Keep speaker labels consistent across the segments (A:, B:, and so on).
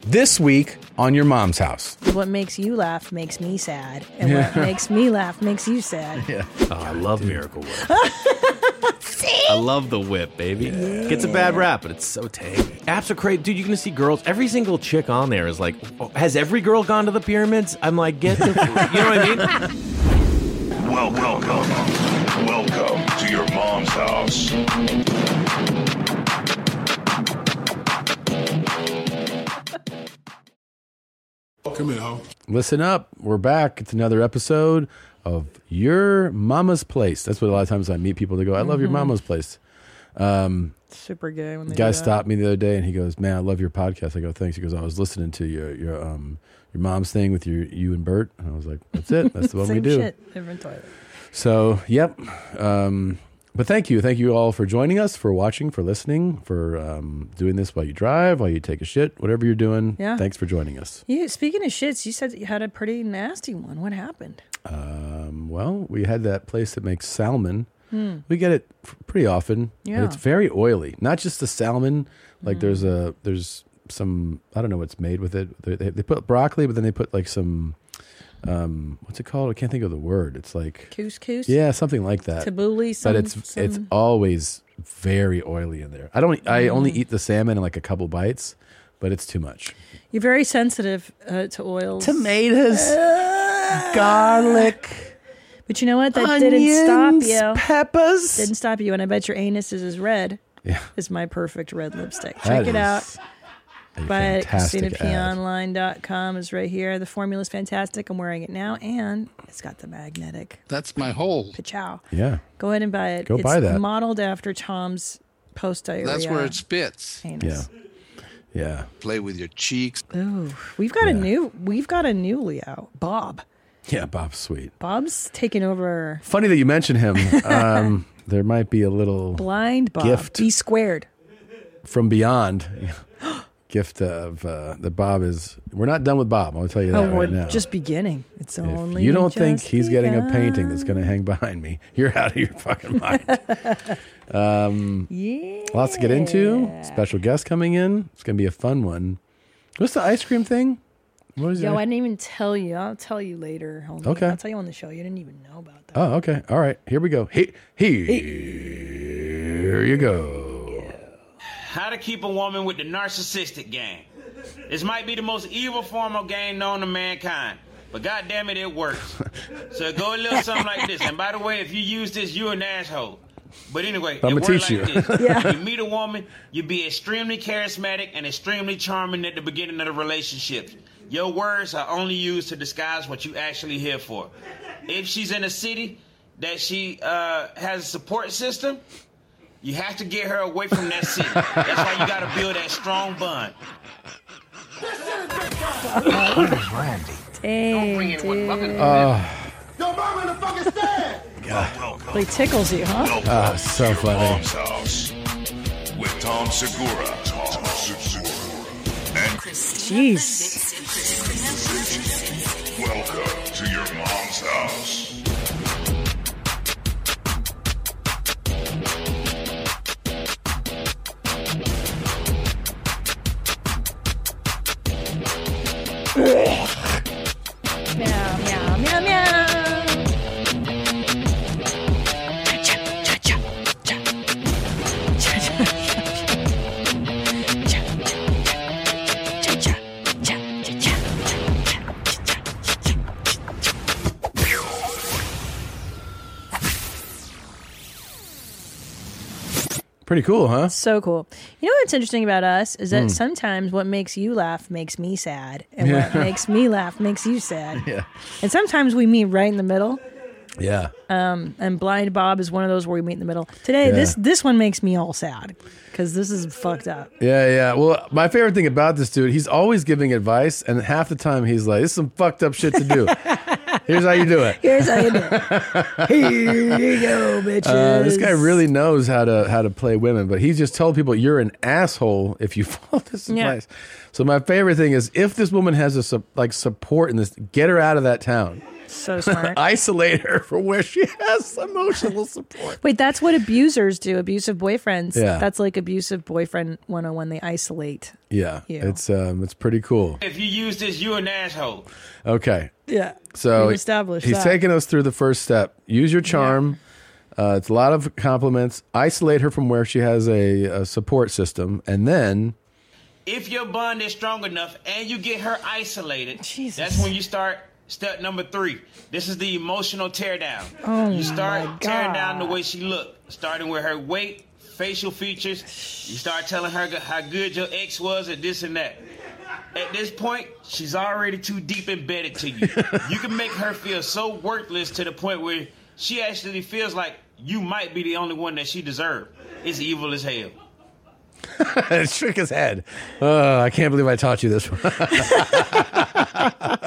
A: This week on Your Mom's House.
B: What makes you laugh makes me sad, and what makes me laugh makes you sad.
C: Oh, I love Miracle Whip. I love the whip, baby. Gets a bad rap, but it's so tame. Apps are crazy, dude. You're gonna see girls. Every single chick on there is like, oh, has every girl gone to the pyramids? I'm like, get the, you know what I mean?
D: Welcome, welcome, welcome to your mom's house.
E: Come here, ho.
A: Listen up. We're back. It's another episode of Your Mama's Place. That's what a lot of times I meet people. They go, I love your mama's place.
B: Mm-hmm.
A: Um,
B: Super gay when they
A: guy
B: do that.
A: stopped me the other day and he goes, "Man, I love your podcast." I go, "Thanks." He goes, "I was listening to your your um your mom's thing with your you and Bert," and I was like, "That's it. That's the one we
B: Same
A: do."
B: shit, different toilet.
A: So, yep. Um, but thank you, thank you all for joining us, for watching, for listening, for um, doing this while you drive, while you take a shit, whatever you're doing.
B: Yeah.
A: Thanks for joining us.
B: You speaking of shits, you said that you had a pretty nasty one. What happened?
A: Um, well, we had that place that makes salmon. We get it f- pretty often.
B: Hmm. Yeah. Hmm.
A: But it's very oily. Not just the salmon. Like there's a there's some I don't know what's made with it. They, they, they put broccoli, but then they put like some um, what's it called? I can't think of the word. It's like
B: Couscous.
A: yeah, something like that.
B: Tabbouleh. Some,
A: but it's
B: some-
A: it's always very oily in there. I don't. I only
B: Hmm.
A: eat the salmon in like a couple bites, but it's too much.
B: you're very sensitive uh, to oils. Ah!
A: Tomatoes, garlic,
B: But you know what? That didn't stop you.
A: peppers.
B: Didn't stop you. And I bet your anus is as red
A: yeah,
B: as my perfect red lipstick.
A: that
B: Check it
A: is
B: out.
A: a
B: But
A: fantastic ad.
B: ChristinaPionline.com is right here. The formula's fantastic. I'm wearing it now, and it's got the magnetic
E: That's my hole.
B: pachow.
A: Yeah,
B: Go ahead and buy it.
A: Go
B: it's
A: buy that.
B: modeled after Tom's post diarrhea.
E: That's where it spits.
A: yeah, yeah.
E: Play with your cheeks.
B: Ooh, we've got a new. We've got a new Leo. Bob.
A: Yeah, Bob's sweet.
B: Bob's taking over.
A: Funny that you mention him. Um, there might be a little
B: Blind Bob.
A: Gift.
B: B squared.
A: from beyond gift of uh, that Bob is. We're not done with Bob. I'll tell you that
B: oh,
A: right
B: we're
A: now.
B: just beginning. It's
A: If
B: only.
A: you don't think
B: just
A: he's getting a
B: begun.
A: painting that's going to hang behind me, you're out of your fucking mind. Um,
B: Yeah.
A: Lots to get into. Special guest coming in. It's going to be a fun one. What's the ice cream thing? What is
B: Yo, I
A: that?
B: didn't even tell you. I'll tell you later. homie.
A: Okay.
B: I'll tell you on the show. You didn't even know about that.
A: Oh, okay. All right. Here we go. He, here you go.
F: How to keep a woman with the narcissistic game. This might be the most evil form of game known to mankind, but goddamn it, it works. so it go a little something like this. And by the way, if you use this, you're an asshole. But anyway,
A: I'ma
F: it works
A: teach
F: like
A: you.
F: this. You meet a woman, you be extremely charismatic and extremely charming at the beginning of the relationship. Your words are only used to disguise what you actually here for. If she's in a city that she uh, has a support system, you have to get her away from that city. That's how you gotta build that strong bond.
B: Dang, dude.
A: Ah.
E: Your mama in the fucking stand!
B: Really tickles you, huh?
A: Oh, so funny.
D: Mom's house with Tom Segura. Tom Segura. And
B: Jeez.
D: welcome to your mom's house.
B: Meow, meow, meow, meow.
A: Pretty cool, huh?
B: So cool. You know what's interesting about us is
A: Hmm.
B: that sometimes what makes you laugh makes me sad, and what makes me laugh makes you sad.
A: Yeah.
B: And sometimes we meet right in the middle. um,
A: Yeah.
B: And Blind Bob is one of those where we meet in the middle. Today,
A: Yeah.
B: this this one makes me all sad because this is fucked up.
A: Yeah, yeah. Well, my favorite thing about this dude, he's always giving advice, and half the time he's like, this is some fucked up shit to do. Here's how you do it.
B: Here's how you do it. Here you go, bitches.
A: Uh, this guy really knows how to how to play women, but he just told people you're an asshole if you follow this
B: Yeah.
A: advice. So my favorite thing is if this woman has a sup- like support in this, get her out of that town.
B: So smart.
A: isolate her from where she has emotional support.
B: Wait, that's what abusers do. Abusive boyfriends.
A: Yeah.
B: That's like abusive boyfriend 101. They isolate.
A: Yeah,
B: Ew.
A: it's um, it's pretty cool.
F: If you use this, you an asshole.
A: Okay,
B: Yeah.
A: so
B: We've established
A: he's
B: that.
A: taking us through the first step. Use your charm. Uh, it's a lot of compliments. Isolate her from where she has a, a support system, and then
F: If your bond is strong enough and you get her isolated,
B: Jesus.
F: that's when you start step number three. This is the emotional teardown.
B: Oh
F: you start
B: my
F: tearing
B: God.
F: down the way she looked, starting with her weight, facial features. You start telling her g- how good your ex was and this and that. At this point, she's already too deep embedded to you. you can make her feel so worthless to the point where she actually feels like you might be the only one that she deserved. It's evil as hell.
A: shook his head. Oh, I can't believe I taught you this one.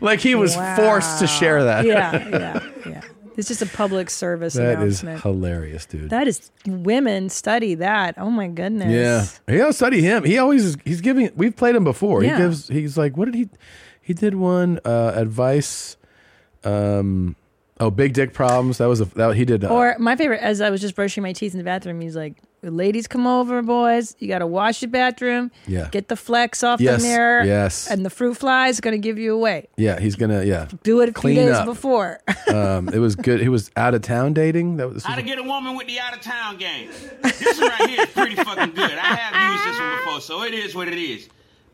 A: like he was forced to share that.
B: yeah. Yeah. Yeah. It's just a public service
A: That is
B: announcement.
A: hilarious, dude.
B: that is women study that. Oh my goodness.
A: Yeah, he don't study him. He always is, he's giving. We've played him before.
B: Yeah.
A: He gives. He's like, what did he? He did one uh, advice. Um, oh, big dick problems. That was a that he did. Uh,
B: Or my favorite, as I was just brushing my teeth in the bathroom, he's like, "Ladies, come over, boys. You got to wash your bathroom.
A: Yeah.
B: Get the flex off
A: Yes,
B: the mirror.
A: yes.
B: And the fruit fly is going to give you away.
A: yeah, he's gonna yeah.
B: Do it a
A: Clean
B: few days
A: up.
B: before.
A: Um, it was good. He was out of town dating. That was.
F: How to get a woman with the out of town game. This one right here is pretty fucking good. I have used this one before, so it is what it is.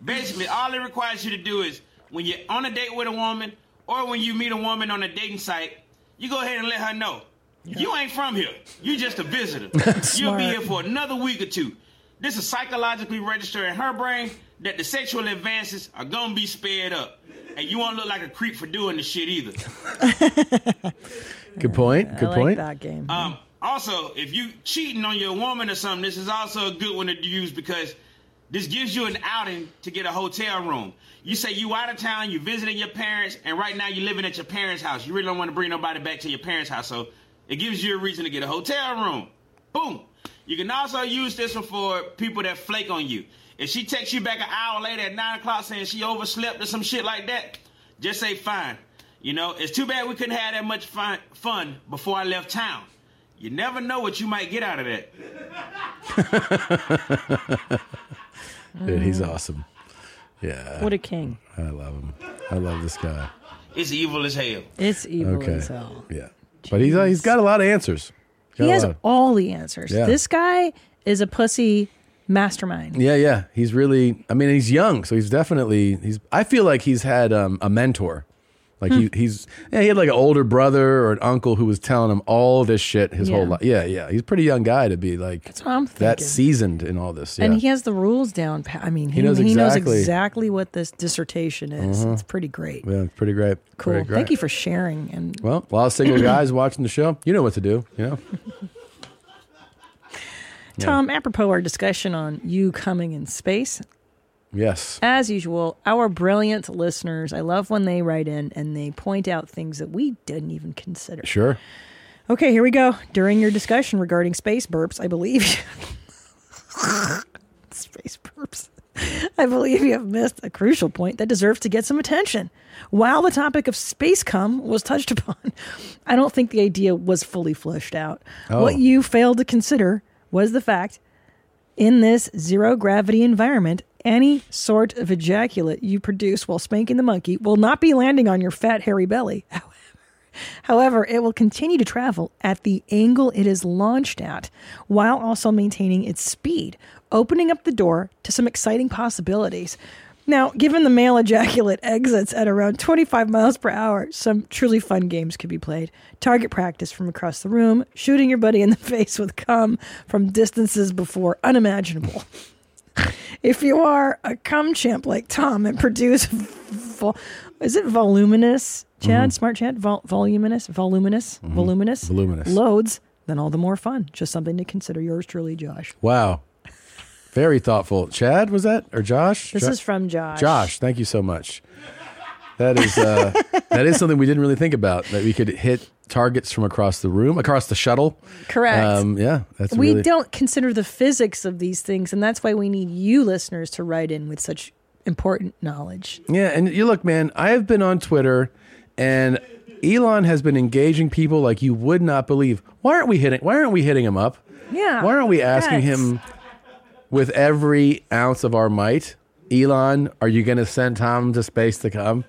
F: Basically, all it requires you to do is when you're on a date with a woman or when you meet a woman on a dating site, you go ahead and let her know. You ain't from here. you just a visitor. You'll be here for another week or two. This is psychologically registered in her brain that the sexual advances are gonna be spared up. And you won't look like a creep for doing the shit either.
A: good point. Good
B: I like
A: point.
B: that game.
F: Um, also, if you cheating on your woman or something, this is also a good one to use because this gives you an outing to get a hotel room. You say you out of town, you visiting your parents, and right now you're living at your parents' house. You really don't want to bring nobody back to your parents' house, so it gives you a reason to get a hotel room. Boom. You can also use this one for people that flake on you. If she texts you back an hour later at nine o'clock saying she overslept or some shit like that, just say fine. You know, it's too bad we couldn't have that much fun, fun before I left town. You never know what you might get out of that.
A: Dude, he's awesome. Yeah,
B: Mm. what a king.
A: I love him. I love this guy.
F: It's evil as hell.
B: It's evil
A: Okay.
B: as hell.
A: Yeah, but he's uh, he's got a lot of answers. Got
B: He
A: a
B: has
A: lot of-
B: all the answers.
A: Yeah.
B: This guy is a pussy mastermind.
A: Yeah, yeah. He's really. I mean, he's young, so he's definitely. He's. I feel like he's had um, a mentor. Like he,
B: Hmm.
A: he's. Yeah, he had like an older brother or an uncle who was telling him all this shit his whole
B: Yeah.
A: life. Yeah, yeah. He's a pretty young guy to be like
B: That's what I'm thinking.
A: that seasoned in all this. Yeah.
B: And he has the rules down. pat. I mean, he, he, knows,
A: knows exactly.
B: exactly what this dissertation is. It's pretty great.
A: yeah, it's pretty great.
B: Cool.
A: Pretty great.
B: Thank you for sharing. And
A: Well, a lot of single guys watching the show. You know what to do. You know.
B: Tom, apropos our discussion on you coming in space,
A: Yes.
B: as usual, our brilliant listeners, I love when they write in and they point out things that we didn't even consider.
A: Sure.
B: Okay, here we go. During your discussion regarding space burps, I believe space burps. I believe you have missed a crucial point that deserves to get some attention. While the topic of space cum was touched upon, I don't think the idea was fully fleshed out. What you failed to consider was the fact in this zero gravity environment, any sort of ejaculate you produce while spanking the monkey will not be landing on your fat, hairy belly. However, it will continue to travel at the angle it is launched at while also maintaining its speed, opening up the door to some exciting possibilities. Now, given the male ejaculate exits at around 25 miles per hour, some truly fun games could be played. Target practice from across the room, shooting your buddy in the face with cum from distances before unimaginable. if you are a cum champ like Tom and produce, vol- is it voluminous,
A: Mm-hmm.
B: Chad, smart Chad, vol- voluminous, voluminous, voluminous,
A: Voluminous.
B: loads, then all the more fun. Just something to consider. Yours truly, Josh.
A: Wow. Very thoughtful. Chad was that or Josh?
B: This
A: Jo-
B: is from Josh.
A: Josh, thank you so much. That is uh, that is something we didn't really think about that we could hit targets from across the room, across the shuttle.
B: Correct.
A: Um, yeah, that's
B: we
A: really,
B: don't consider the physics of these things, and that's why we need you listeners to write in with such important knowledge.
A: Yeah, and you look, man. I have been on Twitter And Elon has been engaging people like you would not believe. Why aren't we hitting? Why aren't we hitting him up?
B: Yeah.
A: Why aren't we asking
B: Yes.
A: him with every ounce of our might, Elon? Are you going to send Tom to space to come?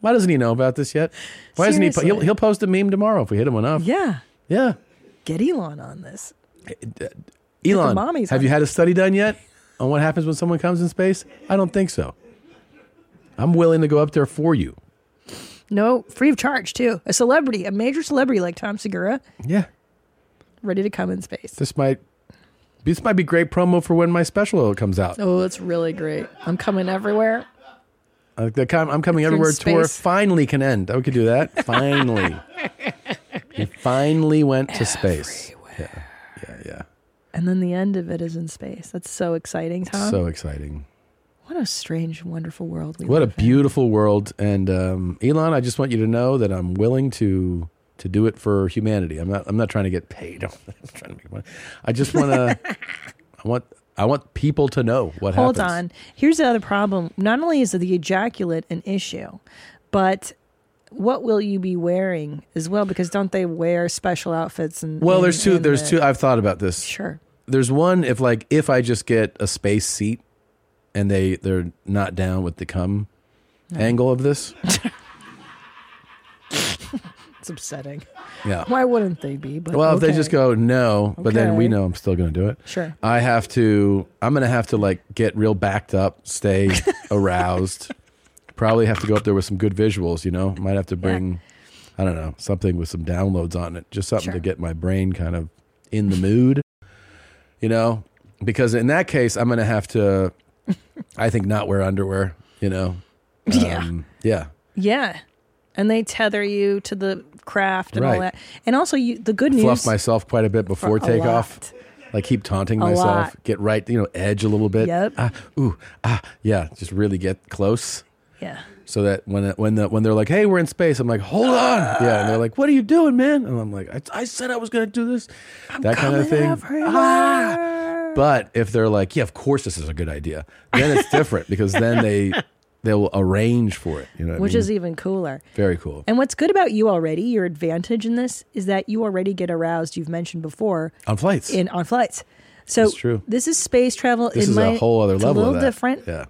A: Why doesn't he know about this yet? Why does not he? Po-
B: Seriously.
A: he'll, he'll post a meme tomorrow if we hit him enough.
B: Yeah.
A: yeah.
B: Get Elon on this.
A: uh, Elon,
B: mommies
A: have
B: on
A: you had a study done yet on what happens when someone comes in space? I don't think so. I'm willing to go up there for you.
B: No, free of charge too. A celebrity, a major celebrity like Tom Segura,
A: Yeah,
B: ready to come in space.
A: this might this might be great promo for when my special comes out.
B: Oh, that's really great. I'm coming everywhere.
A: Uh, the com- I'm coming
B: It's in
A: everywhere tour
B: space.
A: finally can end. I could do that. Finally, he finally went to space. Yeah, yeah,
B: And then the end of it is in space. That's so exciting,
A: yeah.
B: Tom.
A: So exciting.
B: what a strange, wonderful world we
A: What a
B: live in.
A: beautiful world. And um, Elon, I just want you to know that I'm willing to to do it for humanity. I'm not I'm not trying to get paid. I'm trying to make money. I just want to I want I want people to know what
B: Hold
A: happens.
B: on. Here's the other problem. Not only is the ejaculate an issue, but what will you be wearing as well? Because don't they wear special outfits? And
A: Well,
B: in-
A: there's two
B: in
A: there's
B: the-
A: two I've thought about this.
B: Sure.
A: There's one if like if I just get a space seat and they they're not down with the cum angle of this.
B: It's upsetting.
A: Yeah.
B: Why wouldn't they be? But
A: Well, if
B: okay.
A: they just go no, but then we
B: Okay.
A: know I'm still going to do it.
B: Sure.
A: I have to. I'm going to have to like get real backed up, stay aroused. Probably have to go up there with some good visuals. You know, might have to bring, I don't know, something with some downloads on it, just something to
B: Sure.
A: get my brain kind of in the mood. You know, because in that case, I'm going to have to. I think not wear underwear. You know. Um, yeah.
B: Yeah. Yeah. And they tether you to the craft and
A: Right.
B: all that. And also, you, the good news.
A: fluff myself quite a bit before
B: a
A: takeoff.
B: lot.
A: Like keep taunting
B: A
A: myself,
B: lot.
A: get right, you know, edge a little bit.
B: Yep.
A: Ah, ooh, ah, yeah. Just really get close,
B: Yeah.
A: so that when it- when the when they're like, "Hey, we're in space," I'm like, "Hold on,"
B: Ah.
A: yeah. And they're like, "What are you doing, man?" And I'm like, "I, I said I was gonna do this," that kind of
B: Coming
A: thing. Ah.
B: everywhere.
A: But if they're like, "Yeah, of course this is a good idea," then it's different because then they they will arrange for it. You know, what I
B: Which
A: mean?
B: is even cooler.
A: very cool.
B: And what's good about you already, your advantage in this, is that you already get aroused, you've mentioned before,
A: On flights,
B: in on flights. So
A: That's true.
B: this is space travel.
A: this
B: It
A: is a
B: might-
A: whole other
B: it's
A: level.
B: A little
A: of that.
B: different.
A: Yeah,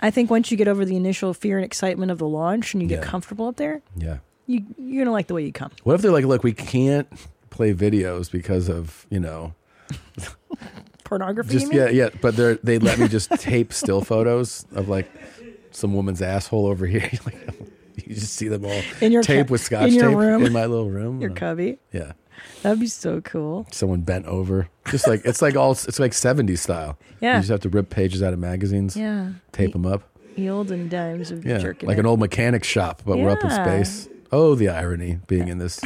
B: I think once you get over the initial fear and excitement of the launch and you get
A: Yeah.
B: comfortable up there,
A: yeah.
B: you you're gonna like the way you come.
A: What if they're like, look, we can't play videos because of you know
B: Pornography, you
A: just
B: mean?
A: yeah yeah, but they are they let me just tape still photos of like some woman's asshole over here. like you just see them all
B: In your
A: tape
B: ca-
A: with scotch
B: in your
A: tape
B: room.
A: in my little room. Uh,
B: Your cubby.
A: yeah,
B: That'd be so cool.
A: someone bent over, just like it's like all it's like '70s style.
B: Yeah.
A: you just have to rip pages out of magazines.
B: Yeah.
A: tape them up.
B: The olden dimes of
A: Yeah,
B: jerking.
A: like
B: it.
A: an old mechanic shop, but we're up in
B: Yeah.
A: space. Oh, the irony being in this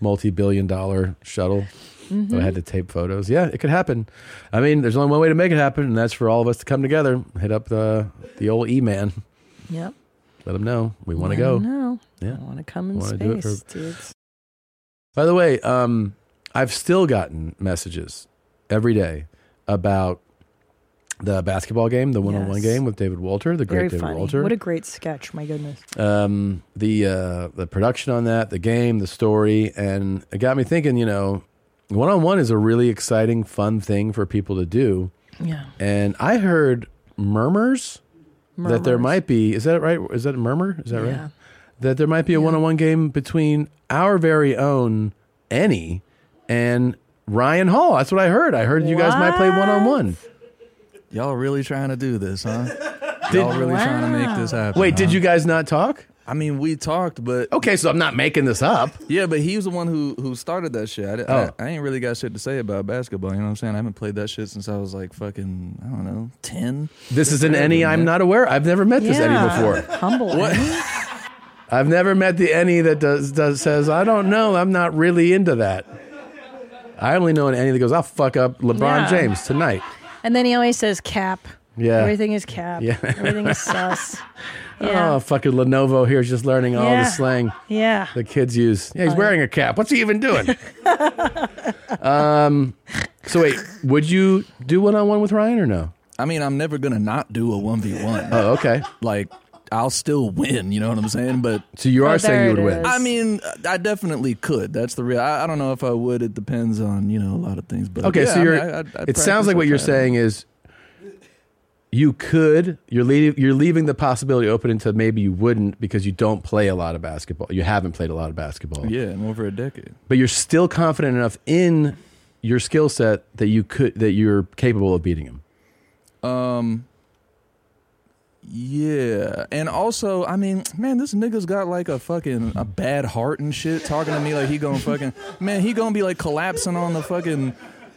A: multi-billion-dollar shuttle. that I
B: Mm-hmm.
A: had to tape photos. Yeah, it could happen. I mean, there's only one way to make it happen, and that's for all of us to come together. Hit up the the old E man.
B: Yep.
A: Let him know we want to
B: I
A: go.
B: don't know.
A: Yeah.
B: I want to come in
A: Wanna do
G: e-
A: it
B: space, dudes.
A: By the way, um, I've still gotten messages every day about the basketball game, the one-on-one
B: Yes.
A: game with David Walter, the great
B: Very
A: David
B: funny.
A: Walter.
B: What a great sketch! My goodness.
A: um, the uh, the production on that, the game, the story, and it got me thinking. You know, one on one is a really exciting, fun thing for people to do.
B: Yeah.
A: And I heard murmurs, that there
B: Murmurs.
A: might be. Is that right? Is that a murmur? Is that
B: Yeah.
A: right? That there might be a one on one game between our very own Any and Ryan Hall. That's what I heard. I heard you guys might play one on one.
H: Y'all really trying to do this, huh? Y'all really trying to make this happen.
A: Wait, did
H: huh?
A: you guys not talk?
H: I mean, we talked, but
A: Okay, so I'm not making this up.
H: yeah, but he was the one who who started that shit. I, di-
A: Oh.
H: I, I ain't really got shit to say about basketball. You know what I'm saying? I haven't played that shit since I was like fucking I don't know ten.
A: This is an Any I'm
H: man.
A: not aware. I've never met this Any
B: Yeah.
A: before.
B: Humble. Annie.
A: I've never met the any that does, does says I don't know. I'm not really into that. I only know an any that goes I'll fuck up LeBron
B: Yeah.
A: James tonight.
B: And then he always says cap.
A: Yeah.
B: Everything is cap.
A: Yeah.
B: Everything is sus. Yeah.
A: Oh, fucking Lenovo here is just learning all
B: Yeah.
A: the slang
B: yeah. Oh,
A: the kids use. Yeah, he's wearing a cap. What's he even doing? um, so wait, would you do one on one Um, with Ryan or no?
H: I mean, I'm never gonna not do a one v one.
A: Oh, okay.
H: Like I'll still win. You know what I'm saying? But
A: So you are
I: Oh,
A: saying you
I: there
A: would
I: it
A: win.
I: is.
H: I mean, I definitely could. That's the real. I, I don't know if I would. It depends on you know a lot of things. But
A: Okay,
H: yeah, I
A: so
H: mean,
A: you're.
H: I- I- I
A: it sounds
H: practice,
A: like
H: I
A: what you're
H: try.
A: saying is, you could. You're leaving. You're leaving the possibility open into maybe you wouldn't because you don't play a lot of basketball. You haven't played a lot of basketball.
H: Yeah, and over a decade.
A: But you're still confident enough in your skill set that you could that you're capable of beating him.
H: Um, Yeah, and also, I mean, man, this nigga's got like a fucking a bad heart and shit. Talking to me like he gonna fucking man, he gonna be like collapsing on the fucking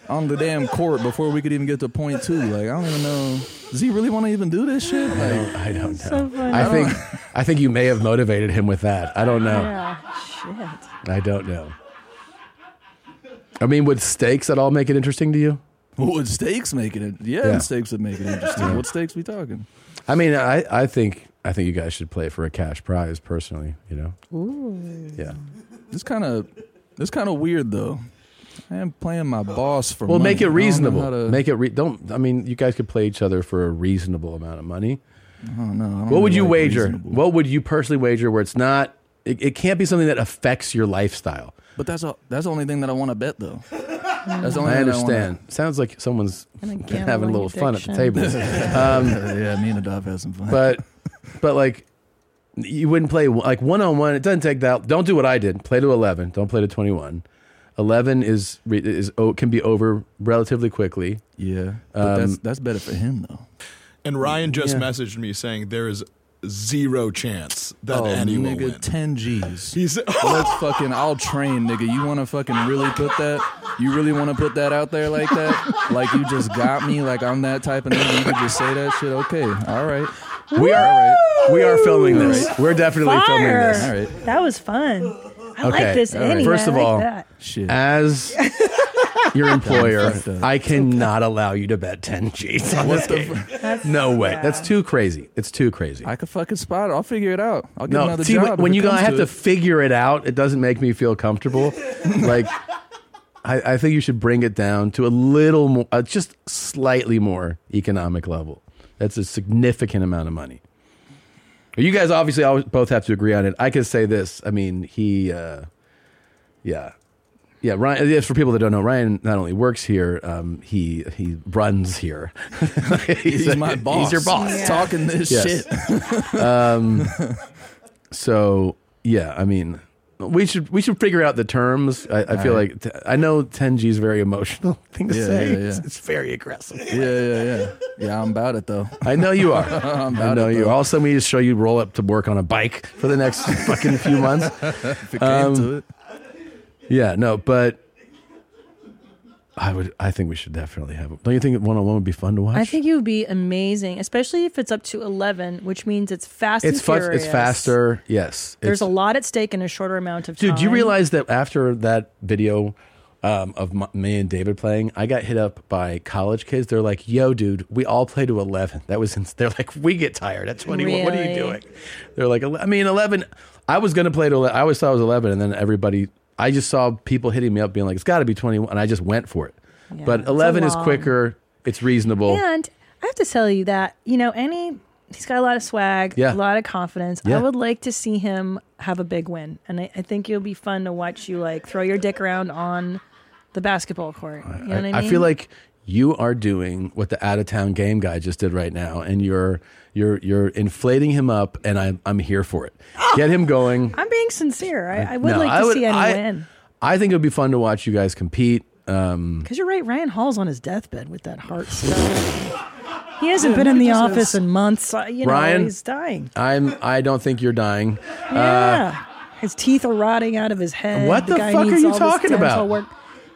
H: on the damn court before we could even get to point two. Like I don't even know. Does he really want to even do this shit? Like,
A: I don't know.
I: Oh, funny.
A: I think I think you may have motivated him with that. I don't know.
I: Yeah. Shit.
A: I don't know. I mean, would stakes at all make it interesting to you?
H: would stakes make it? in- Yeah,
A: Yeah.
H: stakes would make it interesting. What stakes we talking?
A: I mean, I, I think I think you guys should play for a cash prize. Personally, you know. Yeah.
H: It's kind of it's kind of weird though. I am playing my boss for.
A: Well,
H: money.
A: make it
H: I don't know how
A: reasonable.
H: to-
A: Make it re- don't. I mean, you guys could play each other for a reasonable amount of money.
H: I don't know. I don't
A: What would
H: really
A: you
H: like
A: wager?
H: reasonable.
A: What would you personally wager where it's not? It, it can't be something that affects your lifestyle.
H: But that's all, that's the only thing that I want to bet though. That's the only
A: I
H: thing
A: understand. Sounds like someone's
B: And a
A: having a
B: gambling
A: little fun at the table. Um,
B: addiction.
H: I wanna, yeah, me and Adav had some fun.
A: but but like you wouldn't play like one on one. It doesn't take that. Don't do what I did. Play to eleven. Don't play to twenty one. Eleven is re- is oh, can be over relatively quickly. Um,
H: yeah, but that's that's better for him though.
J: And Ryan just
A: Yeah.
J: messaged me saying there is zero chance that
H: Oh,
J: Andy will
H: nigga,
J: win.
H: ten G's.
J: he said,
H: Let's fucking. I'll train, nigga. You want to fucking really put that? You really want to put that out there like that? Like you just got me? Like I'm that type of nigga? You could just say that shit? Okay, all right,
A: We are we are filming this. We're definitely filming
B: Fire!
A: this.
H: all right.
B: That was fun. I
A: Okay,
B: like this
A: all right.
B: anyway.
A: First of
B: I like
A: all,
B: that.
H: Shit.
A: As your employer,
H: Fucked up.
A: I cannot allow you to bet ten G's on this game. No way. That's too crazy. It's too crazy.
H: I could fucking spot it. I'll figure it out. I'll get
A: No,
H: another
A: see,
H: job.
A: when-
H: if
A: when
H: it
A: you go, I
H: comes
A: have to
H: it.
A: figure it out. It doesn't make me feel comfortable. like, I, I think you should bring it down to a little more, uh, just slightly more economic level. That's a significant amount of money. You guys obviously always both have to agree on it. I could say this. I mean, he, uh, yeah, yeah. Ryan. Yes, for people that don't know, Ryan not only works here, um, he he runs here. he's,
H: He's my boss.
A: He's your boss.
H: Talking this
A: Yes. Um,
H: shit.
A: So yeah, I mean, we should we should figure out the terms. I, I feel like t- I know 10G is a very emotional thing to
H: Yeah,
A: say.
H: yeah, yeah.
A: It's, it's very aggressive.
H: Yeah, yeah, yeah. Yeah, I'm about it though.
A: I know you are. I know you. are. All of a sudden, we just show you roll up to work on a bike for the next fucking few months. Um,
H: If it came to it.
A: Yeah, no, but I would. I think we should definitely have. it. Don't you think one on one would be fun to watch?
B: I think it would be amazing, especially if it's up to eleven, which means it's fast.
A: it's
B: and
A: fun.
B: furious.
A: It's faster. Yes,
B: There's
A: It's-
B: a lot at stake in a shorter amount of time.
A: Dude, do you realize that after that video um, of m me and David playing, I got hit up by college kids. They're like, "Yo, dude, we all play to 11." That was ins- they're like, "We get tired at 21. What are you
B: Really?
A: doing?" They're like, "Ele- "I mean, 11. I was gonna play to 11. I always thought it was 11, and then everybody. I just saw people hitting me up being like, "It's got to be 21," and I just went for it. but
B: it's a
A: 11 is
B: long-
A: quicker. It's reasonable.
B: And I have to tell you that you know, Annie, he's got a lot of swag,
A: Yeah.
B: a lot of confidence.
A: Yeah.
B: I would like to see him have a big win, and I, I think it'll be fun to watch you like throw your dick around on the basketball court. You know what I mean?
A: feel like you are doing what the out of town game guy just did right now, and you're you're you're inflating him up, and I'm I'm here for it. Get him going.
B: I'm being sincere. I, I would
A: No,
B: like to
A: I would-
B: see Annie
A: I-
B: win
A: I think it would be fun to watch you guys compete. Um,
B: because you're right. Ryan Hall's on his deathbed with that heart stuff. He hasn't been in the office in months. Uh, You know,
A: Ryan?
B: he's dying.
A: I'm I don't think you're dying. Uh,
B: Yeah. his teeth are rotting out of his head.
A: What the
B: guy
A: fuck are
B: needs
A: you
B: all this
A: talking
B: dental
A: about?
B: work.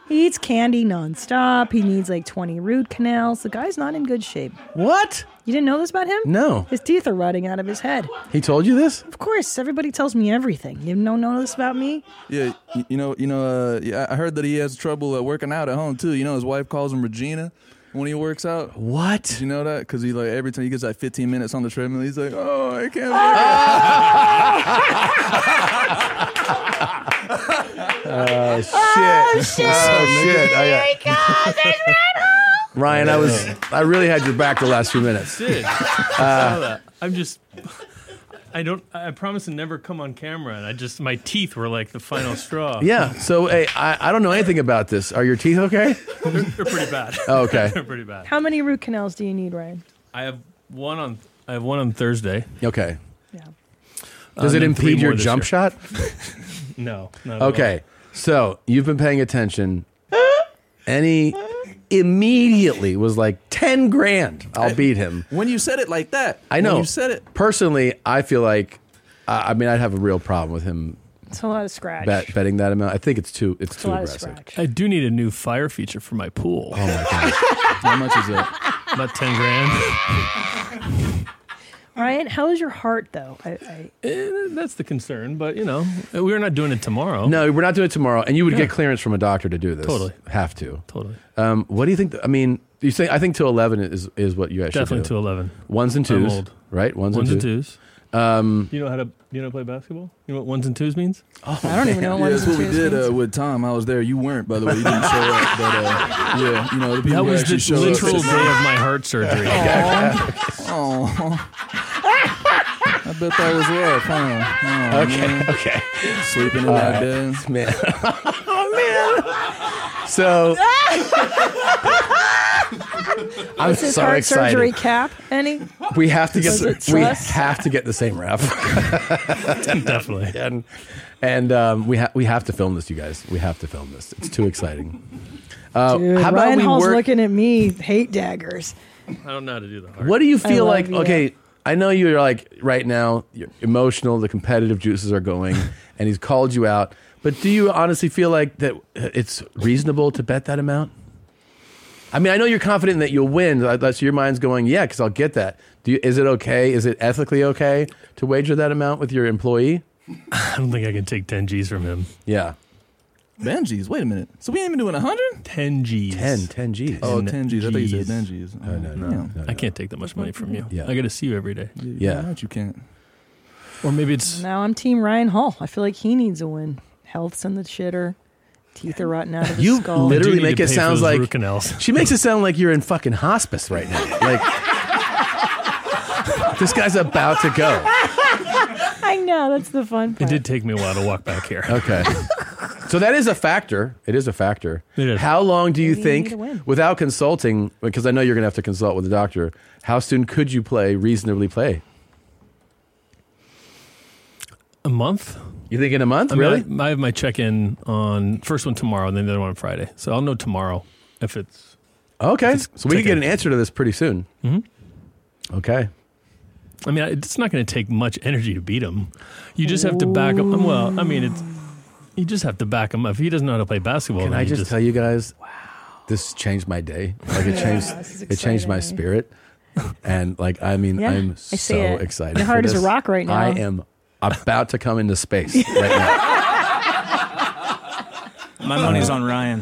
B: He eats candy nonstop. He needs like 20 root canals. The guy's not in good shape.
A: What?
B: You didn't know this about him?
A: No.
B: His teeth are rotting out of his head.
A: He told you this?
B: Of course, everybody tells me everything. You don't know this about me?
H: Yeah, you, you know, you know. Uh, yeah, I heard that he has trouble uh, working out at home too. You know, his wife calls him Regina when he works out. Did
A: What?
H: you know that? Because he like every time he gets like 15 minutes on the treadmill, he's like, "Oh, I can't."
B: Ah.
A: Shit. Oh shit. I got- Ryan, I Uh, was I really had your back the last few minutes.
K: Did. I saw that. I'm just.
I: I don't. I promise to never come on camera. And I just my teeth were like the final straw.
A: Yeah. So hey, I, I don't know anything about this. Are your teeth okay?
I: they're, they're pretty bad.
A: Oh, okay.
I: they're pretty bad.
B: How many root canals do you need, Ryan?
I: I have one on. I have one on Thursday.
A: Okay.
B: Yeah.
A: Does
I: Um,
A: it
I: and three
A: impede your
I: more this
A: jump
I: year.
A: shot?
I: No. not at all.
A: Okay. So you've been paying attention. Any immediately was like ten grand. I'll beat him.
H: When you said it like that,
A: I know.
H: When you said it.
A: personally. I feel like. I I mean, I'd have a real problem with him
B: It's a lot of scratch.
A: bet, betting that amount. I think it's too. It's
B: It's a
A: too
B: lot of
A: aggressive.
B: scratch.
I: I do need a new fire feature for my
A: Oh,
I: pool.
H: How much is it?
I: About ten grand.
B: Ryan, how is your heart though? I, I,
I: Eh, that's the concern, but you know, we're not doing it tomorrow.
A: No, we're not doing it tomorrow. And you would
I: Oh. Yeah.
A: get clearance from a doctor to do this.
I: Totally.
A: have to.
I: Totally.
A: Um, what do you think? I mean, you say I think till eleven is is what you guys
I: Definitely
A: should
I: to
A: do.
I: eleven.
A: Ones and
I: I'm
A: 2s
I: old.
A: right? Ones,
I: Ones
A: and
I: and
A: twos.
I: twos. Um, you know how to you know how to play basketball? You know what ones and twos means?
A: Oh,
B: I don't even know
H: Yeah,
B: what
H: that's what we did uh, with Tom. I was there. You weren't, by the way. You didn't show up. But uh, yeah, you know the people
I: That
H: who
I: was
H: actually
I: the
H: showed
I: literal day
H: up.
I: of my heart surgery.
H: Aw. I bet that was rough, huh? Aw, man.
A: Okay,
H: Sleeping in that bed.
A: man. oh man. So. I'm
B: Is his
A: so
B: heart
A: excited.
B: surgery cap? Any?
A: We have to get
B: Was
A: the,
B: it
A: we
B: Russ?
A: have to get the same ref,
I: Definitely.
A: and and um, we ha- we have to film this, you guys. We have to film this. It's too exciting. Uh,
B: Dude,
A: how about
B: Ryan
A: we
B: Hall's
A: work?
B: looking at me, hate daggers.
H: uh,
I: I don't know how to do the heart.
A: What do you feel
B: love
A: like?
B: you.
A: Okay, I know you're like right now you're emotional, the competitive juices are going, and he's called you out. But do you honestly feel like that it's reasonable to bet that amount? I mean, I know you're confident that you'll win. That's your mind's going, yeah, because I'll get that. Do you, is it okay? Is it ethically okay to wager that amount with your employee?
I: I don't think I can take ten G's from him.
A: Yeah,
H: Benji's. Wait a minute. So we ain't even doing 100?
I: Ten G's.
A: 10, 10 G's.
H: Oh, 10 G's. I thought you said
I: G's.
H: 10 G's. Oh,
A: no, no,
H: damn.
A: no, no.
I: I can't take that much money from you.
A: Yeah.
I: I got to see you every day.
A: Yeah.
H: You're right, you can't.
I: Or maybe it's
B: Now I'm Team Ryan Hall. I feel like he needs a win. Health's in the shitter. Teeth are rotting out of his
A: You
B: skull.
I: I do
A: literally
I: need
A: make
I: to
A: it
I: pay for
A: sounds
I: those
A: like-
I: root canals.
A: She makes it sound like you're in fucking hospice right now. Like this guy's about to go.
B: I know that's the fun
I: It
B: part.
I: did take me a while to walk back here.
A: Okay. so that is a factor. It is a factor.
I: It is.
A: How long do you
B: Maybe you need
A: think,
B: to win.
A: without consulting, because I know you're going to have to consult with the doctor, how soon could you play, reasonably play?
I: A month?
A: You think in a month?
I: I mean,
A: really?
I: I, I have my check in on first one tomorrow, and then the other one on Friday. So I'll know tomorrow if it's.
A: okay.
I: It's Mm-hmm.
A: So we can get an
I: ticking.
A: answer to this pretty soon. Okay.
I: I mean, it's not going to take much energy to beat him. You just have to back him. Well, I mean, it's you just have to back him up. If he doesn't know how to play basketball,
A: Can
I: then
A: I
I: you
A: just tell you guys? Wow. This changed my day. Like it
B: this is
A: changed. It changed my
B: exciting.
A: spirit. And like I mean,
B: Yeah,
A: I'm
B: I see
A: so
B: it.
A: excited.
B: Your heart
A: for
B: is a
A: this.
B: rock right now.
A: I am about to come into space right now.
K: My money's on Ryan.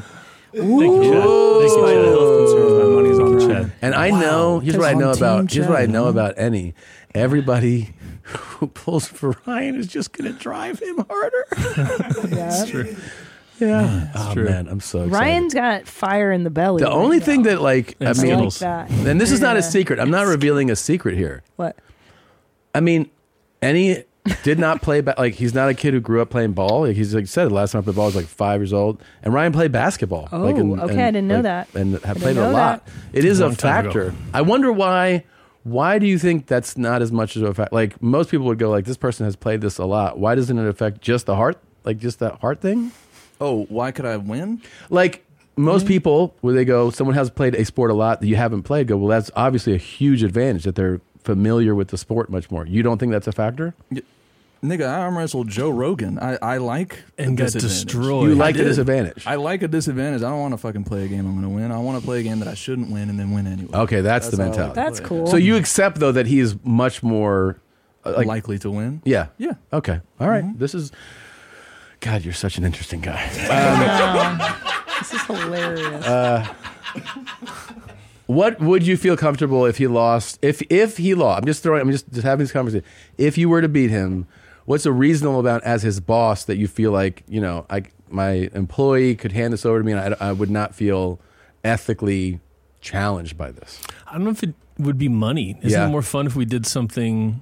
I: Thank you, Chad. Thank you,
K: Despite the
I: Chad.
K: health concerns, my money's on Chad.
A: And I know here's what I
H: Because
A: know
H: on Team
A: about here's what I
H: Chad,
A: know
H: huh?
A: about any. Everybody who pulls for Ryan is just gonna drive him harder.
B: Yeah.
A: Yeah. oh man, I'm so excited.
B: Ryan's got fire in the belly.
A: the
B: right
A: only
B: now.
A: thing that like I
I: And
B: I
A: mean
B: like
I: Skittles.
B: that.
A: and this is not a
B: Yeah.
A: secret. I'm not revealing a secret here.
B: What?
A: I mean, any did not play ba- like he's not a kid who grew up playing ball. Like he's like said the last time I played ball I was like five years old. And Ryan played basketball.
B: Oh,
A: like,
B: okay, I didn't know that.
A: And
B: I
A: have
B: didn't
A: played a
B: know
A: lot. It is a
I: Long time ago.
A: factor. I wonder why. Why do you think that's not as much of a fact? Like most people would go, like this person has played this a lot. Why doesn't it affect just the heart? Like just that heart thing?
H: Oh, why could I win? Hmm.
A: Like most people, where they go, someone has played a sport a lot that you haven't played. Go well. That's obviously a huge advantage that they're familiar with the sport much more. You don't think that's a factor?
H: Nigga, I arm wrestled Joe Rogan. I, I like a
I: And got
H: disadvantage.
I: destroyed.
A: You like
H: I
A: the
H: did.
A: disadvantage.
H: I like a disadvantage. I don't want to fucking play a game I'm going to win. I want to play a game that I shouldn't win and then win anyway.
A: Okay, that's, the
H: how I
A: mentality.
B: That's cool.
A: so you accept though that he is much more uh, like,
H: Likely to win.
A: yeah
H: Yeah. Mm-hmm.
A: okay all right. This is God. You're such an interesting guy. Um,
B: This is hilarious.
A: Uh, what would you feel comfortable if he lost? If if he lost, I'm just throwing. I'm just just having this conversation. If you were to beat him, what's a reasonable amount as his boss that you feel like you know I my employee could hand this over to me and I, I would not feel ethically challenged by this.
I: I don't know if it would be money. Isn't
A: Yeah.
I: it more fun if we did something,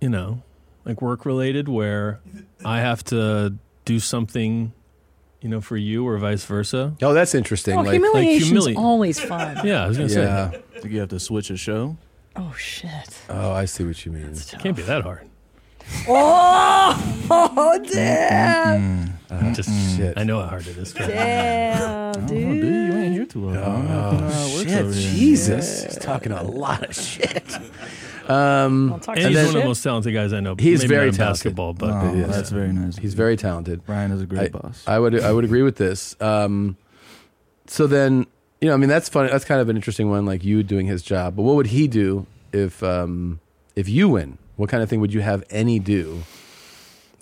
I: you know, like work related where I have to do something, you know, for you or vice versa.
A: Oh, that's interesting.
B: Oh, humiliation's always fun.
I: Yeah, I was gonna
A: Yeah.
I: say.
H: Think you have to switch a show?
B: Oh shit.
A: Oh, I see what you mean.
I: Can't be that hard.
B: Oh, oh damn.
I: Just
A: Uh-huh. shit.
I: I know how hard it is.
H: Mm-hmm.
B: Damn, dude.
H: Oh, You ain't here too long.
A: Oh, shit. Jesus. He's talking a lot of shit. Um,
B: Don't talk
I: And he's
B: to me.
I: one of the most talented guys I know.
A: He's
I: Maybe
A: very
I: not in
A: talented.
I: basketball, but
H: Oh,
A: Yes.
H: that's very nice.
A: he's very talented.
H: Ryan is a great
A: I,
H: boss.
A: I would I would agree with this. Um, so then you know I mean that's funny. That's kind of an interesting one, like you doing his job. But what would he do if um, if you win? What kind of thing would you have any do?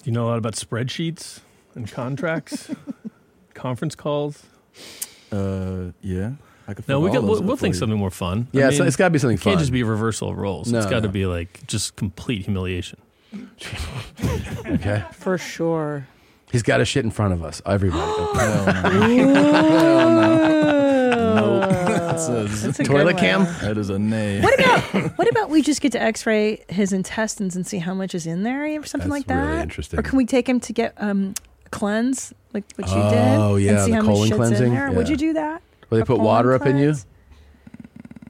I: you know a lot about spreadsheets and contracts, conference calls.
H: uh, yeah. I could
I: No, we
H: all
I: can,
H: those
I: we'll,
H: up
I: we'll
H: for
I: think
H: you.
I: something more fun.
A: Yeah, so it's gotta be something
I: It can't just
A: fun.
I: be a reversal of roles. it's
A: No,
I: got to
A: no.
I: be like just complete humiliation.
A: Okay,
B: For sure.
A: he's got a shit in front of us, everybody.
H: Hell no. That's a-
B: That's a good
A: Toilet
B: one.
A: cam.
H: that is a nay.
B: What about what about we just get to X-ray his intestines and see how much is in there or something
A: That's
B: like that?
A: really interesting.
B: Or can we take him to get um cleanse like what you did?
A: Oh, yeah,
B: and see
A: the
B: how
A: colon
B: much shit's
A: cleansing?
B: In there? Would
A: Yeah.
B: you do that?
A: Where they
B: A
A: put
B: colon
A: water up in you?
B: cleanse?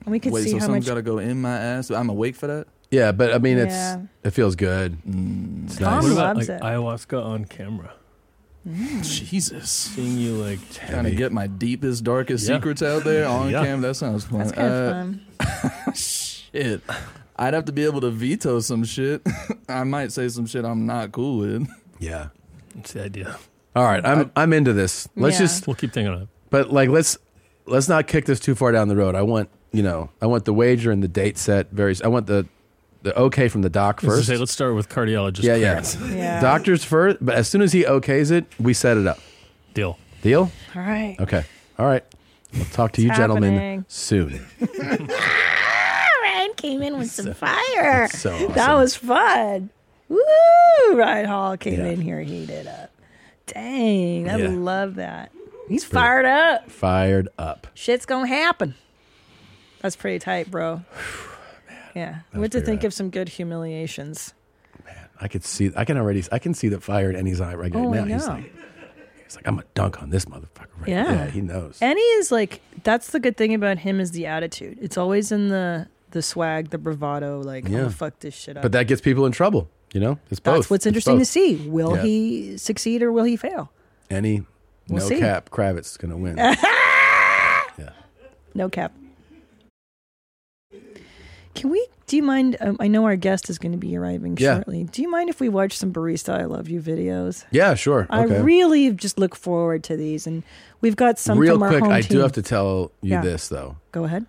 B: And we could
H: Wait,
B: see
H: so
B: how
H: something's
B: much.
H: got to go in my ass? I'm awake for that?
A: Yeah, but I mean
B: Yeah.
A: it's it feels good. It's
B: Tom
A: nice.
I: Mm. What about
B: loves
I: like
B: it. Mm.
I: ayahuasca on camera?
H: Jesus.
I: Seeing you like
H: Trying to get my deepest, darkest
I: Yeah.
H: secrets out there on
I: Yeah.
H: cam. That sounds fun.
B: That's kind
H: Uh,
B: of fun.
H: Shit. I'd have to be able to veto some shit. I might say some shit I'm not cool with.
A: Yeah.
I: That's the idea. Uh,
A: All right, I'm I'm into this. Let's
B: Yeah.
A: just
I: We'll keep thinking on it.
A: but like let's let's not kick this too far down the road. I want you know I want the wager and the date set. Very I want the the okay from the doc
I: Let's
A: first.
I: say, let's start with cardiologist.
A: yeah,
I: clearance.
A: yeah,
B: Yeah.
A: Doctors first, but as soon as he okays it, we set it up.
I: Deal.
A: Deal?
B: All right.
A: Okay. All right. We'll talk to you gentlemen
B: happening.
A: soon.
B: Ryan came in with some fire.
A: so awesome.
B: That was fun. Woo! Ryan Hall came
A: Yeah.
B: in here, heated up. Dang, I
A: Yeah.
B: love that. He's fired up.
A: Fired up.
B: Shit's gonna happen. That's pretty tight, bro. Yeah, we have to
A: pretty
B: think
A: rad.
B: of some good humiliations.
A: I could see. I can already. I can see the fire in Annie's eye right
B: Oh,
A: now.
B: I
A: He's
B: know.
A: like, he's like, I'm gonna dunk on this motherfucker. Right
B: Yeah.
A: yeah he knows.
B: And he is like, that's the good thing about him is the attitude. It's always in the the swag, the bravado. Like, I'm
A: Yeah.
B: gonna fuck this shit up.
A: but that gets people in trouble. You know, it's both.
B: that's what's
A: It's
B: interesting to
A: both.
B: see. Will
A: Yeah.
B: he succeed or will he fail?
A: Any
B: We'll
A: no
B: see.
A: cap Kravitz is gonna win. yeah.
B: No cap. Can we? Do you mind? Um, I know our guest is going to be arriving
A: Yeah.
B: shortly. Do you mind if we watch some barista I love you videos?
A: Yeah. Sure.
B: I
A: okay.
B: really just look forward to these, and we've got some
A: Real
B: from our
A: quick,
B: home
A: I do
B: team.
A: have to tell you
B: Yeah.
A: this though.
B: go ahead.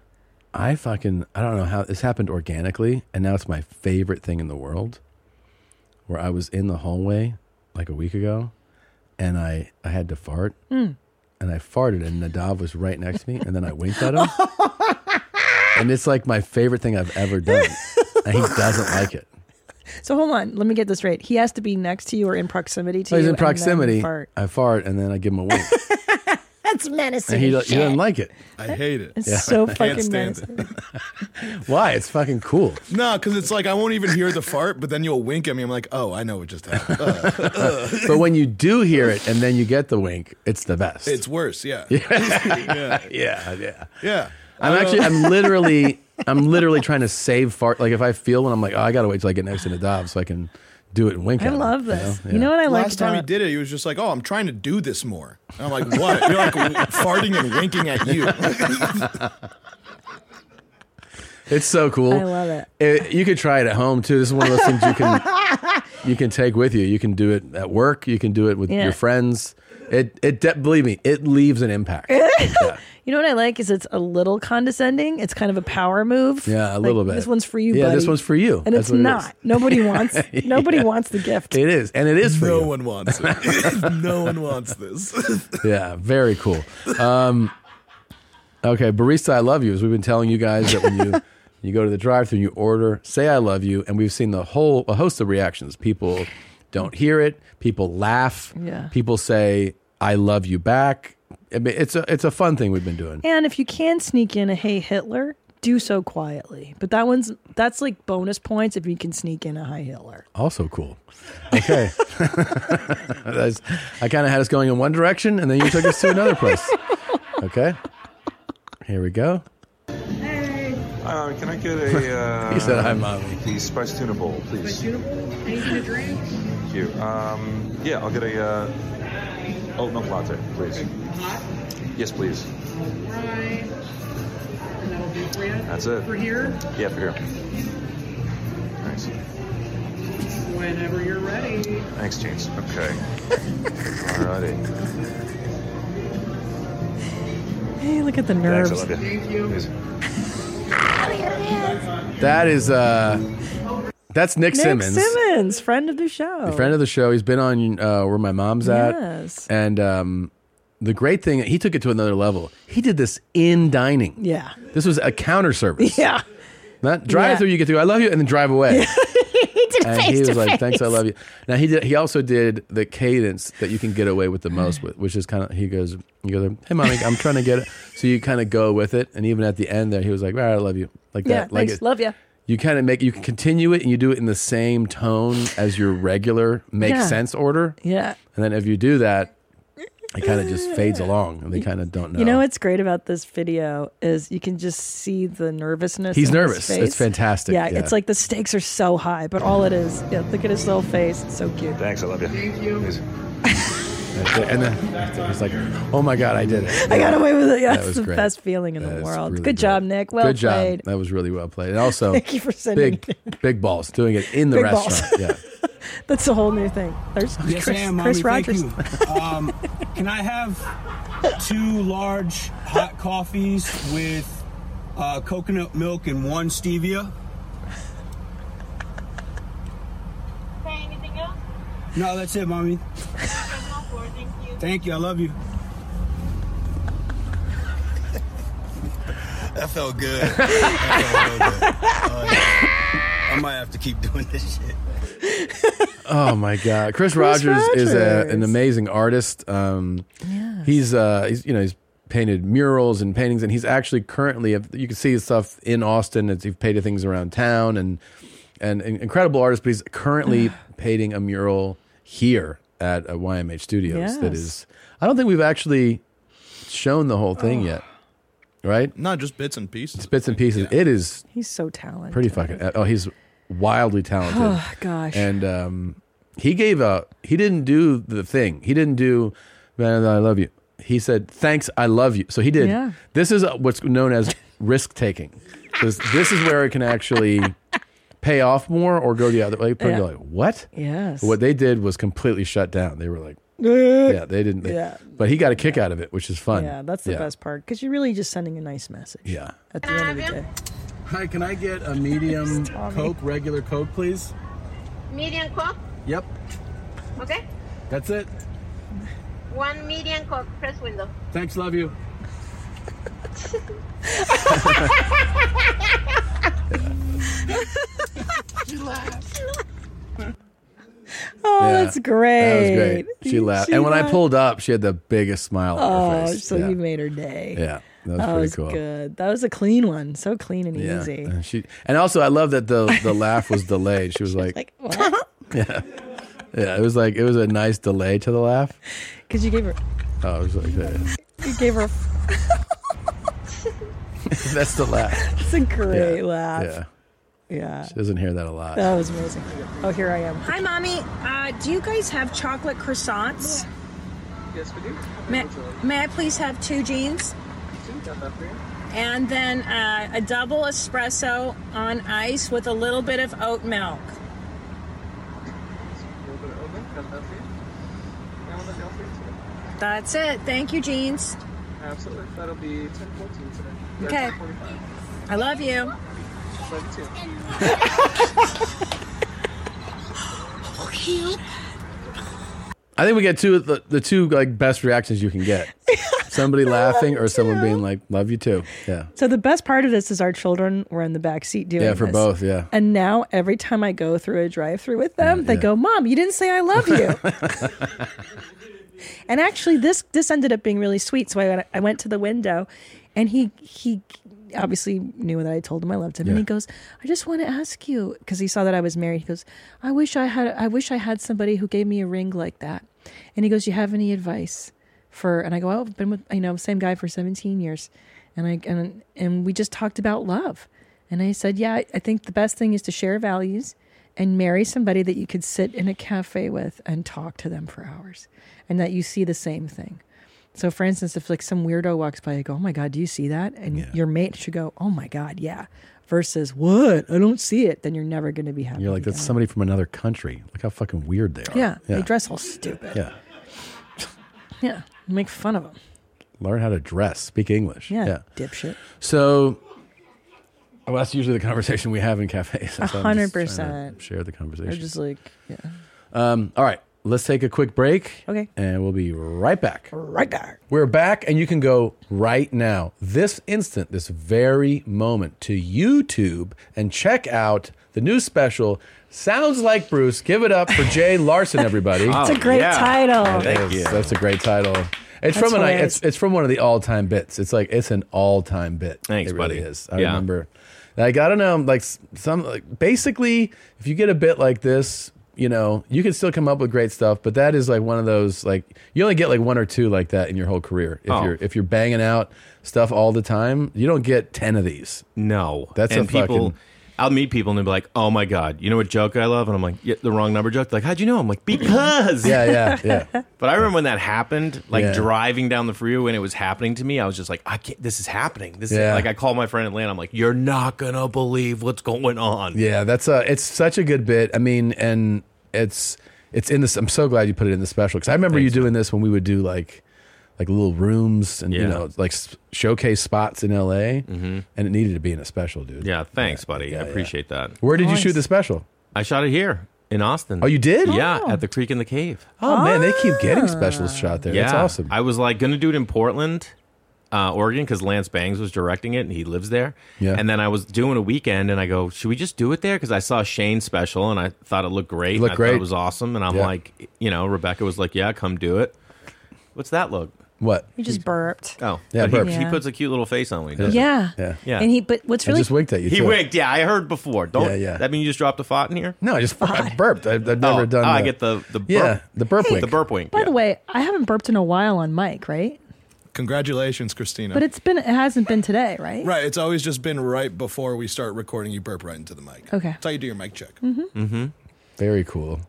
A: I fucking I don't know how this happened organically, and now it's my favorite thing in the world. Where I was in the hallway like a week ago, and I I had to fart,
B: Mm. Hmm.
A: and I farted, and Nadav was right next to me, and then I winked at him, and it's like my favorite thing I've ever done, and he doesn't like it.
B: So hold on, let me get this right. He has to be next to you or in proximity to
A: So Oh, he's
B: you.
A: in
B: and then
A: proximity.
B: fart.
A: I fart, and then I give him a wink,
B: That's menacing.
A: and he, do-
B: as
A: he
B: shit.
A: doesn't like it.
J: I hate it.
B: It's so
J: can't
B: fucking
J: stand
B: menacing.
A: Why? It's fucking cool.
J: No, because it's like I won't even hear the fart, but then you'll wink at me. I'm like, oh, I know what just happened. Uh,
A: But when you do hear it, and then you get the wink, it's the best.
J: it's worse. Yeah. yeah.
A: yeah, yeah.
J: Yeah.
A: I'm actually, I'm literally, I'm literally trying to save fart. Like if I feel when I'm like, oh, I gotta wait till I get next to the Dob so I can do it and wink.
B: I
A: at him,
B: love
A: you know?
B: this. You
A: Yeah.
B: know, what I like
J: Last time he
B: about-
J: did it, he was just like, "Oh, I'm trying to do this more." And I'm like, "What? You're like farting and winking at you."
A: It's so cool.
B: I love it.
A: It- you could try it at home too. This is one of those things you can, you can take with you. You can do it at work. You can do it with
B: Yeah.
A: your friends. It, it, de- believe me, it leaves an impact. yeah.
B: You know what I like is it's a little condescending. It's kind of a power move.
A: Yeah, a
B: Like,
A: little bit.
B: This one's for you,
A: Yeah,
B: buddy.
A: this one's for you.
B: And
A: That's
B: it's
A: what it is.
B: not. Nobody wants. Nobody
A: Yeah.
B: wants the gift.
A: It is, and it is for
J: no
A: you.
J: one wants it. no one wants this.
A: Yeah, very cool. Um, okay, barista, I love you. As we've been telling you guys that when you you go to the drive-through, you order, say I love you, and we've seen the whole a host of reactions. People don't hear it. People laugh.
B: Yeah.
A: People say I love you back. I mean, it's a it's a fun thing we've been doing.
B: And if you can sneak in a "Hey Hitler," do so quietly. But that one's that's like bonus points if you can sneak in a high hiller.
A: Also cool. Okay. That's- I kind of had us going in one direction and then you took us to another place. Okay. Here we go.
L: Hi, Mommy. Can I get a. Uh,
A: He said, "Hi, Mommy."
L: The spice tuna bowl, please.
G: Anything to drink?
L: Thank you. Um, yeah, I'll get a uh, oat milk latte, please.
G: Hot?
L: Yes, please.
G: Right. And that'll be for you?
L: That's it.
G: For here?
L: Yeah, for here. Thanks.
G: Whenever you're ready.
L: Thanks, James. Okay. Alrighty.
B: Hey, look at the
L: Thanks, I
B: nerves.
L: love you. Thank you.
A: That is uh that's Nick, Simmons.
B: Simmons, friend of the show.
A: A friend of the show. He's been on uh, where my mom's at.
B: Yes.
A: And um, the great thing, he took it to another level. He did this in dining.
B: Yeah.
A: This was a counter service.
B: Yeah.
A: Not drive
B: Yeah.
A: through. You get to go, I love you, and then drive away.
B: he did
A: and he was like, "Thanks, I love you." Now he did. He also did the cadence that you can get away with the most with, which is kind of he goes, he goes, "Hey, mommy, I'm trying to get it." So you kind of go with it, and even at the end there, he was like, "All right, I love you," like
B: Yeah,
A: that. Like
B: thanks.
A: it-
B: love you.
A: you kind of make you can continue it, and you do it in the same tone as your regular make
B: Yeah.
A: sense order.
B: Yeah.
A: And then if you do that, it kind of just fades along, and they kind of don't know.
B: You know what's great about this video is you can just see the nervousness.
A: He's
B: in his
A: nervous. It's
B: face.
A: fantastic.
B: Yeah,
A: Yeah.
B: it's like the stakes are so high, but all it is, yeah, look at his little face. It's so cute.
L: Thanks, I love you. Thank you.
A: That's it. And then he's like, "Oh my god, I did it!
B: I got away with it. Yeah,
A: That
B: it's
A: was
B: the
A: great.
B: best feeling in
A: That
B: the
A: is
B: world.
A: really
B: Good job, Nick. Well
A: Good job.
B: played.
A: That was really well played. And also,
B: Thank you for sending
A: big, big balls doing it in the
B: Big balls.
A: restaurant. Yeah.
B: That's a whole new thing. There's
M: Yes,
B: Chris,
M: I am,
B: Chris
M: mommy.
B: Rogers.
M: Thank you. Um, can I have two large hot coffees with uh, coconut milk and one stevia?
G: Anything else?
M: No, that's it, mommy. Thank you. I love you.
J: That felt good. That felt real good. Oh, yeah. I might have to keep doing this shit.
A: Oh my God, Chris,
J: Chris
A: Rogers, is a, an
J: Rogers.
A: amazing artist. Um, he's uh, he's you know he's painted murals and paintings, and he's actually currently you can see his stuff in Austin. It's, he's painted things around town, and and an incredible artist. But he's
J: Ah.
A: currently painting a mural here at uh, YMH Studios. That
J: Yes.
A: is, I don't think we've actually shown the whole thing yet, right?
J: Not just bits and pieces.
A: It's bits and pieces. It is
B: He's so talented.
A: pretty fucking oh he's wildly talented
B: Oh, gosh.
A: and um he gave a he didn't do the thing he didn't do man i love you he said thanks i love you so he did
B: Yeah.
A: this is uh, what's known as risk taking this, this is where it can actually pay off more or go the other way
B: Yeah.
A: you're like what
B: Yes.
A: what they did was completely shut down they were like yeah they didn't they-
B: Yeah.
A: but he got a kick out of it which is fun
B: Yeah, that's the best part because you're really just sending a nice message.
A: yeah
B: At the end of the day.
A: Hi, can I get a medium Coke, regular Coke, please?
N: Medium coke,
A: Yep,
N: okay?
A: that's it.
N: One medium coke, press window.
A: Thanks, love you.
B: Oh, that's great.
A: That was great. She laughed. and when I
B: laughed.
A: pulled up, she had the biggest smile on her
B: Oh,
A: face.
B: so
A: yeah.
B: you made her day.
A: Yeah, that was pretty cool.
B: Good. That was a clean one. So clean and
A: yeah.
B: easy.
A: And she and also I love that the the laugh was delayed. She was like,
B: Because
A: yeah, yeah. It was like it was a nice delay to the laugh.
B: you gave her,
A: Oh, it was like that.
B: you gave her.
A: That's the laugh.
B: It's a great
A: Yeah,
B: laugh.
A: Yeah,
B: Yeah.
A: she doesn't hear that a lot.
B: That was amazing. Oh, here I am.
O: Hi, mommy. Uh, do you guys have chocolate croissants?
P: Yes, we do.
O: May, may I please have two jeans? And then uh, a double espresso on ice with a little bit of oat milk. That's it. Thank you, jeans.
P: Absolutely. That'll be 10:14 today. Or
O: Okay.
P: 10:45.
O: I love you.
P: Love you too.
A: I think we get two of the, the two like best reactions you can get. Somebody laughing or someone being like, "Love you too." Yeah.
B: So the best part of this is our children were in the back seat doing
A: Yeah, for
B: this.
A: both, yeah.
B: And now every time I go through a drive-through with them, they go, "Mom, you didn't say I love you." and actually, this this ended up being really sweet. So I went, I went to the window, and he he obviously knew that I told him I loved him, and
Q: Yeah.
B: he goes, "I just want to ask you," because he saw that I was married. He goes, "I wish I had. I wish I had somebody who gave me a ring like that." And he goes, "You have any advice for?" And I go, "Oh, I've been with you know same guy for 17 years," and I and and we just talked about love, and I said, "Yeah, I- I think the best thing is to share values." and marry somebody that you could sit in a cafe with and talk to them for hours and that you see the same thing. So, for instance, if like some weirdo walks by, you go, Oh my God, do you see that? And your mate should go, Oh my God, yeah. Versus, What? I don't see it. Then you're never going to be happy.
A: You're like, that's somebody from another country. Look how fucking weird they are.
B: Yeah, They dress all stupid.
A: Yeah.
B: Yeah. Make fun of them.
A: Learn how to dress. Speak English.
B: Yeah, dipshit.
A: So, well, that's usually the conversation we have in cafes.
B: A
A: That's why I'm
B: hundred
A: just trying to
B: percent.
A: Share the conversation.
B: They're just like, Yeah.
A: Um, all right, let's take a quick break.
B: Okay.
A: And we'll be right back.
B: Right back.
A: We're back, and you can go right now, this instant, this very moment, to YouTube and check out the new special. Sounds like Bruce. Give it up for Jay Larson, everybody.
B: It's a great title.
A: It
B: Thank
A: is.
B: you.
A: That's a great title. It's
B: That's
A: from an
B: hilarious.
A: it's, it's from one of the all time bits. It's like it's an all time bit. Thanks, it really
C: buddy.
A: Is. I
C: Yeah.
A: remember. And I gotta know, like s- some like, basically, if you get a bit like this, you know, you can still come up with great stuff. But that is like one of those like you only get like one or two like that in your whole career. If
C: Oh.
A: you're if you're banging out stuff all the time, you don't get ten of these.
C: No,
A: that's a
C: and people.
A: fucking
C: I'll meet people and they'll be like, "Oh my god, you know what joke I love?" And I'm like, yeah, "The wrong number joke." They're like, how'd you know? I'm like, "Because."
A: Yeah, yeah,
C: yeah. But I remember when that happened, like
A: Yeah.
C: driving down the freeway when it was happening to me, I was just like, "I can't. This is happening. This
A: Yeah.
C: is like." I called my friend Atlanta. I'm like, "You're not gonna believe what's going on."
A: Yeah, that's a. It's such a good bit. I mean, and it's it's in this. I'm so glad you put it in the special because I remember you doing this when we would do like like little rooms and you
C: Yeah. Mm-hmm.
A: know like s- showcase spots in L.A. And it needed to be in a special, dude.
C: Yeah, thanks, buddy. I appreciate that.
A: Where did you shoot the special?
C: I shot it here in Austin.
A: Oh, you did?
C: Yeah, at the creek in the cave.
A: Oh, man, they keep getting specials shot there. That's awesome.
C: I was like going to do it in Portland, uh, Oregon, because Lance Bangs was directing it and he lives there.
A: Yeah.
C: And then I was doing a weekend and I go, should we just do it there? Because I saw Shane's special and I thought it looked great.
A: It looked
C: and I thought
A: great.
C: it was awesome. And I'm
A: Yeah.
C: like, you know, Rebecca was like, yeah, come do it. What's that look?
A: What?
B: He just burped.
C: Oh,
A: Yeah,
C: But
B: burp.
C: he, he
B: Yeah.
C: puts a cute little face on when he
B: Yeah.
C: does it.
B: Yeah.
C: Yeah.
B: And he, but what's really.
C: He winked. Yeah, I heard before. Don't.
A: Yeah, yeah.
C: That mean you just dropped a fart in here?
A: No, I just I burped. I, I've never
C: oh,
A: done.
C: oh, I
A: the-
C: get the the burp.
A: yeah the burp
C: the
A: wink.
C: burp wink.
B: By the way, I haven't burped in a while on Mike, right?
J: Congratulations, Christina.
B: But it's been, it hasn't been today, right?
J: right. It's always just been right before we start recording. You burp right into the mic.
B: Okay.
J: That's how you do your mic check.
B: Mm-hmm.
A: Mm-hmm. Very cool.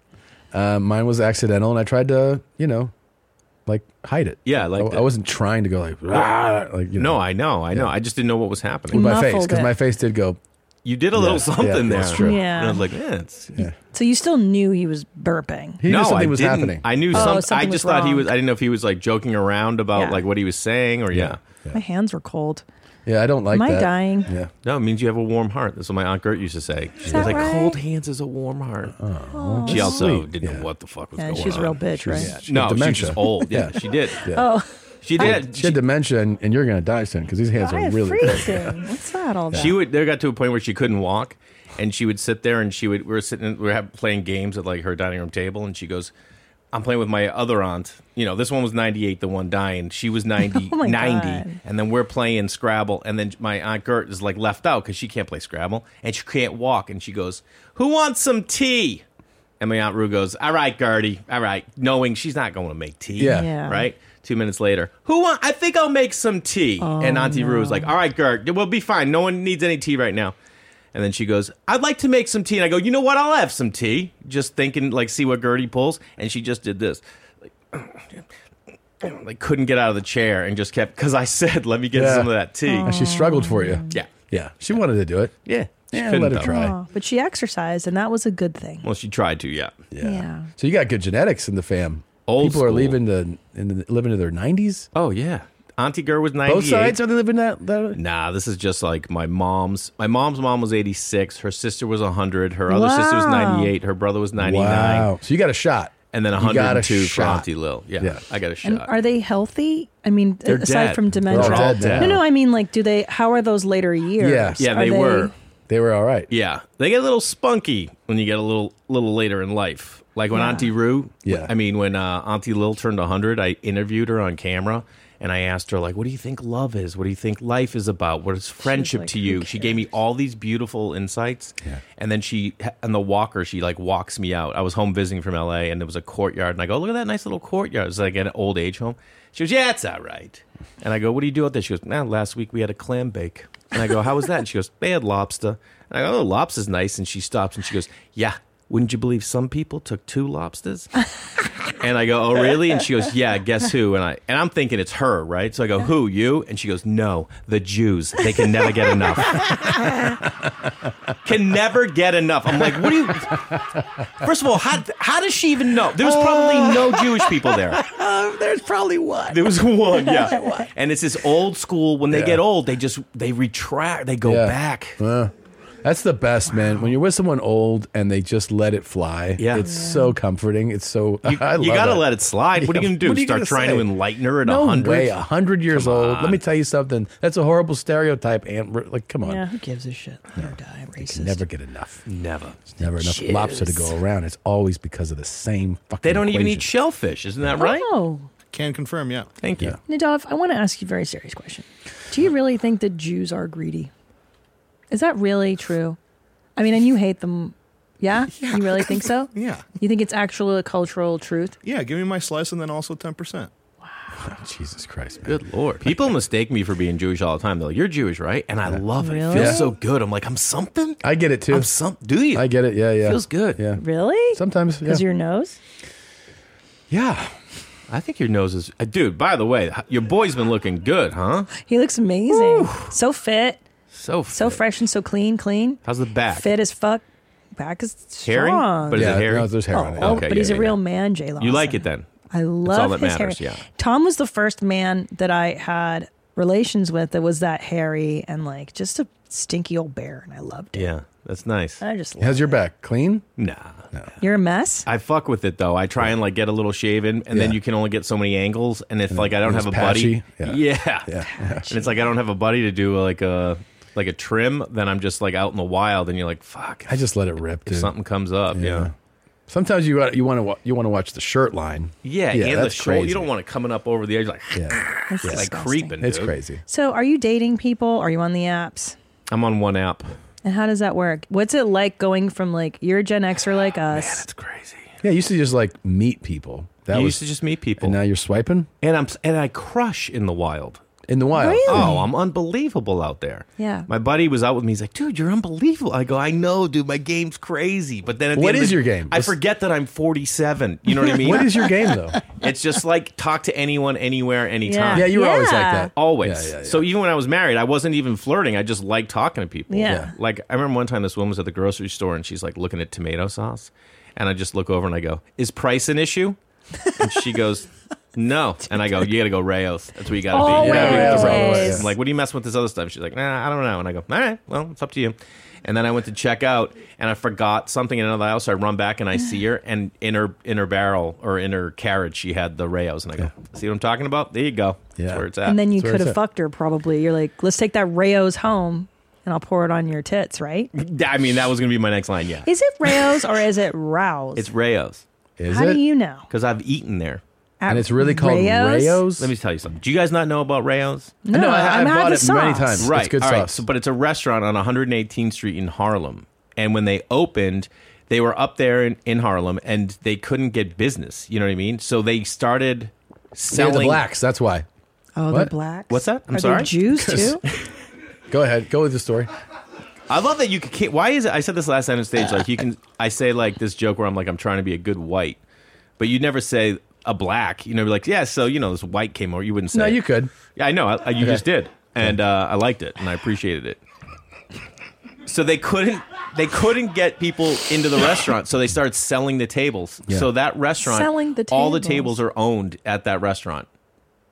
A: Um, mine was accidental, and I tried to, you know, like hide it.
C: Yeah,
A: I,
C: like Ah,
A: I wasn't trying to go like, "Rah," like you know,
C: no, I know, I know. I just didn't know what was happening.
A: with my face because my face did go.
C: You did a little
A: Yeah, yeah,
C: something there.
A: that's true.
B: Yeah.
C: And I was like, eh, it's.
B: So you still knew he was burping.
C: no, I didn't. I knew
B: Oh,
C: some-
B: something
C: I
B: was
C: just thought he
B: wrong.
C: was. I didn't know if he was like joking around about
B: Yeah.
C: like what he was saying or yeah.
B: My hands were cold.
A: Yeah, I don't
B: like Am I that. dying?
A: Yeah.
C: No, it means you have a warm heart. That's what my aunt Gert used to say. She
B: Is
C: was
B: that
C: like,
B: right?
C: cold hands is a warm heart.
B: Oh,
C: She also
A: sweet.
C: didn't know what the fuck was
B: Yeah,
C: going on.
B: she's a real bitch, She was- right? she
C: no,
A: had
C: she was
A: dementia.
C: just old. Yeah,
A: Yeah.
C: she did.
B: Oh.
C: She did.
A: She had dementia, and, and you're gonna die soon because these hands
B: I
A: are
B: am
A: really. cold.
B: freezing. What's that all about?
C: She would. There got to a point where she couldn't walk, and she would sit there, and she would. We were sitting. We were have, playing games at like her dining room table, and she goes, "I'm playing with my other aunt. You know, this one was 98, the one dying. She was 90,
R: Oh my
C: 90,
R: God.
C: and then we're playing Scrabble, and then my aunt Gert is like left out because she can't play Scrabble and she can't walk, and she goes, "Who wants some tea?" And my aunt Rue goes, "All right, Gertie. All right," knowing she's not going to make tea.
R: Yeah. Yeah.
C: Right. Two minutes later, who want? I think I'll make some tea. and Auntie Rue was like, "All right, Gert, we'll be fine. No one needs any tea right now." And then she goes, "I'd like to make some tea." And I go, "You know what? I'll have some tea." Just thinking, like, see what Gertie pulls. And she just did this, like, like couldn't get out of the chair and just kept because I said, "Let me get
A: Yeah.
C: some of that tea."
A: And she struggled for you.
C: Yeah.
A: Yeah, she wanted to do it.
C: Yeah, she
A: yeah.
C: couldn't
A: Let her
C: though.
A: try.
B: Oh, but she exercised, and that was a good thing.
C: Well, she tried to. Yeah.
A: Yeah.
B: Yeah.
A: So you got good genetics in the fam.
C: Old
A: people are
C: school.
A: leaving the in the, living to their 90s.
C: Oh yeah. Auntie Ger was ninety.
A: Both sides are they living that. that
C: Nah, this is just like my mom's. My mom's mom was 86. Her sister was 100. Her other sister was
A: Wow.
C: 98. Her brother was 99.
A: Wow. So you got a shot.
C: And then
A: You got a
C: 102 for
A: shot.
C: Auntie Lil. Yeah, I got a shot.
B: And are they healthy? I mean,
C: They're
B: aside
C: dead.
B: from
C: They're
B: dementia.
C: all They're all dead
B: No,
C: dead.
B: no, I mean, like, do they, how are those later years?
C: Yeah,
B: Are
C: they, were.
A: They were all right.
C: Yeah. They get a little spunky when you get a little little later in life. Like when
A: Yeah.
C: Auntie Rue, yeah. I mean, when uh, Auntie Lil turned 100, I interviewed her on camera and I asked her like, "What do you think love is? What do you think life is about? What is friendship
Q: like,
C: to
Q: "Who
C: you?" She gave me all these beautiful insights, and then she on the walker she like walks me out. I was home visiting from L.A. and there was a courtyard, and I go, "Look at that nice little courtyard." It's like an old age home. She goes, "Yeah, it's all right." And I go, "What do you do out there?" She goes, "Man, last week we had a clam bake." And I go, "How was that?" And she goes, "They had lobster." And I go, "Oh, lobster's nice." And she stops and she goes, "Yeah." Wouldn't you believe some people took two lobsters? And I go, "Oh, really?" And she goes, "Yeah, guess who?" And I and I'm thinking it's her, right? So I go, "Who? You?" And she goes, "No, the Jews. They can never get enough. can never get enough." I'm like, "What do you?" First of all, how how does she even know? There was probably no
A: Uh,
C: Jewish people there.
B: There's probably one.
C: There was one, yeah. And it's this old school. When they
A: Yeah.
C: get old, they just they retract. They go
A: Yeah.
C: back.
A: Uh, that's the best, man. When you're with someone old and they just let it fly, yeah. it's so comforting. It's so
C: You,
A: I
C: you
A: love
C: gotta
A: it.
C: let it slide. What are
A: Yeah,
C: you gonna do?
A: what are you
C: Start
A: gonna
C: trying to
A: say?
C: enlighten her at a
A: no
C: hundred?
A: way, a hundred years old. Let
C: on.
A: me tell you something. That's a horrible stereotype, Aunt. Ru- Like, come on,
B: Yeah, who gives a shit? Or die,
A: you
B: racist.
A: never get enough.
C: Never,
A: There's never enough
B: Jews.
A: lobster to go around. It's always because of the same fucking.
C: They don't even
A: equation.
C: eat shellfish, isn't that right?
B: Oh.
J: Can confirm, yeah.
C: Thank you.
B: Nadav, I want to ask you a very serious question. Do you really think that Jews are greedy? Is that really true? I mean, and you hate them. Yeah? You really think so?
J: Yeah.
B: You think it's actual a cultural truth?
J: Yeah, give me my slice and then also 10%.
A: Jesus Christ,
C: Good lord. People mistake me for being Jewish all the time. They're like, "You're Jewish, right?" And I love it. It
A: Really?
C: feels
A: Yeah.
C: so good. I'm like, "I'm something."
A: I get it too.
C: I'm some. Do you?
A: I get it. Yeah, yeah.
C: Feels good.
A: Yeah.
B: Really?
A: Sometimes.
B: Because
A: yeah.
B: your nose?
C: Yeah. I think your nose is. uh, Dude, by the way, h- your boy's been looking good, huh?
B: He looks amazing. So fit.
C: So
B: So fresh and so clean, clean.
C: How's the back?
B: Fit as fuck. Back is strong.
C: Hairy? But is
A: Yeah,
C: it hairy?
A: no, there's hair on it.
B: Oh,
C: Okay,
B: but he's
C: yeah,
B: a
C: yeah,
B: real man, Jay
C: yeah.
B: Lawson.
C: You like it then?
B: I love
C: all that
B: his
C: matters,
B: hair.
C: yeah.
B: Tom was the first man that I had relations with that was that hairy and like just a stinky old bear, and I loved
C: Yeah, that's nice.
B: it. I just love
A: How's your back clean?
C: Nah.
B: it. You're a mess.
C: I fuck with it though. I try and like get a little shaven, and then you can only get so many angles. And if like I don't
A: it's
C: have a
A: patchy.
C: buddy,
A: Yeah.
C: yeah, and it's like I don't have a buddy to do like a like a trim, then I'm just like out in the wild, and you're like, fuck.
A: I just let it rip,
C: If
A: dude.
C: something comes up, yeah, yeah,
A: Sometimes you you want to you want to watch the shirt line.
C: and the
A: that's
C: shoulder.
A: crazy.
C: You don't want it coming up over the edge, like
B: That's
C: like
B: disgusting.
C: creeping.
A: It's
C: dude.
A: crazy.
B: So, are you dating people? Are you on the apps?
C: I'm on one app.
B: And how does that work? What's it like going from like you're a Gen Xer like us? that's
C: crazy.
A: Yeah, you used to just like meet people. That
C: You
A: was,
C: used to just meet people,
A: and now you're swiping
C: and I'm and I crush in the wild.
A: in the wild.
C: Oh, I'm unbelievable out there.
A: Yeah.
C: My buddy was out with me. He's like, dude, you're unbelievable. I go, I know, dude. My game's crazy. But then at the
A: What
C: end of
A: is
C: the-
A: your game?
C: I
A: Let's-
C: forget that I'm 47. You know what I mean?
A: What is your game though?
C: It's just like talk to anyone, anywhere, anytime.
A: Yeah, you were always like that.
C: Always.
A: Yeah, yeah, yeah.
C: So even when I was married, I wasn't even flirting. I just liked talking to people.
A: Yeah. Yeah.
C: Like I remember one time this woman was at the grocery store and she's like looking at tomato sauce, and I just look over and I go, "Is price an issue?" And she goes. No, and I go. You got to go Rayos. That's what you got to be. You gotta be with the
A: Always.
C: Rayos. I'm like, what do you mess with this other stuff? She's like, nah, I don't know. And I go, all right, well, it's up to you. And then I went to check out, and I forgot something in another aisle. So I run back and I see her, and in her in her barrel or in her carriage, she had the Rayos, and I go, see what I'm talking about? There you go. That's where it's at.
B: and then you could have fucked her probably. You're like, let's take that Rayo's home and I'll pour it on your tits, right?
C: I mean, that was gonna be my next line. Yeah,
B: Is it Rayo's or is it Rouse?
C: it's Rayos. Is
B: How do you know?
C: Because I've eaten there.
B: At And it's really called Rayos? Rayos?
C: Let me tell you something. Do you guys not know about Rayos?
B: No, No, I- I I'm out bought of it many sauce. times. It's
C: Right.
A: good
C: all right.
A: sauce.
C: So, but it's a restaurant on 118th Street in Harlem. And when they opened, they were up there in, in Harlem and they couldn't get business. You know what I mean? So they started
A: You're
C: selling.
A: the blacks. That's why.
B: Oh,
A: What?
B: black.
C: What's that? I'm
B: Are they
C: sorry.
B: Jews too?
A: Go ahead. Go with the story.
C: I love that you can. can't- Why is it? I said this last time on stage. Like you can. I say like this joke where I'm like I'm trying to be a good white, but you never say a black. You know, like yeah. So you know this white came over. You wouldn't say.
A: No,
C: it.
A: you could.
C: Yeah, I know. I, I- you
A: Okay.
C: just did, and uh, I liked it, and I appreciated it. So they couldn't. They couldn't get people into the restaurant, so they started selling the tables.
A: Yeah.
C: So that restaurant,
B: Selling the
C: all the
B: tables.
C: tables are owned at that restaurant.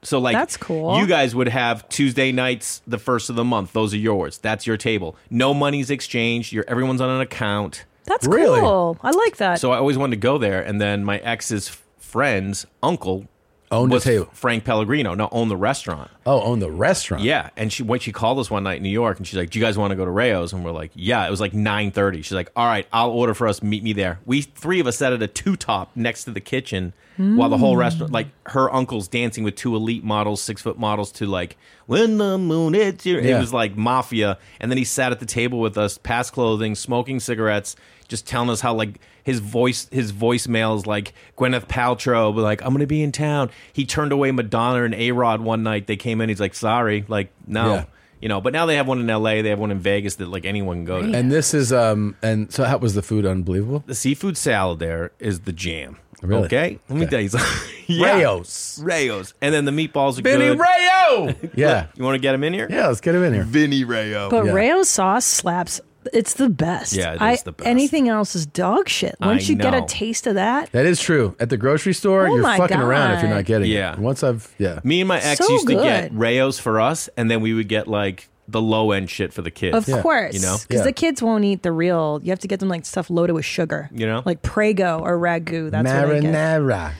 C: So like
B: That's cool.
C: You guys would have Tuesday nights, the first of the month. Those are yours. That's your table. No money's exchanged. You're everyone's on an account.
B: That's cool. I like that.
C: So I always wanted to go there, and then my ex's f- friend's uncle
A: Owned the
C: was
A: table.
C: Frank Pellegrino. No, owned the restaurant.
A: Oh, owned the restaurant.
C: Yeah, and she when she called us one night in New York, and she's like, "Do you guys want to go to Rayo's?" And we're like, "Yeah." It was like nine thirty. She's like, "All right, I'll order for us. Meet me there." We three of us sat at a two top next to the kitchen, while the whole
Q: Mm.
C: restaurant, like her uncle's dancing with two elite models, six foot models, to like "When the Moon Hits Your." It
Q: Yeah.
C: was like mafia, and then he sat at the table with us, past clothing, smoking cigarettes. Just telling us how like his voice, his voicemails like Gwyneth Paltrow, but like I'm gonna be in town. He turned away Madonna and A Rod one night. They came in, he's like, sorry, like no,
A: Yeah.
C: you know. But now they have one in L.A. They have one in Vegas that like anyone can go to.
A: And this is um and so how was the food unbelievable?
C: The seafood salad there is the jam.
A: Really?
C: Okay, let me tell you something.
A: Rayos.
C: Rayos, and then the meatballs are
A: Vinny
C: good.
A: Rayo. Yeah.
C: you want to get him in here?
A: Yeah, let's get him in here.
C: Vinny Rayo.
B: But Rayo sauce slaps. It's the best.
A: Yeah, it is the
B: best. Anything else is dog shit.
A: I
B: Once you get a
A: know.
B: taste of that,
A: That is true. At the grocery store,
B: Oh
A: you're
B: my
A: fucking around if you're
B: God.
A: not getting
C: Yeah.
A: it. Once I've yeah.
C: Me and my ex
B: So
C: used to get
B: good.
C: Rayos for us, and then we would get like the low end shit for the kids.
B: of course,
C: you know,
B: because the kids won't eat the real. You have to get them like stuff loaded with sugar.
C: You know?
B: like Prego or Ragu. That's what they get.
A: marinara.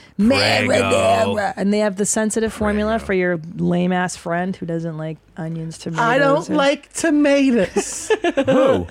B: Marinara. And they have the sensitive formula for your lame ass friend who doesn't like onions, tomatoes.
A: don't
B: or-
A: like tomatoes. Who?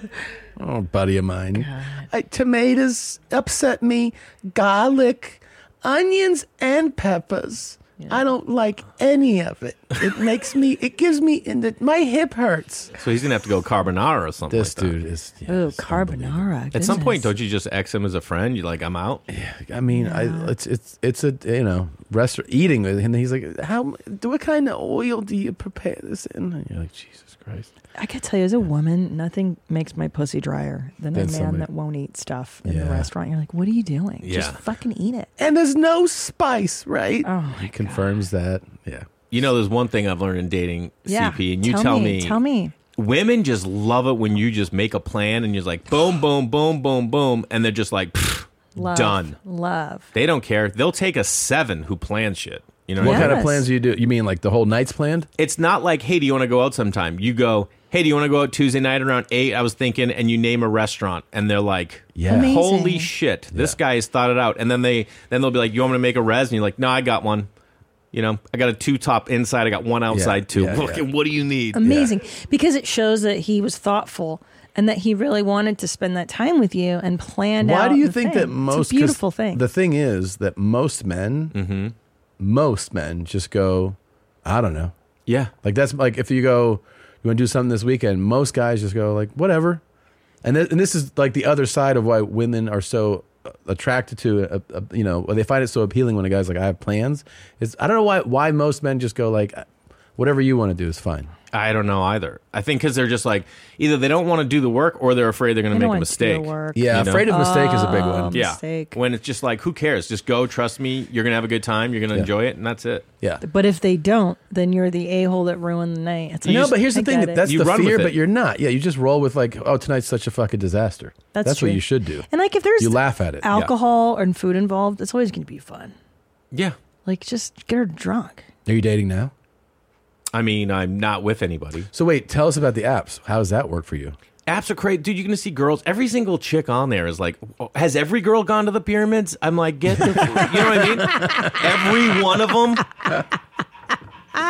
A: Oh, buddy of mine. I, tomatoes upset me. Garlic, onions, and peppers. I don't like any of it. It makes me. It gives me. And it- my hip hurts.
C: so he's gonna have to go carbonara or something.
A: This dude is.
B: Ooh, carbonara.
C: At some
B: goodness.
C: point, don't you just ex him as a friend? You're like, I'm out.
A: Yeah, I mean, I it's it's it's a you know restaurant eating, and he's like, how what kind of oil do you prepare this in? And you're like, Jesus Christ.
B: I can tell you, as a woman, nothing makes my pussy drier than a
A: Than
B: man
A: somebody-
B: that won't eat stuff in the
A: Yeah.
B: restaurant. You're like, what are you doing? Just
C: Yeah.
B: fucking eat it.
A: And there's no spice, right?
B: Oh,
A: He confirms that. Yeah.
C: You know, there's one thing I've learned in dating
B: yeah.
C: CP, and you tell, me,
B: Tell me.
C: women just love it when you just make a plan and you're like, boom, boom, boom, boom, boom, and they're just like, "Pfft,
B: Love.
C: done.
B: Love.
C: They don't care. They'll take a seven who plans shit. You know
A: what kind
C: I
A: of
C: mean?
A: plans do you do? You mean like the whole night's planned?
C: It's not like, hey, do you want to go out sometime? You go, hey, do you want to go out Tuesday night around eight? I was thinking, and you name a restaurant, and they're like,
A: Yeah.
C: yeah,
A: Amazing.
C: holy shit, this guy has thought it out. And then they then they'll be like, you want me to make a res? And you're like, no, I got one. You know, I got a two top inside. I got one outside too.
A: yeah,
C: Fucking
A: yeah.
C: What do you need?
B: Amazing. Because it shows that he was thoughtful and that he really wanted to spend that time with you and planned
A: Why
B: out
A: do you
B: the
A: think
B: thing.
A: that most?
B: It's a
A: 'cause
B: beautiful thing.
A: The thing is that most men, most men just go, I don't know.
C: Yeah.
A: Like that's like if you go, you want to do something this weekend. Most guys just go like whatever, and th- and this is like the other side of why women are so uh, attracted to uh, uh, you know or they find it so appealing when a guy's like I have plans. It's I don't know why why most men just go like "Uh, whatever you want to do is fine.
C: I don't know either. I think because they're just like either they don't want to do the work or they're afraid they're going
B: They
C: to
B: don't
C: make
B: wanna
C: a
B: do the
C: mistake.
B: work.
A: Yeah, afraid of mistake is a big one. Oh,
C: Yeah,
B: mistake.
C: when it's just like who cares? Just go. Trust me, you're going to have a good time. You're going to enjoy it, and that's it.
A: Yeah.
B: but if they don't, then you're the a hole that ruined the night. It's like,
A: no, but here's the
B: I
A: thing
B: get
A: that
B: it.
A: that's the
C: run with
A: fear,
C: it.
A: but you're not. Yeah, you just roll with like oh tonight's such a fucking disaster.
B: That's true.
A: what you should do.
B: And like if there's
A: you laugh at it.
B: alcohol and food involved, it's always going to be fun.
C: Yeah.
B: Like just get her drunk.
A: Are you dating now?
C: I mean, I'm not with anybody.
A: So wait, tell us about the apps. How does that work for you?
C: Apps are crazy, dude. You're gonna see girls. Every single chick on there is like, has every girl gone to the pyramids? I'm like, get the, you know what I mean? Every one of them.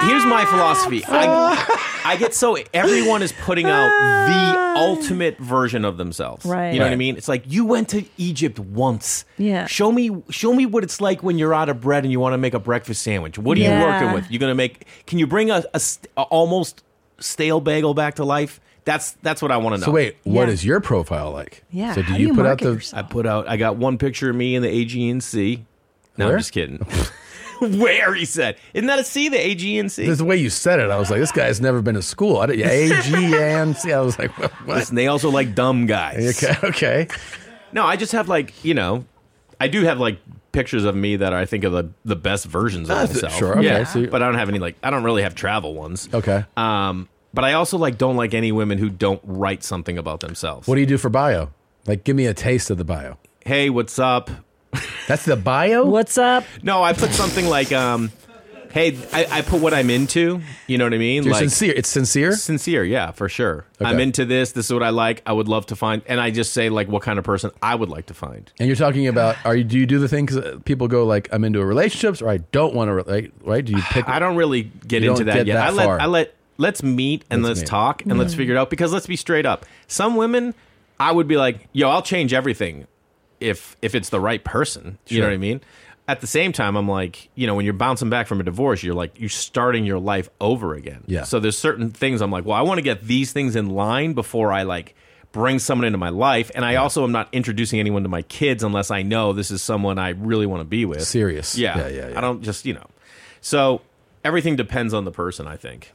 C: Here's my philosophy. I, I get so everyone is putting out the ultimate version of themselves.
Q: Right.
C: You know what I
Q: Right.
C: mean? It's like you went to Egypt once.
Q: Yeah.
C: Show me, show me what it's like when you're out of bread and you want to make a breakfast sandwich. What are you
Q: Yeah.
C: working with? You're gonna make? Can you bring a, a st- a almost stale bagel back to life? That's that's what I want to know.
A: So wait, what is your profile like?
C: Yeah,
A: So
C: how
A: do
C: do
A: you,
C: you
A: put out
C: market
A: the?
C: I put out. I got one picture of me in the AGNC. No,
A: Where?
C: I'm just kidding. Where he said, isn't that a C? The AGNC.
A: This is the way you said it. I was like, this guy's never been to school. I didn't, yeah, A G N C. I was like, what?
C: Listen, they also like dumb guys.
A: Okay, okay.
C: No, I just have like you know, I do have like pictures of me that are, I think are the the best versions of
A: Ah,
C: myself.
A: sure, okay,
C: yeah,
A: so
C: but I don't have any like I don't really have travel ones.
A: Okay.
C: Um, but I also like don't like any women who don't write something about themselves.
A: What do you do for bio? Like, give me a taste of the bio.
C: Hey, what's up?
A: That's the bio.
B: What's up?
C: No, I put something like um. hey, I, I put what I'm into. You know what I mean?
A: You're sincere. It's sincere.
C: Sincere, yeah, for sure. I'm into this. This is what I like. I would love to find, and I just say like what kind of person I would like to find.
A: And you're talking about are you? Do you do the thing? Because people go like, I'm into relationships, or I don't want to. Right? Right? Do you pick?
C: I don't really get
A: You
C: into
A: don't
C: that
A: get
C: yet.
A: that
C: I let
A: far.
C: I let let's meet and
A: Let's
C: let's,
A: meet.
C: talk and let's
A: Mm.
C: figure it out because let's be straight up. Some women I would be like, "Yo, I'll change everything if if it's the right person." You know
A: Sure.
C: what I mean? At the same time, I'm like, you know, when you're bouncing back from a divorce, you're like you're starting your life over again.
A: Yeah.
C: So there's certain things I'm like, well, I want to get these things in line before I like bring someone into my life, and I also am not introducing anyone to my kids unless I know this is someone I really want to be with.
A: Serious.
C: Yeah.
A: Yeah, yeah, yeah.
C: I don't just you know. So everything depends on the person, I think.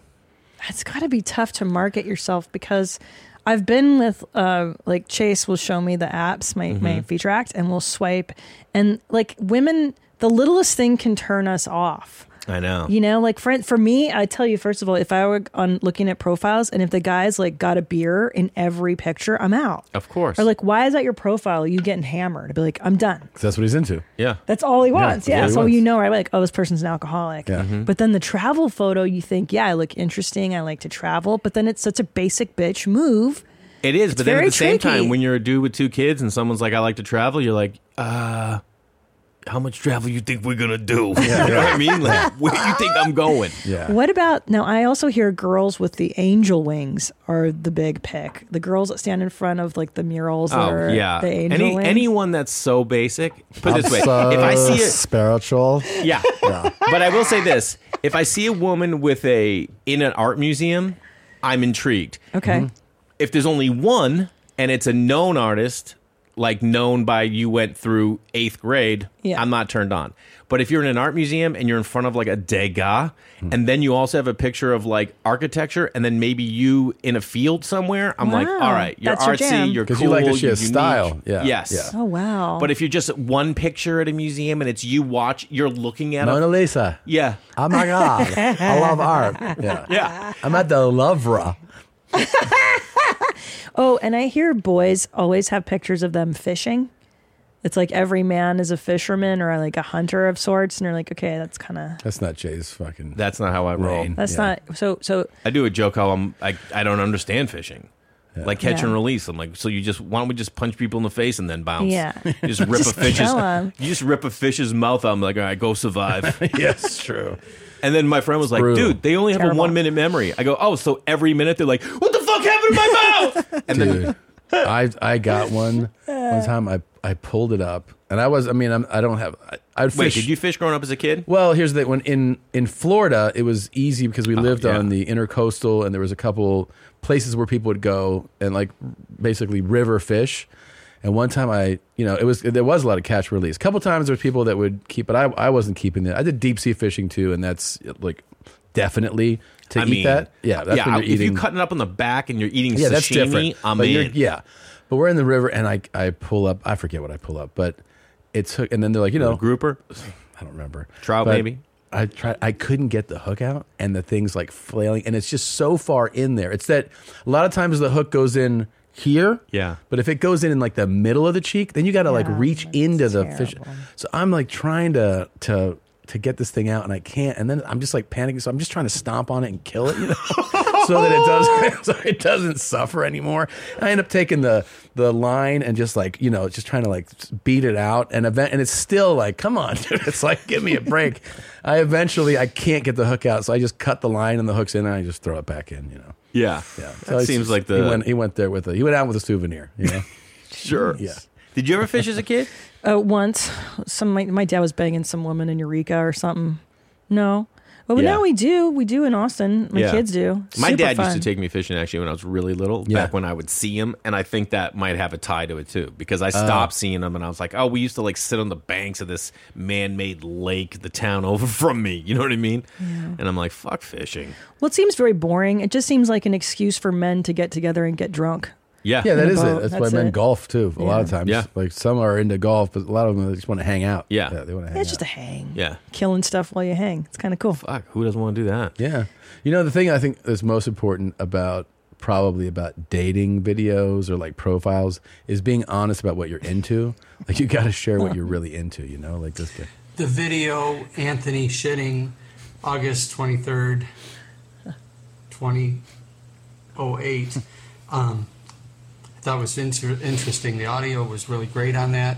B: It's got to be tough to market yourself because I've been with uh, like Chase will show me the apps, my
C: Mm-hmm.
B: my
Q: Mhm.
B: feature act, and we'll swipe, and like women, the littlest thing can turn us off.
C: I know.
B: You know, like for for me, I tell you first of all, if I were on looking at profiles and if the guy's like got a beer in every picture, I'm out.
C: Of course.
B: Or like, why is that your profile? You getting hammered? I'd be like, I'm done.
A: 'Cause that's what he's into.
C: Yeah.
B: That's all he
A: Yeah,
B: wants.
A: that's
B: Yeah.
A: all he
B: So
A: wants.
B: you know, right? Like, oh, this person's an alcoholic.
A: Yeah.
C: Mm-hmm.
A: Mhm.
B: But then the travel photo, you think, yeah, I look interesting. I like to travel. But then it's such a basic bitch move.
C: It is,
B: It's
C: but then at
B: very
C: the same
B: tricky.
C: time, when you're a dude with two kids and someone's like, "I like to travel," you're like, "Uh, how much travel you think we're gonna do?" you know what I mean? Like, where you think I'm going?
A: Yeah.
B: What about now? I also hear girls with the angel wings are the big pick. The girls that stand in front of like the murals. that
C: Oh
B: are
C: yeah.
B: The angel
C: Any
B: wings.
C: anyone that's so basic. Put
A: I'm
C: it this way:
A: so
C: if I see it,
A: Uh, spiritual,
C: yeah. But I will say this: if I see a woman with a in an art museum, I'm intrigued.
B: Okay.
A: Mm-hmm.
B: Mhm.
C: If there's only one and it's a known artist, like known by you went through eighth grade,
B: Yeah.
C: I'm not turned on. But if you're in an art museum and you're in front of like a Degas,
A: Mm-hmm.
C: and then you also have a picture of like architecture, and then maybe you in a field somewhere, I'm like,
B: Wow.
C: all right, you're
B: That's your jam.
C: artsy, you're
A: 'Cause
C: cool,
A: you like that she
C: you're
A: has
C: unique.
A: style. Yeah.
C: Yes.
A: Yeah.
B: Oh wow.
C: But if you're just one picture at a museum and it's you watch, you're looking at
A: Mona
C: a
A: Lisa.
C: yeah.
A: Oh my god, I love art. Yeah.
C: Yeah.
A: I'm at the Louvre.
B: Oh, and I hear boys always have pictures of them fishing. It's like every man is a fisherman or like a hunter of sorts, and you're like, okay, that's kind of
A: That's not Jay's fucking.
C: That's not how I roll.
B: that's not so. So
C: I do a joke how I'm I, I don't understand fishing. Like catch
B: Yeah.
C: and release. I'm like, so you just why don't we just punch people in the face and then bounce?
B: Yeah.
C: You just rip
B: Just
C: a fish's
B: kill 'em.
C: you just rip a fish's mouth out. I'm like, all right, go survive.
A: yes, true.
C: And then my friend was like,
A: brutal.
C: dude, they only have a
A: Terrible.
C: one minute memory. I go, Oh, so every minute they're like, What the fuck happened to my mouth?
A: Dude, I I got one one time. I I pulled it up, and I was. I mean, I'm, I don't have. I, I'd
C: Wait,
A: fish.
C: did you fish growing up as a kid?
A: Well, here's the thing. When in in Florida, it was easy because we lived
C: Oh, yeah.
A: on the intercoastal, and there was a couple places where people would go and like basically river fish. And one time, I you know it was there was a lot of catch release. A couple times there was people that would keep, but I I wasn't keeping it. I did deep sea fishing too, and that's like definitely to
C: I
A: eat
C: mean,
A: that. Yeah, that's
C: yeah.
A: when
C: I-
A: you're eating.
C: If you cutting it up on the back and you're eating
A: yeah,
C: sashimi,
A: that's different.
C: I'm
A: but you're-
C: in.
A: Yeah, but we're in the river, and I I pull up. I forget what I pull up, but it took. And then they're like, you know,
C: grouper.
A: I don't remember
C: Trout,
A: But
C: maybe?
A: I tried. I couldn't get the hook out, and the thing's like flailing, and it's just so far in there. It's that a lot of times the hook goes in here.
C: Yeah.
A: But if it goes in in like the middle of the cheek, then you got to like reach into the fish. So I'm like trying to to to get this thing out, and I can't. And then I'm just like panicking. So I'm just trying to stomp on it and kill it, you know, so that it doesn't so it doesn't suffer anymore. I end up taking the the line and just like you know just trying to like beat it out, and event and it's still like come on, dude. It's like give me a break. I eventually I can't get the hook out, so I just cut the line and the hooks in, and I just throw it back in, you know.
C: Yeah.
A: Yeah.
C: That
A: it's
C: seems
A: just-
C: like the
A: he went, he went there with a he went out with a souvenir, you know.
C: Sure.
A: Yeah.
C: Did you ever fish as a kid?
B: uh, once, some my, my dad was banging some woman in Eureka or something. No, but
C: Yeah.
B: now we do. We do in Austin. My
C: Yeah.
B: kids do.
C: My
B: Super
C: dad
B: fun.
C: used to take me fishing actually when I was really little,
A: Yeah.
C: back when I would see him, and I think that might have a tie to it too because I
A: Oh.
C: stopped seeing him and I was like, oh, we used to like sit on the banks of this man-made lake the town over from me, you know what I mean? And I'm like, fuck fishing.
B: Well, it seems very boring. It just seems like an excuse for men to get together and get drunk.
C: Yeah.
A: Yeah, that
B: In a
A: is it.
B: boat.
A: That's,
B: That's
A: why men
B: it.
A: golf too. A lot of times.
C: Yeah.
A: Like some are into golf, but a lot of them they just want to hang out.
C: Yeah.
A: they want to hang
B: It's
A: out.
B: just a hang,
C: Yeah.
B: killing stuff while you hang. It's kind of cool.
C: Fuck, who doesn't want to do that?
A: Yeah. You know, the thing I think that's most important about probably about dating videos or like profiles is being honest about what you're into. Like you gotta share what you're really into, you know? Like this guy.
R: the video Anthony shitting
Q: August 23rd, 2008. Um, I thought it was inter- interesting. The audio was really great on that.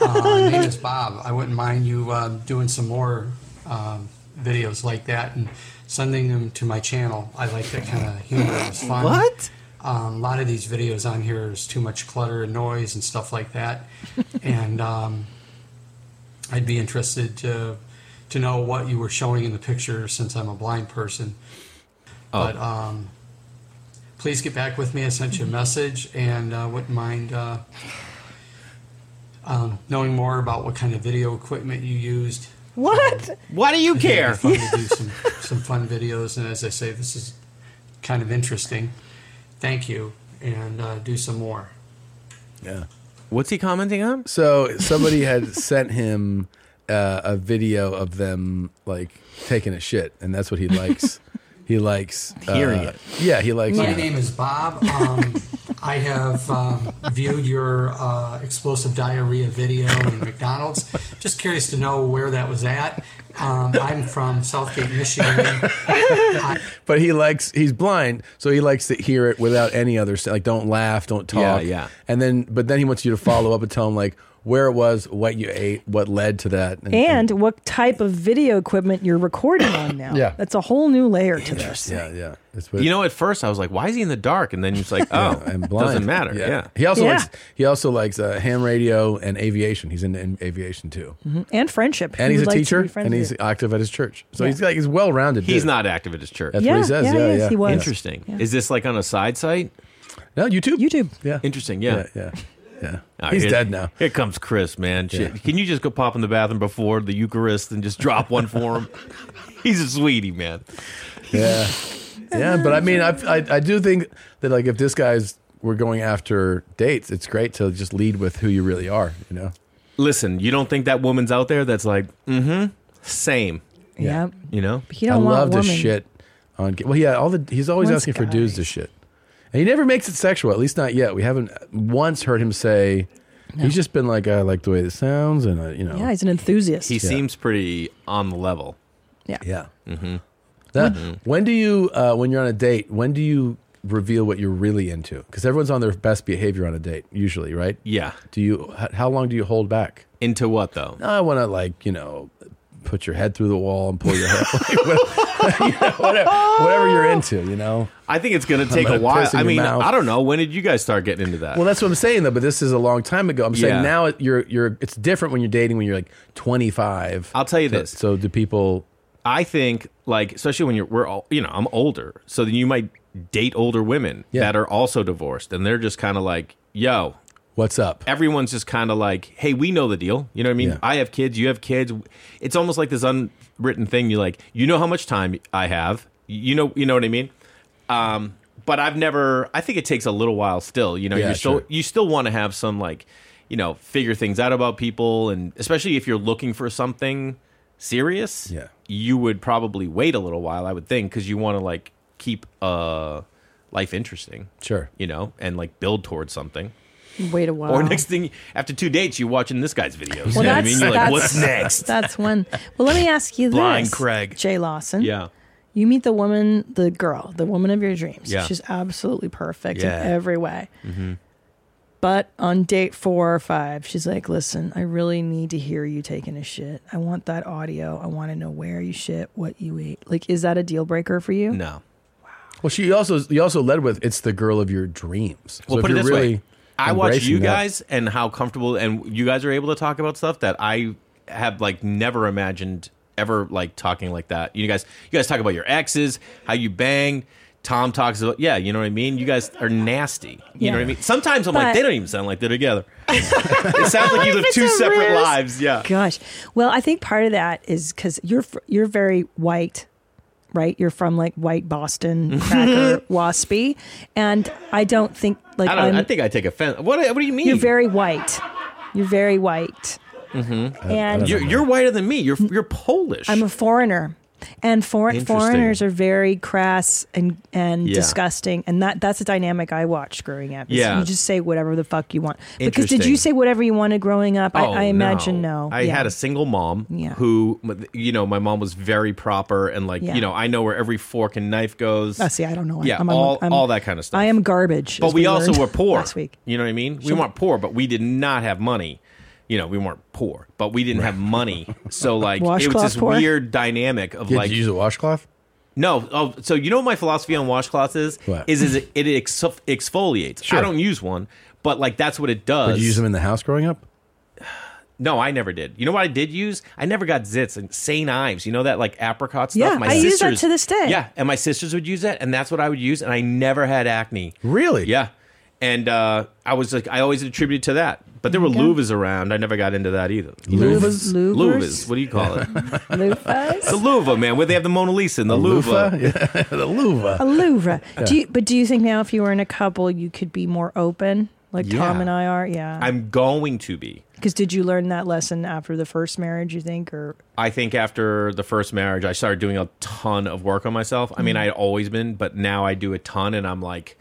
Q: Uh, my name is Bob. I wouldn't mind you uh, doing some more um, videos like that and sending them to my channel. I like that kind of humor. It was fun.
R: What?
Q: Um, a lot of these videos on here is too much clutter and noise and stuff like that. and um, I'd be interested to, to know what you were showing in the picture since I'm a blind person.
C: Oh.
Q: But um, please get back with me. I sent you a message and uh, wouldn't mind uh, um, knowing more about what kind of video equipment you used.
B: What?
C: Why do you
Q: I think it'd
C: care?
Q: be Fun to do some, some fun videos, and as I say, this is kind of interesting. Thank you, and uh, do some more.
A: Yeah.
C: What's he commenting on?
A: So somebody had sent him uh, a video of them like taking a shit, and that's what he likes. he likes uh,
Q: Hearing it.
A: Yeah, he likes.
Q: My
A: it.
Q: name is Bob. Um, I have um, viewed your uh, explosive diarrhea video in McDonald's. Just curious to know where that was at. Um, I'm from Southgate, Michigan.
A: but he likes he's blind, so he likes to hear it without any other sound. Like don't laugh, don't
C: Yeah,
A: talk.
C: yeah.
A: And then but then he wants you to follow up and tell him like where it was, what you ate, what led to that.
B: And what type of video equipment you're recording on now.
A: Yeah.
B: That's a whole new layer to this.
A: yeah, yeah.
C: you know, at first I was like, "Why is he in the dark?" And then he's like, "Oh,
A: Yeah, I'm
C: it
A: blind.
C: doesn't matter." Yeah.
A: He also
B: Yeah.
A: likes he also likes uh, ham radio and aviation. He's into in aviation too.
B: Mhm. And friendship.
A: And
B: He
A: he's
B: would
A: a
B: like to be
A: teacher
B: friends
A: and
B: with
A: he's
B: you.
A: active at his church. So
B: Yeah.
A: he's like he's well rounded.
C: He's not active at his church.
A: That's what he says. Yeah, yeah.
B: he was.
C: Interesting.
B: Yeah.
C: Is this like on a side site?
A: No, YouTube.
B: YouTube.
A: Yeah.
C: Interesting. Yeah.
A: Yeah. Yeah.
C: All right,
A: he's
C: here-
A: dead now.
C: Here comes Chris, man. Shit.
A: Yeah.
C: Can you just go pop in the bathroom before the Eucharist and just drop one for him? He's a sweetie, man.
A: Yeah, yeah. But I mean, I, I I do think that like if this guy's we're going after dates, it's great to just lead with who you really are. You know.
C: Listen, you don't think that woman's out there that's like, mm-hmm, same.
B: Yeah.
C: You know?
B: He don't
A: I
B: want
A: love to
B: woman.
A: shit on. Well, yeah. All the he's always
B: Wants
A: asking for dudes to shit, and he never makes it sexual. At least not yet. We haven't once heard him say. He's just been like, I like the way this sounds, and uh, you know.
B: Yeah, he's an enthusiast.
C: He seems pretty on the level.
B: Yeah.
A: Yeah.
C: Mm-hmm.
A: That, When do you, uh, when you're on a date, when do you reveal what you're really into? Because everyone's on their best behavior on a date, usually, right?
C: Yeah.
A: Do you? h- How long do you hold back?
C: Into what though?
A: No, I want to like you know, put your head through the wall and pull your hair, like, what- you know, whatever, whatever you're into, you know.
C: I think it's going
A: I'm
C: to take
A: gonna
C: a while.
A: piss in
C: I
A: your
C: mean,
A: mouth.
C: I don't know. When did you guys start getting into that?
A: Well, that's what I'm saying though. But this is a long time ago. I'm
C: Yeah.
A: saying now it- you're you're it's different when you're dating when you're like 25.
C: I'll tell you
A: So-
C: this.
A: So do people?
C: I think like especially when you're we're all you know I'm older, so then you might date older women that are also divorced, and they're just kind of like, yo.
A: What's up?
C: Everyone's just kind of like, "Hey, we know the deal." You know what I mean? I have kids, you have kids. It's almost like this unwritten thing. You like, you know how much time I have. You know, you know what I mean. Um, but I've never. I think it takes a little while still. You know,
A: Yeah,
C: you're
A: sure.
C: still you still want to have some like you know figure things out about people and especially if you're looking for something serious
A: Yeah.
C: you would probably wait a little while i would think because you want to like keep uh life interesting
A: Sure.
C: you know and like build towards something
B: Wait a while.
C: or next thing after two dates you're watching this guy's videos
B: Well,
C: you know what i
B: that's,
C: mean you're like
B: that's-
C: what's next
B: That's when. Well, let me ask you this.
C: Blind Craig.
B: Jay Lawson.
C: yeah
B: You meet the woman, the girl, the woman of your dreams.
C: Yeah.
B: She's absolutely perfect
C: Yeah.
B: in every way.
C: mm-hmm.
B: But on date four or five, she's like, listen, I really need to hear you taking a shit. I want that audio. I want to know where you shit, what you ate. Like, is that a deal breaker for you?
C: No.
A: Well, she also you also led with it's the girl of your dreams.
C: Well,
A: if
C: put it
A: you're
C: this way: I watch
A: embracing
C: you
A: that-
C: guys and how comfortable, and you guys are able to talk about stuff that I have like never imagined ever like talking like that. You guys, you guys talk about your exes, how you banged. Tom talks about yeah, you know what I mean. You guys are nasty. You
B: Yeah.
C: know what I mean. Sometimes I'm
B: But-
C: like they don't even sound like they're together. it sounds like you live
B: It's
C: two
B: a
C: separate
B: ruse.
C: lives. Yeah.
B: Gosh. Well, I think part of that is because you're fr- you're very white, right? You're from like white Boston, cracker, waspy, and I don't think like
C: I don't.
B: I'm-
C: I think I take offense. What? What do you mean?
B: You're very white. You're very white.
C: Mm-hmm.
B: And-
C: you're, you're whiter than me. You're you're Polish.
B: I'm a foreigner. And foreign
C: Interesting.
B: foreigners are very crass and and
C: Yeah.
B: disgusting, and that that's a dynamic I watched growing up. is
C: Yeah.
B: you just say whatever the fuck you want. Because did
C: Interesting.
B: you say whatever you wanted growing up?
C: Oh,
B: I, I imagine no.
C: I
B: Yeah.
C: had a single mom
B: Yeah.
C: who, you know, my mom was very proper and like,
B: Yeah.
C: you know, I know where every fork and knife goes.
B: Oh, see, I don't know.
C: Yeah,
B: I'm- I'm-
C: all,
B: I'm-
C: all that kind of stuff.
B: I am garbage.
C: but
B: as
C: we, also
B: learned
C: were poor
B: last week.
C: You know what I mean? We
B: Sure.
C: weren't poor, but we did not have money. You know, we weren't poor, but we didn't have money. So like, it was
A: Washcloth
C: this
A: poor?
C: weird dynamic of
A: Did
C: like,
A: you use a washcloth?
C: no. Oh, so you know what my philosophy on washcloths is?
A: What?
C: Is is it, it ex- exfoliates? I don't use one, but like that's what it does.
A: Did you use them in the house growing up?
C: No, I never did. You know what I did use? I never got zits and St. Ives. You know that like apricot stuff?
B: Yeah, I use that to this day.
C: Yeah, and my sisters would use that, and that's what I would use, and I never had acne.
A: Really?
C: Yeah. And uh, I was like, I always attributed to that. But there were
B: There you
C: louvas around. I never got into that either.
B: Louvas? Louvas?
C: Louvas. What do you call it? It's a louva, man. Where they have the Mona Lisa and the louva.
A: loofah? Yeah, the louva.
B: A louvre.
C: Yeah.
B: Do you, but do you think now if you were in a couple, you could be more open, like Tom
C: Yeah.
B: and I are? Yeah.
C: I'm going to be.
B: Because did you learn that lesson after the first marriage? You think, or
C: I think after the first marriage, I started doing a ton of work on myself. I mean,
A: Mm-hmm.
B: Mhm.
C: I'd always been, but now I do a ton, and I'm like,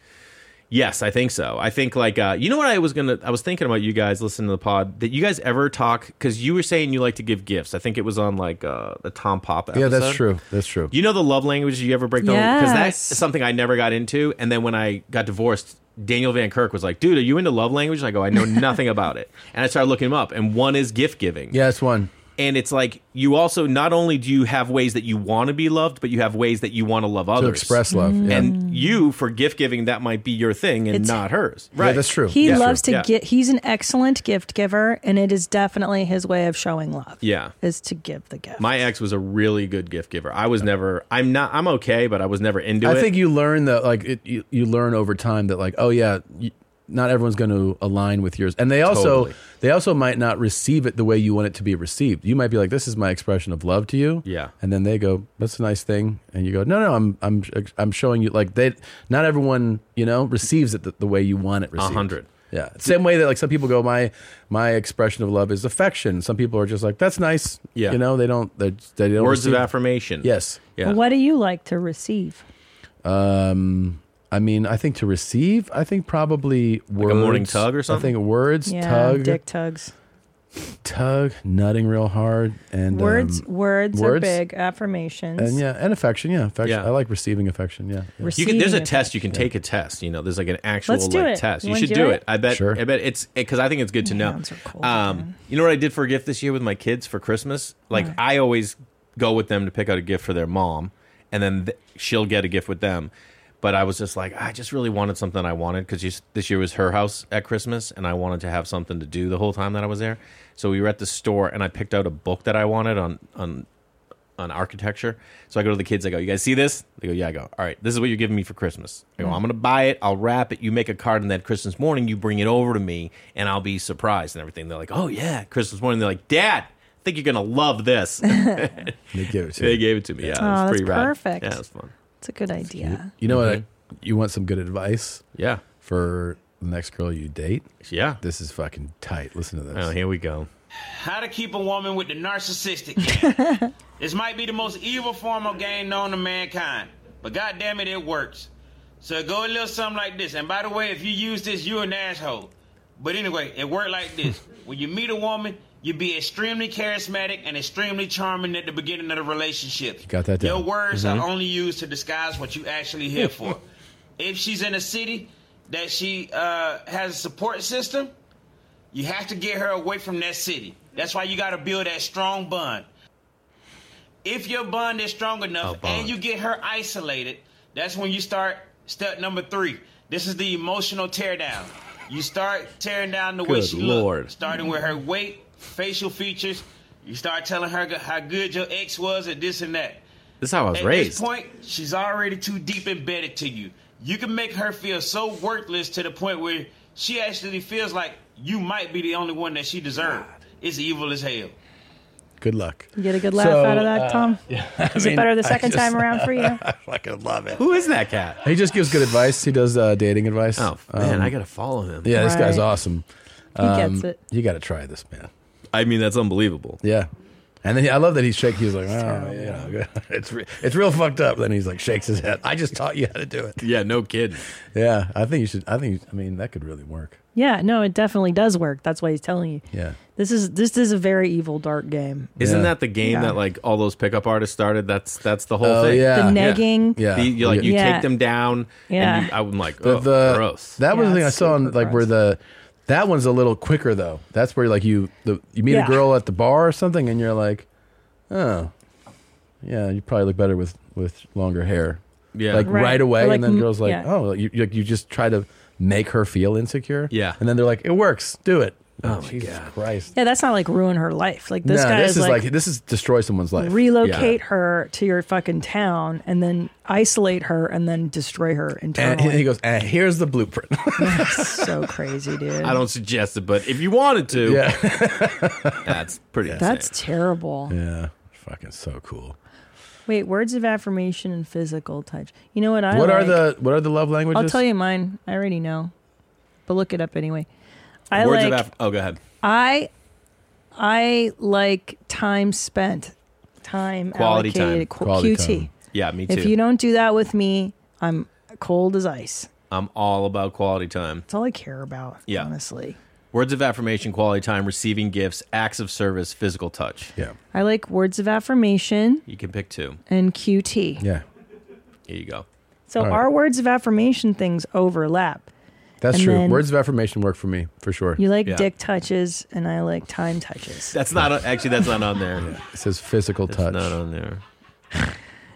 C: yes, I think so. I think like, uh, you know what I was gonna, I was thinking about you guys listening to the pod. That you guys ever talk because you were saying you like to give gifts. I think it was on like uh, the Tom Pop. Episode.
A: Yeah, that's true. That's true.
C: You know the love language you ever break down because that's
A: Yes.
C: something I never got into. And then when I got divorced, Daniel Van Kirk was like, "Dude, are you into love language?" And I go, "I know nothing about it." And I started looking him up, and one is gift giving.
A: Yeah, it's one.
C: And it's like you also not only do you have ways that you want to be loved, but you have ways that you want to love others.
A: express love, Mm. yeah.
C: And you for gift giving that might be your thing and
B: It's-
C: not hers.
A: Yeah,
C: Right.
A: that's true.
B: he loves to
C: Yeah.
B: get? He's an excellent gift giver, and it is definitely his way of showing love
C: Yeah.
B: is to give the gift.
C: My ex was a really good gift giver. I was never I'm not I'm okay, but I was never into
A: I
C: it.
A: think you learn that like it, you, you learn over time that like oh yeah, you, not everyone's going to align with yours, and they also
C: Totally.
A: they also might not receive it the way you want it to be received. You might be like, this is my expression of love to you,
C: Yeah.
A: and then they go, that's a nice thing, and you go, no no, I'm I'm I'm showing you like they not everyone you know receives it the, the way you want it received.
C: hundred.
A: Yeah, same way that like some people go, my my expression of love is affection. Some people are just like, that's nice.
C: Yeah.
A: you know they don't they, they don't
C: Words of
A: receive-
C: affirmation.
A: Yes.
C: Yeah.
B: What do you like to receive?
A: Um, I mean, I think to receive, I think probably words.
C: a morning tug or something?
A: I think words,
B: yeah,
A: tug,
B: dick tugs.
A: tug, nutting real hard, and
B: words,
A: um,
B: words, are big affirmations.
A: and yeah, and affection. Yeah, affection.
C: Yeah.
A: I like receiving affection. Yeah, yeah.
C: You can, there's a
B: Receiving
C: test you can take a test. You know, there's like an actual
B: Let's do
C: like
B: it.
C: test.
B: You
C: You,
B: wanna
C: should
B: do
C: do
B: it?
C: it. I bet. I bet it's because I think it's good to know. um, you know what I did for a gift this year with my kids for Christmas? Like
B: What?
C: I always go with them to pick out a gift for their mom, and then th- she'll get a gift with them. But I was just like, I just really wanted something I wanted because this year was her house at Christmas, and I wanted to have something to do the whole time that I was there. So we were at the store, and I picked out a book that I wanted on on on architecture. So I go to the kids, I go, You guys see this? They go, Yeah, I go, All right, this is what you're giving me for Christmas. I go,
R: Mm.
C: I'm gonna buy it, I'll wrap it, you make a card, and then Christmas morning you bring it over to me and I'll be surprised and everything. They're like, Oh yeah, Christmas morning, they're like, Dad, I think you're gonna love this. they
A: gave it to
C: They
A: you.
C: gave it to me. Yeah,
B: Oh,
C: it was
B: that's
C: pretty rad.
B: perfect.
C: Yeah, it was fun.
B: It's a good idea.
A: You know what? I, you want some good advice?
C: Mm-hmm. Yeah.
A: For the next girl you date.
C: Yeah.
A: This is fucking tight. Listen to this.
C: Oh, here we go.
F: How to keep a woman with the narcissistic. this might be the most evil form of game known to mankind, but goddamn it, it works. So it go a little something like this. And by the way, if you use this, you're an asshole. But anyway, it worked like this. when you meet a woman, you be extremely charismatic and extremely charming at the beginning of the relationship.
A: You got that
F: Your
A: down.
F: words
A: Mhm.
F: are only used to disguise what you actually here for. if she's in a city that she uh, has a support system, you have to get her away from that city. That's why you got to build that strong bond. If your bond is strong enough and you get her isolated, that's when you start step number three. This is the emotional teardown. You start tearing down the way
C: Good
F: she
C: Lord.
F: looks, starting with her weight, facial features. You start telling her how good your ex was and this and that.
C: This is how I was
F: At this
C: raised.
F: point, she's already too deep embedded to you. You can make her feel so worthless to the point where she actually feels like you might be the only one that she deserved. It's evil as hell.
A: Good luck.
B: You get a good laugh
A: So,
B: out of that,
A: uh,
B: Tom.
A: I
B: Is
A: mean,
B: it better the
A: I
B: second
A: just-
B: time around for you?
A: I fucking love it.
C: Who is that cat?
A: He just gives good advice. He does uh, dating advice. Oh
C: man, I gotta follow him.
A: Yeah, this guy's
C: Right.
A: awesome.
C: He gets it.
A: You got to try this, man.
C: I mean, that's unbelievable.
A: Yeah, And then he, I love that he's shaking. He's like, oh, you know, it's re- it's real fucked up. Then he's like, shakes his head. I just taught you how to do it.
C: Yeah, no kidding.
A: Yeah, I think you should. I think I mean that could really work.
B: Yeah, no, it definitely does work. That's why he's telling you.
A: Yeah.
B: This is this is a very evil dark game.
C: Isn't that the game
B: Yeah.
C: that like all those pickup artists started? That's that's the whole
A: Oh,
C: thing.
A: yeah. The
B: negging.
A: Yeah.
C: The- you like you
B: Yeah.
C: take them down.
B: Yeah.
C: And you, I'm like,
A: The,
C: oh,
A: the-
C: gross.
A: that was the thing I saw on like where the that one's a little quicker though. That's where like you the you meet
C: Yeah.
A: a girl at the bar or something, and you're like, oh, yeah, you probably look better with with longer hair.
C: Yeah.
A: like
C: Right.
A: right, away,
C: Or like
A: and then
C: m-
A: girls like,
C: yeah.
A: oh, like, you you- you just try to make her feel insecure.
C: Yeah.
A: and then they're like, it works, do it.
C: Oh,
A: my Jesus Christ.
B: Yeah, that's not like ruin her life. Like this
A: no,
B: guy
A: this
B: is like,
A: this is destroy someone's life.
B: relocate her to your fucking town and then isolate her and then destroy her
A: And
B: internally.
A: he goes, and here's the blueprint.
B: so crazy, dude.
C: I don't suggest it, but if you wanted to, that's pretty.
B: That's
C: insane.
B: terrible.
A: yeah, fucking so cool.
B: Wait, words of affirmation and physical touch. You know what I
A: what are
B: like?
A: the what are the love languages?
B: I'll tell you mine. I already know. But look it up anyway. I
C: Words
B: like
C: of aff- oh, go ahead.
B: I I like time spent. Time
C: Quality time.
B: allocated. Qu- QT.
C: Yeah, me too.
B: If you don't do that with me, I'm cold as ice.
C: I'm all about quality time.
B: That's all I care about.
C: Yeah.
B: Honestly.
C: Words of affirmation, quality time, receiving gifts, acts of service, physical touch.
A: Yeah.
B: I like words of affirmation
C: You can pick two.
B: and QT.
A: Yeah.
C: Here you go.
B: So
A: All right.
B: our words of affirmation things overlap.
A: That's
B: And
A: true.
B: then
A: Words of affirmation work for me for sure.
B: You like dick touches and I like time touches.
C: That's not actually. That's not on there.
A: It says physical touch. Not
C: on there.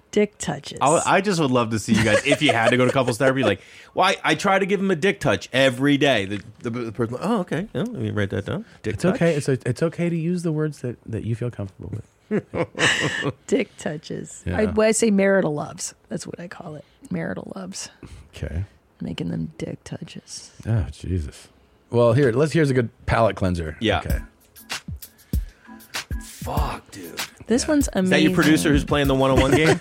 B: Dick touches.
C: I'll, I just would love to see you guys. If you had to go to couples therapy, like, why? I try to give him a dick touch every day. The, the, the person, oh, okay. Yeah, let me write that down. Dick
A: It's
C: touch.
A: okay. It's it's okay to use the words that, that you feel comfortable with.
B: dick touches. I,
A: Yeah.
B: well, I say marital loves. That's what I call it. Marital loves.
A: Okay.
B: Making them dick touches.
A: Oh Jesus. Well, here let's here's a good palate cleanser.
C: Yeah.
A: Okay.
C: Fuck, dude.
B: This one's
C: Is
B: amazing.
C: that your producer who's playing the one-on-one game?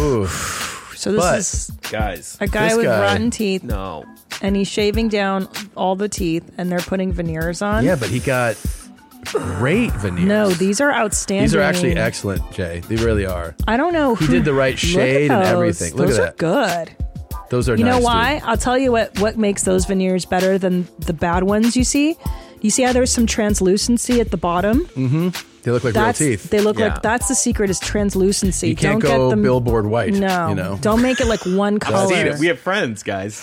A: Ooh.
B: So this is
C: guys.
B: a guy
C: this
B: with rotten teeth.
C: No.
B: And he's shaving down all the teeth and they're putting veneers on.
A: Yeah, but he got great veneers.
B: No, these are outstanding.
A: These are actually excellent, Jay. They really are.
B: I don't know.
A: He
B: who-
A: did the right
B: Look
A: shade
B: at
A: and
B: those.
A: everything. Look
B: those
A: at
B: are
A: that.
B: good.
A: Those are
B: you know
A: nice,
B: why? I'll tell you what. What makes those veneers better than the bad ones? You see, you see how there's some translucency at the bottom.
A: Mm-hmm. They look like
B: that's
A: real teeth.
B: they look like that's the secret is translucency.
A: You can't
B: don't
A: go
B: get them
A: billboard white.
B: No,
A: You know.
B: don't make it like one
C: I've seen
B: color.
C: it. We have friends, guys.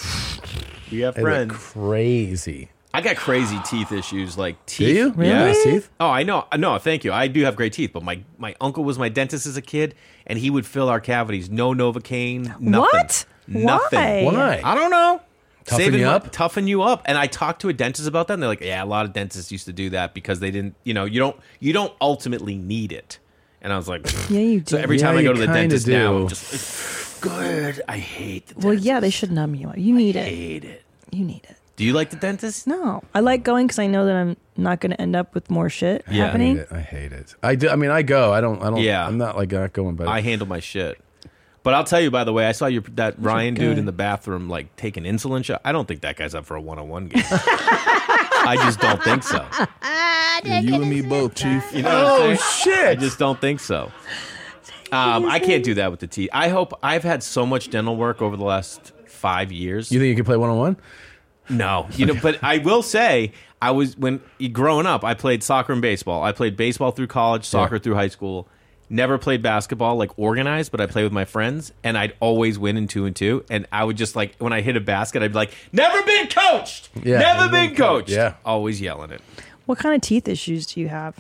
C: We have
A: They look
C: friends.
A: crazy.
C: I got crazy teeth issues, like
A: Do
C: teeth.
A: you?
C: Yeah.
A: Nice teeth?
C: Oh, I know. No, thank you. I do have great teeth, but my my uncle was my dentist as a kid, and he would fill our cavities. No Novocaine. Nothing.
B: What? Why?
C: Nothing.
B: Why?
C: I don't know.
A: Toughen
C: Saving
A: you
C: mon-
A: up?
C: Toughen you up. And I talked to a dentist about that, and they're like, "Yeah, a lot of dentists used to do that because they didn't. You know, you don't you don't ultimately need it." And I was like,
B: Yeah, you do.
C: So every
A: Yeah,
C: time I
A: you
C: go to the
A: kinda
C: dentist now, I'm
A: do.
C: just good. I hate.
B: well, yeah, they should numb you. out. You need it.
C: hate it.
B: You need it.
C: Do you like the dentist?
B: No, I like going because I know that I'm not going to end up with more shit happening.
A: I hate it. I hate it. I do. I mean, I go. I don't. I don't.
C: Yeah.
A: I'm not like not going. But
C: I handle my shit. But I'll tell you, by the way, I saw your that Ryan dude
A: good.
C: in the bathroom like taking insulin shot. I don't think that guy's up for a one on one game. I just don't think so.
H: you and me both, Chief.
C: You know what
A: Oh,
H: Oh,
C: I'm saying? I just don't think so. Um, I can't do that with the teeth. I hope I've had so much dental work over the last five years.
A: you think you can play one on one?
C: No, you know, but I will say I was when growing up, I played soccer and baseball. I played baseball through college, soccer through high school. Never played basketball like organized, but I played with my friends, and I'd always win in two and two. And I would just like when I hit a basket, I'd be like, "Never been coached,
A: Yeah.
C: never been coached."
A: Yeah.
C: always yelling it.
B: What kind of teeth issues do you have?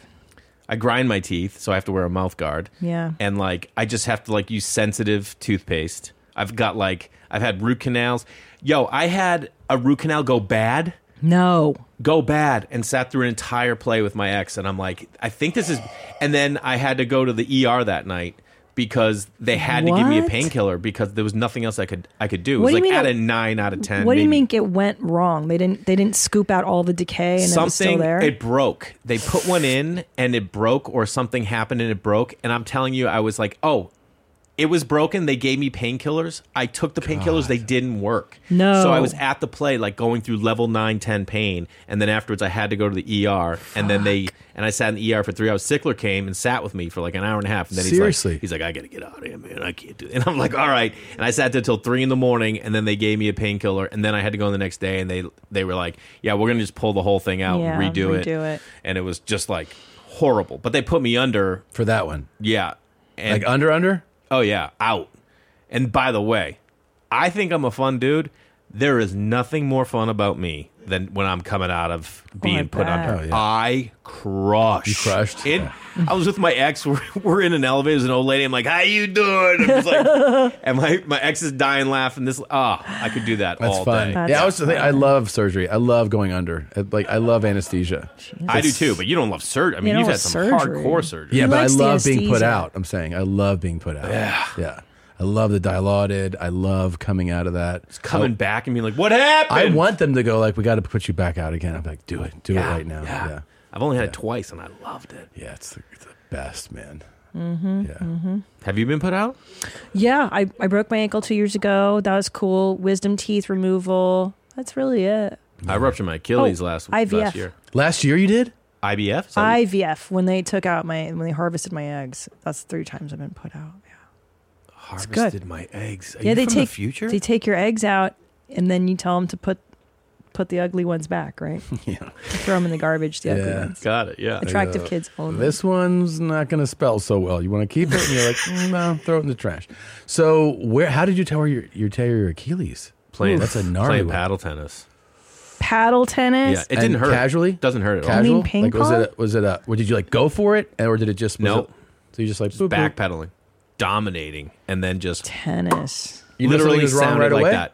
C: I grind my teeth, so I have to wear a mouth guard.
B: Yeah.
C: And like I just have to like use sensitive toothpaste. I've got like I've had root canals. Yo, I had a root canal go bad.
B: No.
C: Go bad and sat through an entire play with my ex and I'm like, I think this is and then I had to go to the ER that night because they had to give me a
B: What?
C: painkiller because there was nothing else I could I could do. It
B: What
C: was
B: do you
C: like
B: mean
C: at
B: it-
C: a nine out of ten.
B: what do you
C: maybe
B: mean it went wrong? They didn't. They didn't scoop out all the decay and it was still
C: something
B: there.
C: it broke they put one in and it broke or something happened and it broke and i'm telling you i was like oh It was broken. They gave me painkillers. I took the painkillers. They didn't work.
B: No.
C: So I was at the play, like going through level 9, 10 pain. And then afterwards, I had to go to the ER. And then they, and I sat in the ER for three hours. Sickler came and sat with me for like an hour and a half. And then
A: Seriously?
C: he's like, he's like, I got to get out of here, man. I can't do it. And I'm like, all right. And I sat there till three in the morning. And then they gave me a painkiller. And then I had to go in the next day. And they, they were like, yeah, we're going to just pull the whole thing out
B: Yeah,
C: and redo, it.
B: redo it.
C: And it was just like horrible. But they put me under
A: for that one.
C: Yeah. And
A: Like under under?
C: Oh yeah, out. And by the way, I think I'm a fun dude. There is nothing more fun about me than when I'm coming out of being
A: I
C: put
A: bet.
C: under.
A: Oh, yeah.
C: I crushed. You crushed. It, I was with my ex. We're, we're in an elevator. There's an old lady. I'm like, "How you doing?" I'm just like, and my, my ex is dying laughing. This ah, I could do that
A: That's
C: all
A: fun.
C: day.
A: yeah, I was the thing. I love surgery. I love going under. I- Like I love anesthesia.
C: I do too, but you don't love surgery. I
A: You
C: mean,
A: don't
C: you've
A: love
C: had some
A: surgery.
C: hardcore surgery.
A: Yeah, but I love being put out. I'm saying I love being put out.
C: Yeah.
A: yeah. I love the dilaudid. I love coming out of that. It's
C: Coming back and being like, "What happened?"
A: I want them to go like, we got to put you back out again. I'm like, do it, do
C: Yeah,
A: it right now.
C: yeah.
A: Yeah,
C: I've only had it twice, and I loved it.
A: Yeah, it's the, it's the best, man.
B: Mm-hmm,
A: Yeah.
B: Mm-hmm.
C: Have you been put out?
B: Yeah, I, I broke my ankle two years ago. That was cool. Wisdom teeth removal. That's really it.
C: I ruptured my Achilles
B: Oh,
C: last
B: IVF.
C: last year.
A: Last year you did
C: IBF. So
B: IVF when they took out my when they harvested my eggs. That's three times I've been put out.
C: harvested
B: good.
C: my eggs. Are
B: yeah,
C: you
B: they
C: from
B: take
C: the future.
B: They take your eggs out and then you tell them to put put the ugly ones back, right?
A: yeah.
B: Throw them in the garbage. The ugly ones.
C: got it. Yeah,
B: Attractive kids only.
A: Uh, This one's not going to spell so well. You want to keep it, and you're like, "Mm, no, throw it in the trash. So where? How did you tear your you tear your Achilles?
C: Playing
A: that's a gnarly
C: playing
A: one.
C: paddle tennis.
B: Paddle tennis.
C: Yeah, it
A: And
C: didn't hurt.
A: Casually
C: doesn't hurt at all.
A: Casual?
B: You mean ping
A: like, Was
B: pong?
A: it? Was it a? What, did you like go for it, or did it just? was
C: Nope.
A: it- so you just like boop, boop.
C: Backpedaling, dominating, and then just
B: tennis.
A: You know
C: literally
A: something was wrong
C: sounded
A: right
C: like
A: away?
C: that.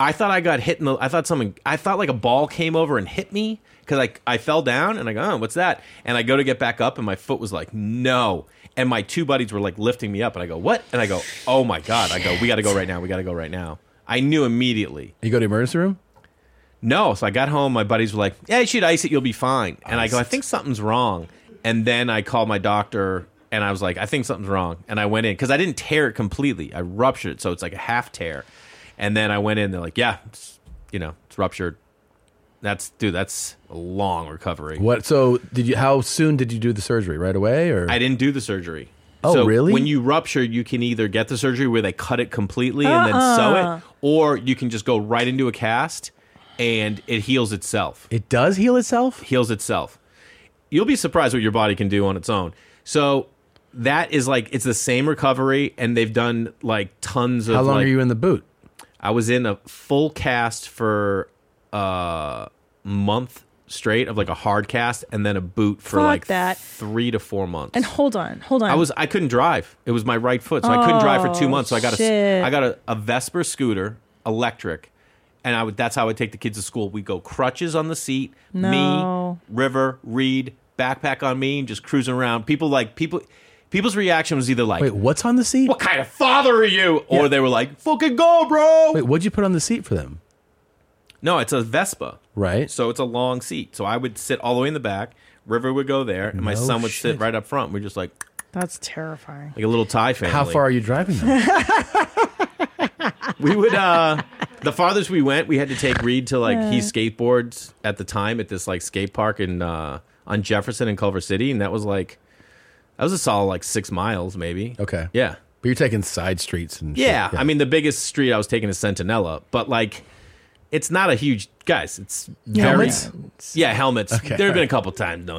C: I thought I got hit in the. I thought something. I thought like a ball came over and hit me because I I fell down and I go, oh, what's that? And I go to get back up and my foot was like, no. And my two buddies were like lifting me up and I go, what? And I go, oh my god! I go, we got to go right now. We got to go right now. I knew immediately.
A: You go to emergency room.
C: No. So I got home. My buddies were like, yeah, you should ice it. You'll be fine. And I go, I think something's wrong. And then I called my doctor and I was like, I think something's wrong. And I went in because I didn't tear it completely. I ruptured it. So it's like a half tear. And then I went in. They're like, yeah, it's, you know, it's ruptured. That's, dude, that's a long recovery.
A: What? So did you? How soon did you do the surgery? Right away, or
C: I didn't do the surgery.
A: Oh,
C: so
A: really?
C: When you rupture, you can either get the surgery where they cut it completely and then sew
A: Uh-uh.
C: it, or you can just go right into a cast and it heals itself.
A: It does heal itself?
C: Heals itself. You'll be surprised what your body can do on its own. So that is like it's the same recovery and they've done like tons of
A: How long
C: like,
A: are you in the boot?
C: I was in a full cast for a month straight of like a hard cast and then a boot for
B: Fuck
C: like
B: that.
C: 3 to 4 months.
B: And hold on, hold on.
C: I was I couldn't drive. It was my right foot, so I couldn't drive for two
B: Oh,
C: months. So I got
B: shit.
C: a I got a, a Vesper scooter, electric, and I would that's how I take the kids to school. We go crutches on the seat,
B: No.
C: me, River, Reed, backpack on me, and just cruising around. People like people. People's reaction was either like,
A: Wait, what's on the seat?
C: "What kind of father are you?" or
A: Yeah.
C: they were like, "Fucking go, bro!"
A: Wait, what'd you put on the seat for them?
C: No, it's a Vespa.
A: Right.
C: So it's a long seat. So I would sit all the way in the back. River would go there, and my
A: No
C: son would
A: shit.
C: sit right up front. We're just like
B: That's terrifying.
C: like a little Thai family.
A: How far are you driving them?
C: we would uh the farthest we went we had to take reed to like he
B: Yeah.
C: skateboards at the time at this like skate park in uh on jefferson in culver city and that was like that was a solid like six miles maybe
A: Okay.
C: yeah
A: But you're taking side streets and shit.
C: yeah, i mean the biggest street i was taking is centinela but like it's not a huge guys it's very,
A: Helmets?
C: yeah helmets
A: Okay.
C: there have been a couple times no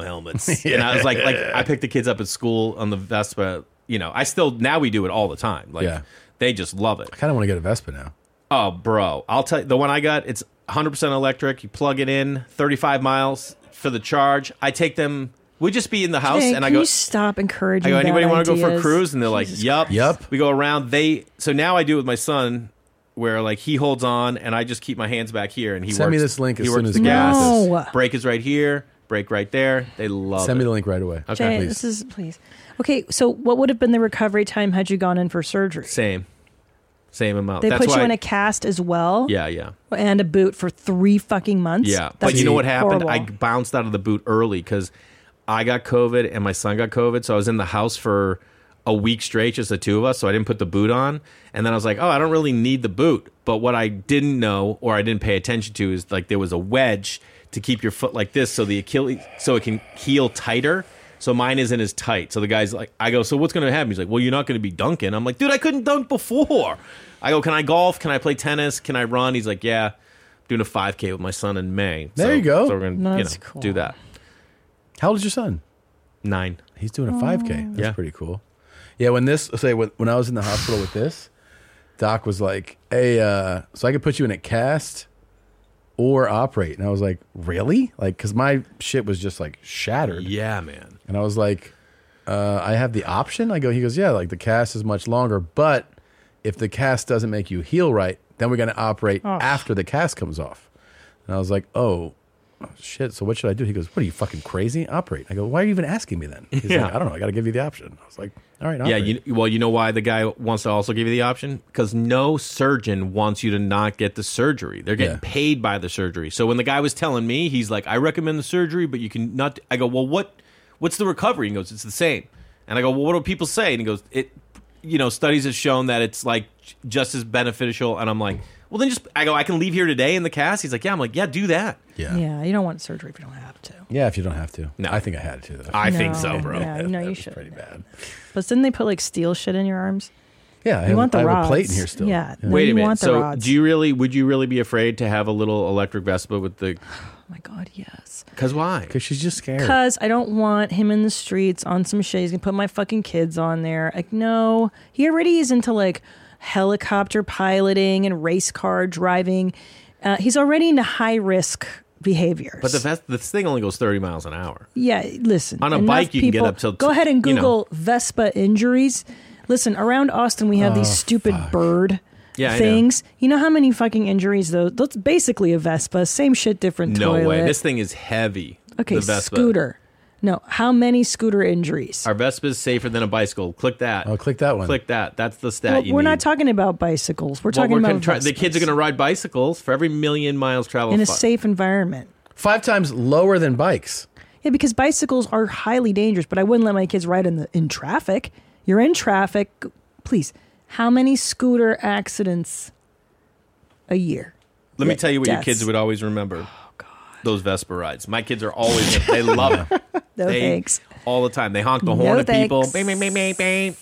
C: helmets
A: Yeah.
C: and i was like like i picked the kids up at school on the vespa you know i still now we do it all the time like
A: Yeah.
C: they just love it
A: I kind of want to get a Vespa now.
C: Oh, bro. I'll tell you, the one I got, it's 100% electric. You plug it in, 35 miles for the charge. I take them, we just be in the house,
B: Hey,
C: and
B: can
C: I go,
B: you stop encouraging.
C: I go, anybody
B: want to
C: go for a cruise? And they're like, yup. Yup. We go around. They, so now I do it with my son. Where like he holds on and I just keep my hands back here and he
A: Send me
C: works-
A: this link as
C: he
A: soon
C: works
A: as
C: the
A: we
C: gas.
A: do
B: this. No.
C: Brake is right here. Brake right there. They love.
A: Send me
C: it.
A: the link right away.
C: Okay,
B: Jay,
C: please.
B: this is please. Okay, so what would have been the recovery time had you gone in for surgery?
C: Same, same amount.
B: They
C: Oh, That's
B: put you
C: why-
B: in a cast as well.
C: Yeah, yeah.
B: And a boot for three fucking months.
C: Yeah, but
B: That's
C: you know what happened?
B: horrible.
C: I bounced out of the boot early because I got COVID and my son got COVID, so I was in the house for a week straight, just the two of us. So I didn't put the boot on. And then I was like, oh, I don't really need the boot. But what I didn't know or I didn't pay attention to is like there was a wedge to keep your foot like this so the Achilles, so it can heel tighter. So mine isn't as tight. So the guy's like, I go, so what's going to happen? He's like, well, you're not going to be dunking. I'm like, dude, I couldn't dunk before. I go, can I golf? Can I play tennis? Can I run? He's like, yeah, doing a 5K with my son in May.
A: There
C: So-
A: you go.
C: So we're going to you know,
A: That's cool.
C: do that.
A: How old is your son?
C: Nine.
A: He's doing a five k. That's
C: Yeah.
A: pretty cool. Yeah, when this say when, when I was in the hospital with this, Doc was like, "Hey, uh, so I could put you in a cast or operate," and I was like, "Really?" Like, because my shit was just like shattered.
C: Yeah, man.
A: And I was like, uh, "I have the option." I go, he goes, "Yeah, like the cast is much longer, but if the cast doesn't make you heal right, then we're gonna operate after the cast comes off." And I was like, "Oh." Shit. So what should I do? He goes, "What are you fucking crazy? Operate." I go, "Why are you even asking me then?" He's
C: Yeah.
A: like, "I don't know. I got to give you the option." I was like, "All right,
C: yeah,
A: operate."
C: you, well, you know why the guy wants to also give you the option? Because no surgeon wants you to not get the surgery. They're getting paid by the surgery. So when the guy was telling me, he's like, I recommend the surgery, but you can not. I go, well, what? what's the recovery? And he goes, it's the same. And I go, well, what do people say? And he goes, it, you know, studies have shown that it's like j- just as beneficial. And I'm like, well, then just, I go, I can leave here today in the cast. He's like, yeah. I'm like, yeah, do that.
A: Yeah.
B: you don't want surgery if you don't have to.
A: Yeah, if you don't have to. No, I think I had to. Though.
C: I
B: No,
C: think so, bro.
B: No, no, you should.
A: Pretty bad.
B: But didn't they put like steel shit in your arms?
A: Yeah, I
B: you
A: have-
B: want the
A: I have
B: rods.
A: a plate in here still.
B: Yeah, no,
C: Wait
B: you
C: a minute.
B: Want the
C: So,
B: rods.
C: do you really? Would you really be afraid to have a little electric Vespa with the?
B: Oh my God, yes.
C: Because why?
A: Because she's just scared.
B: Because I don't want him in the streets on some shit. He's gonna put my fucking kids on there. Like, no, he already is into like helicopter piloting and race car driving. Uh, he's already into high risk behavior.
C: But the Ves- this thing only goes thirty miles an hour.
B: Yeah, listen.
C: On a
B: enough
C: bike, you can get
B: people-
C: up till t-
B: Go ahead and
C: you know.
B: Google Vespa injuries. Listen, around Austin, we have these
C: Oh,
B: stupid bird
C: Yeah, I know.
B: things. You know how many fucking injuries though? That's basically a Vespa. Same shit, different
C: No
B: toilet.
C: way. This thing is heavy.
B: okay,
C: the Vespa.
B: scooter. No, how many scooter injuries?
C: Our Vespa is safer than a bicycle. Click that. Oh,
A: click that one.
C: Click that. That's the stat
B: Well,
C: you
B: we're
C: need.
B: not talking about bicycles. We're
C: Well,
B: talking
C: gonna
B: about
C: try- the kids are going to ride bicycles for every million miles traveled.
B: in a
C: Fuck.
B: safe environment.
A: Five times lower than bikes.
B: Yeah, because bicycles are highly dangerous, but I wouldn't let my kids ride in the in traffic. You're in traffic. Please, how many scooter accidents a year?
C: Let me tell you what your
B: Deaths. Oh,
C: kids would always remember. Those Vespa rides. My kids are always they love it.
B: No
C: they,
B: thanks.
C: All the time. They honk the
B: No
C: horn at people.
B: thanks.
C: Bang, bang, bang, bang, bang.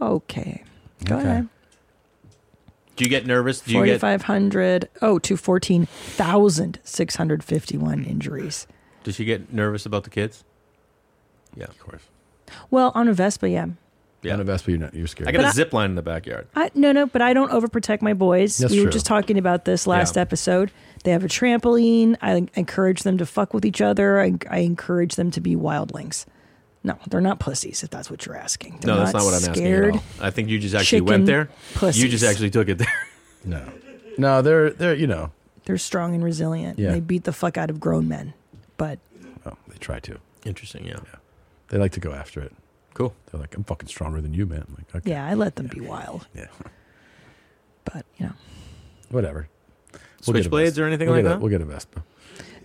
B: Okay. Go
C: Okay.
B: ahead.
C: Do you get nervous? Do you get
B: 4,500, oh, to 14,651 injuries.
C: Does she get nervous about the kids? Yeah, of course.
B: Well, on a Vespa, yeah.
C: Yeah.
A: On a Vespa, you're, not, you're scared.
C: I got
B: But
C: a
B: I-
C: zip line in the backyard.
B: I, no, no, but I don't overprotect my boys.
C: That's
B: we were
C: true.
B: just talking about this last
C: Yeah.
B: episode. They have a trampoline. I encourage them to fuck with each other. I, I encourage them to be wildlings. No, they're not pussies. If that's what you're asking, They're
C: no, that's not what I'm
B: scared.
C: asking at all. I think you just actually went
B: chicken
C: there. You
B: pussies.
C: just actually took it there.
A: No. No, they're they're you know
B: They're strong and resilient.
A: Yeah.
B: They beat the fuck out of grown men. But
A: they try to.
C: Interesting. Yeah.
A: They like to go after it.
C: Cool.
A: They're like, I'm fucking stronger than you, man. I'm like, okay,
B: yeah, I let them be wild.
A: Yeah.
B: But you know,
A: whatever. get a
C: Switchblades
A: Vespa.
C: or anything
A: We'll
C: like
A: get a-
C: that?
A: we'll get a Vespa.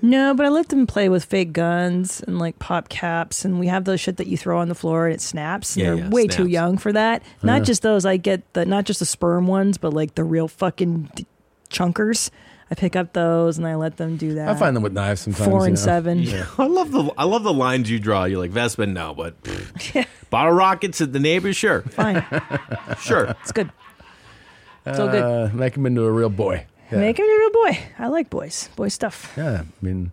B: no, but I let them play with fake guns and like pop caps, and we have those shit that you throw on the floor and it snaps. And
R: Yeah,
B: they're
R: yeah,
B: way too
R: snaps.
B: young for that. Not
R: Yeah.
B: just those. I get the not just the sperm ones, but like the real fucking d- chunkers. I pick up those and I let them do that.
A: I find them with knives sometimes.
B: Four
A: you
B: and
A: know?
B: seven.
A: Yeah.
C: I love the I love the lines you draw. You're like Vespa, no, but pfft. bottle rockets at the neighbors, sure,
B: fine,
C: sure,
B: it's good. It's all good.
A: Uh, make him into a real boy. Yeah.
B: Make him a real boy. I like boys. Boy stuff.
A: yeah. I mean,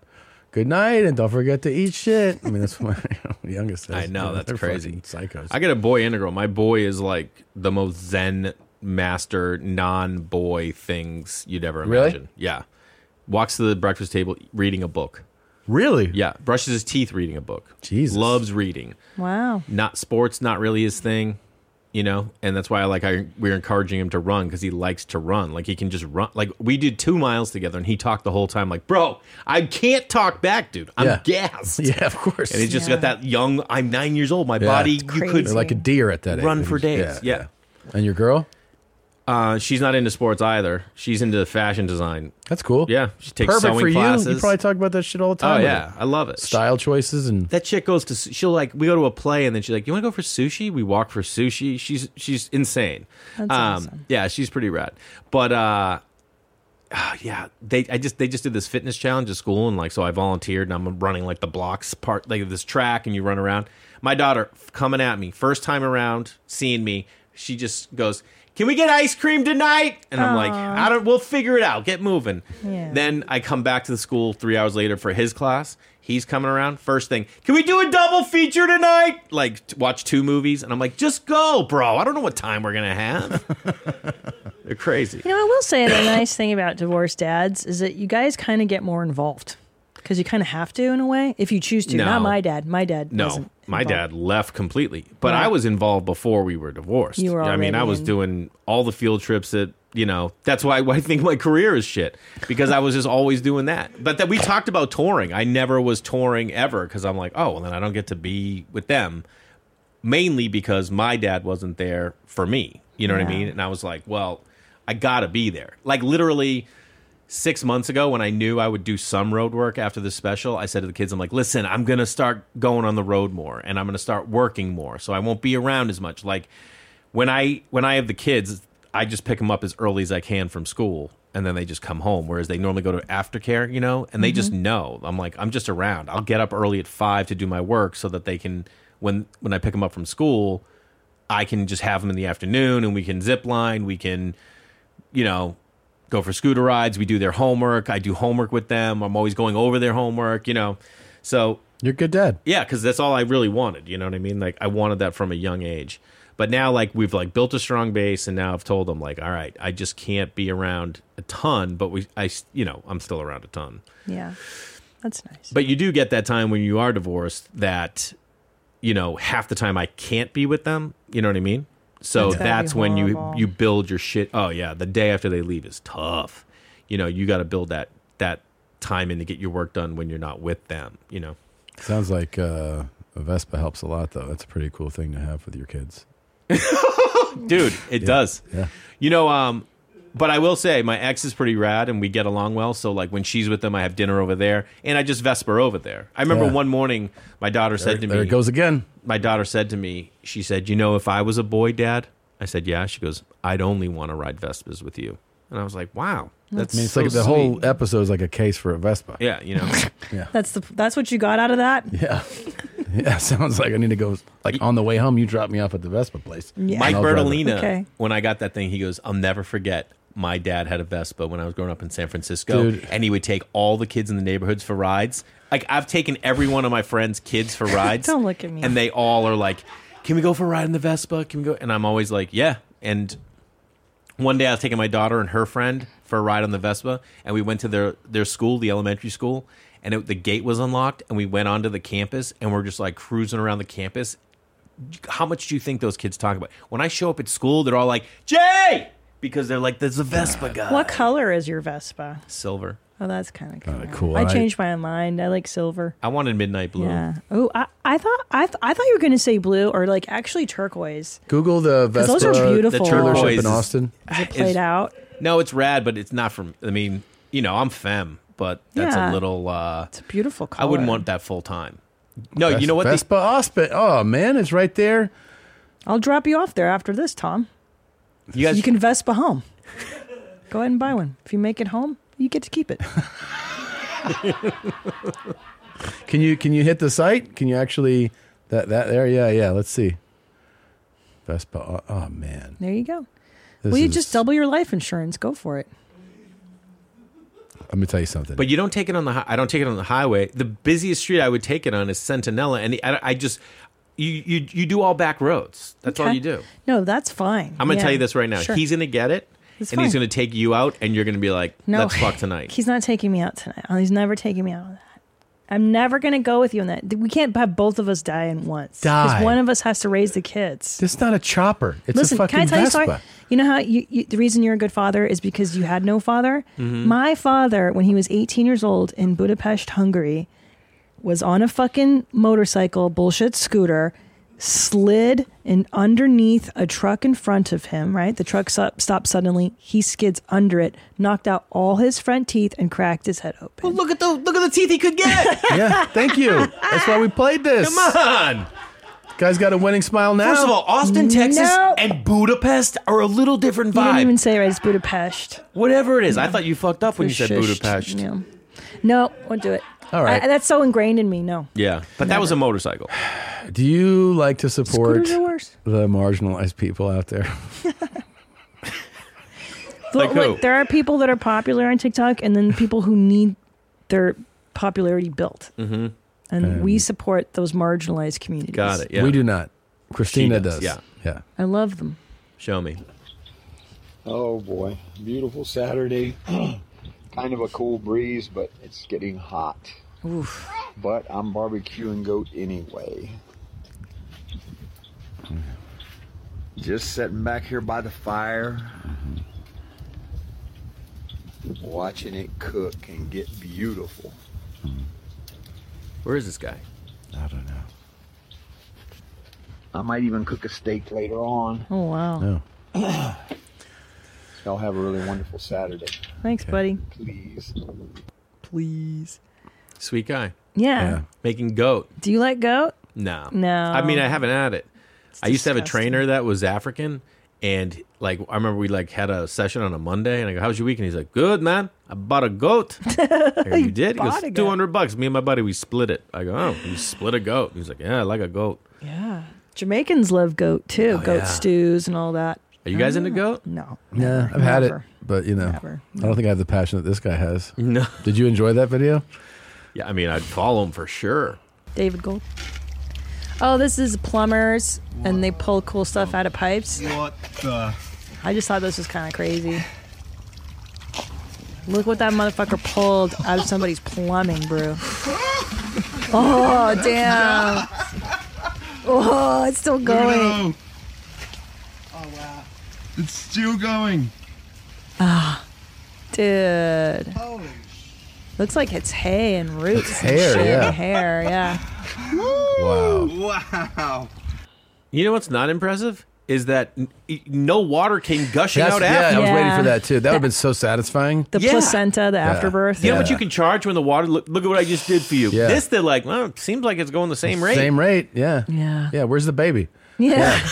A: good night and don't forget to eat shit. I mean, that's what my youngest says.
C: I know
A: Yeah,
C: that's
A: they're
C: crazy.
A: fucking Psychos.
C: I get a boy and a girl. My boy is like the most zen master non boy things you'd ever
A: Really?
C: imagine. Yeah. Walks to the breakfast table reading a book.
A: Really?
C: Yeah. Brushes his teeth reading a book.
A: Jesus.
C: Loves reading.
B: Wow.
C: Not sports, not really his thing, you know? And that's why I like how we're encouraging him to run because he likes to run. Like he can just run. Like we did two miles together and he talked the whole time, like, bro, I can't talk back, dude. I'm
A: Yeah.
C: gassed.
A: Yeah, of course.
C: And he's just got that young, I'm nine years old. My
A: Yeah.
C: body, you
A: They're
C: could
A: like a deer at that age.
C: run
A: They
C: for
A: just-
C: days. Yeah.
A: And your girl?
C: Uh, she's not into sports either. She's into fashion design.
A: That's cool.
C: Yeah, she takes
A: Perfect
C: sewing
A: for
C: classes.
A: you. You probably talk about that shit all the time.
C: oh
A: with
C: yeah, I love it.
A: Style choices and
C: That chick goes to she'll like we go to a play and then she's like, "You want to go for sushi?" We walk for sushi. She's she's insane. Um,
R: That's awesome.
C: Yeah, she's pretty rad. But uh, ah, yeah, they I just they just did this fitness challenge at school and like so I volunteered and I'm running like the blocks part like this track and you run around. My daughter f- coming at me first time around, seeing me, she just goes. Can we get ice cream tonight? And I'm like,
R: Aw.
C: I don't. We'll figure it out. Get moving.
R: Yeah.
C: Then I come back to the school three hours later for his class. He's coming around. First thing, can we do a double feature tonight? Like, t- watch two movies. And I'm like, just go, bro. I don't know what time we're going to have. They're crazy.
B: You know, I will say the nice thing about divorced dads is that you guys kind of get more involved because you kind of have to in a way if you choose to.
C: No.
B: Not my dad. My dad.
C: No,
B: wasn't
C: my
B: involved.
C: dad left completely, but
B: Right.
C: I was involved before we were divorced.
B: You were
C: I mean, I
B: already
C: was
B: in.
C: doing all the field trips that you know. That's why I think my career is shit because I was just always doing that. But that we talked about touring. I never was touring ever because I'm like, oh, well, then I don't get to be with them. Mainly because my dad wasn't there for me. You know what I
R: Yeah.
C: mean? And I was like, well, I gotta be there. Like literally six months ago when I knew I would do some road work after the special, I said to the kids, I'm like, listen, I'm going to start going on the road more and I'm going to start working more. So I won't be around as much. Like when I, when I have the kids, I just pick them up as early as I can from school and then they just come home. Whereas they normally go to aftercare, you know, and they just know I'm like, I'm just around. I'll get up early at five to do my work so that they can, when, when I pick them up from school, I can just have them in the afternoon and we can zip line, we can, you know, go for scooter rides, we do their homework, I do homework with them, I'm always going over their homework, you know. So
A: You're a good dad.
C: yeah, because that's all I really wanted. You know what I mean? Like I wanted that from a young age. But now, like we've like built a strong base, and now I've told them like, all right, I just can't be around a ton, but we, I, s- you know, I'm still around a ton.
B: Yeah, that's nice.
C: But you do get that time when you are divorced that, you know, half the time I can't be with them. You know what I mean? So
R: That's gotta
C: that's,
R: be
C: when you
R: horrible.
C: you build your shit. Oh yeah, the day after they leave is tough. You know, you got to build that that time in to get your work done when you're not with them. You know.
A: Sounds like uh, a Vespa helps a lot, though. That's a pretty cool thing to have with your kids.
C: dude it
A: Yeah,
C: does
A: yeah.
C: you know um but i will say my ex is pretty rad and we get along well so like when she's with them i have dinner over there and i just vesper over there i remember
A: Yeah.
C: one morning my daughter said to
A: There-
C: me
A: there it goes
C: again my daughter said to me she said you know if i was a boy dad i said yeah she goes i'd only want to ride vespas with you and i was like wow that's
A: I mean, it's
C: so
A: like the
C: sweet.
A: whole episode is like a case for a Vespa.
C: yeah you know
A: yeah
B: That's the that's what you got out of that.
A: Yeah. Yeah, sounds like I need to go. Like on the way home, you drop me off at the Vespa place.
B: Yeah.
C: Mike
A: And I'll drive it.
C: Bertolina, when I got that thing, he goes, I'll never forget. My dad had a Vespa when I was growing up in San Francisco,
A: Dude.
C: and he would take all the kids in the neighborhoods for rides. Like I've taken every one of my friends' kids for rides.
R: Don't look at me.
C: And they all are like, "Can we go for a ride in the Vespa? Can we go?" And I'm always like, "Yeah." And one day I was taking my daughter and her friend for a ride on the Vespa, and we went to their their school, the elementary school, and it, the gate was unlocked, and we went onto the campus, and we're just like cruising around the campus. How much do you think those kids talk about? When I show up at school, they're all like Jay because they're like, "There's a Vespa guy."
B: What color is your Vespa?
C: Silver.
B: Oh, that's kind of cool.
C: cool.
B: I
C: I-
B: changed my mind. I like silver.
C: I wanted midnight blue.
B: Yeah. Oh, I, I thought I, th- I thought you were going to say blue or like actually turquoise.
A: Google the
B: 'Cause
A: Vespa
B: those are beautiful.
C: The
A: dealership
C: turquoise
A: in
C: is-
A: Austin.
B: Is it played
C: Is-
B: out?
C: No, it's rad, but it's not from. I mean, you know, I'm femme, but that's
B: Yeah.
C: a little. uh It's a
B: beautiful
C: I wouldn't
B: color.
C: want that full time. No, you
A: Ves-
C: know what? The,
A: Vespa Austin. Oh man, it's right there.
B: I'll drop you off there after this, Tom.
C: you guys,
B: you can Vespa home. Go ahead and buy one. If you make it home, you get to keep it.
A: Can you can you hit the site? Can you actually that that there? Yeah, yeah. Let's see. Vespa. Oh, oh, man,
B: There you go.
A: This
B: well, you
A: is-
B: just double your life insurance. Go for it.
A: let me tell you something.
C: But you don't take it on the. hi- I don't take it on the highway. The busiest street I would take it on is Centinela, and I, I just you you you do all back roads. That's all
B: Okay.
C: you do.
B: No, that's fine.
C: I'm gonna
B: Yeah.
C: tell you this right now.
B: Sure.
C: He's gonna get it,
B: It's
C: and he's
B: fine.
C: gonna take you out, and you're gonna be like,
B: No.
C: "Let's fuck tonight."
B: He's not taking me out tonight. Oh, He's never taking me out on that. I'm never going to go with you on that. We can't have both of us die in once. 'Cause
A: Die.
B: one of us has to raise the kids.
A: It's not a chopper. It's
B: Listen,
A: a fucking
B: can I tell
A: Vespa.
B: you a story? You know how you, you, the reason you're a good father is because you had no father?
A: Mhm.
B: My father, when he was 18 years old in Budapest, Hungary, was on a fucking motorcycle, bullshit scooter, slid in underneath a truck in front of him, right? The truck stop, stopped suddenly. He skids under it, knocked out all his front teeth, and cracked his head open.
R: Well, look at the look at the teeth he could get.
A: yeah, thank you. That's why we played this.
C: Come on.
A: Guy's got a winning smile now.
C: First of all, Austin, Texas,
B: No.
C: and Budapest are a little different
B: You didn't
C: vibe.
B: even say it right. It's Budapest.
C: Whatever it is, I thought you fucked up when you said
B: Budapest.
C: Budapest.
B: Yeah. No, won't do it.
A: All right.
B: I- that's so ingrained in me. No.
C: Yeah, but that was a motorcycle.
A: Do you like to support
B: Scooters are worse.
A: the marginalized people out there?
B: Look,
A: Like who?
B: look, there are people that are popular on TikTok and then people who need their popularity built.
A: Mm-hmm.
B: And
A: Um,
B: we support those marginalized communities.
A: We do not. Christina
C: does,
A: does.
C: yeah.
A: Yeah.
B: I love them.
C: Show me.
S: Oh boy, beautiful Saturday. kind of a cool breeze, but it's getting hot.
B: Oof.
S: But I'm barbecuing goat anyway. Just sitting back here by the fire, watching it cook and get beautiful.
C: Where is this guy?
A: I don't know.
S: I might even cook a steak later on.
B: Oh, wow.
A: No.
S: Y'all have a really wonderful Saturday.
B: Thanks, buddy.
S: Please.
B: Please.
C: Sweet guy.
B: Yeah. Yeah.
C: Making goat.
B: Do you like goat?
C: No.
B: No.
C: I mean, I haven't had it. I used to have a
B: disgusting.
C: trainer that was African, and like I remember we like had a session on a Monday, and I go, "How's your week?" And he's like, "Good, man. I bought a goat." I go, you did? He
B: bought a
C: goes,
B: goat.
C: two hundred bucks. Me and my buddy, we split it. I go, "Oh, you split a goat?" He's like, "Yeah, I like a goat."
B: Yeah. Jamaicans love goat too. goat
C: yeah.
B: stews and all that.
C: Are you guys
B: Ah.
C: into goat?
B: No.
A: Yeah, I've had it, but you know, I don't think I have the passion that this guy has. No. Did you enjoy that video?
C: Yeah, I mean, I'd follow him for sure.
B: David Gold. Oh, this is plumbers and they pull cool
C: Oh.
B: stuff out of pipes.
M: What
T: Uh,
M: the?
B: I just thought this was kind of crazy. Look what that motherfucker pulled out of somebody's plumbing, bro. Oh, damn. Oh, it's still going.
U: No. Oh wow, it's still going.
B: Ah, dude. Looks like it's hay and roots.
C: It's
B: and
C: hair,
B: shit and
C: yeah.
B: Hair, yeah.
C: Wow.
U: Wow.
C: You know what's not impressive is that n- e- no water came gushing
A: That's-
C: out
A: yeah,
C: after.
A: I was waiting for
B: Yeah.
A: that too. That would have been so satisfying.
B: Uh, The placenta, the afterbirth.
C: You know what you can charge when the water? Look, look at what I just did for you.
A: Yeah.
C: This, they're like, well, it seems like it's going the same rate.
A: Same rate, yeah.
B: Yeah.
A: Yeah, where's the baby?
B: Yeah.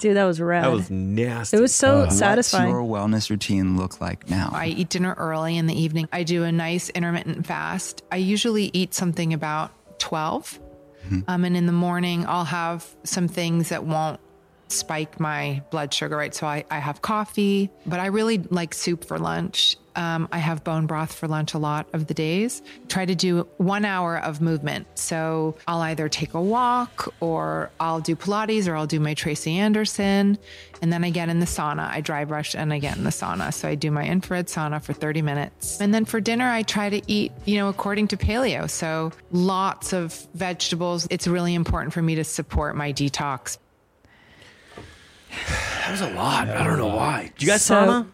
B: Dude, that was rad.
C: That was nasty.
B: it was so
T: uh, What's your
B: satisfying.
T: wellness routine look like now?
V: I eat dinner early in the evening. I do a nice intermittent fast. I usually eat something about 12.
A: Mm-hmm.
V: Um, and in the morning, I'll have some things that won't spike my blood sugar, right? So I, I have coffee, but I really like soup for lunch. Um, I have bone broth for lunch a lot of the days. Try to do one hour of movement. So I'll either take a walk or I'll do Pilates or I'll do my Tracy Anderson. And then I get in the sauna. I dry brush and I get in the sauna. So I do my infrared sauna for 30 minutes. And then for dinner, I try to eat, you know, according to paleo. So lots of vegetables. It's really important for me to support my detox.
C: That was a lot. I don't know why. Do you guys
B: So-
C: sauna?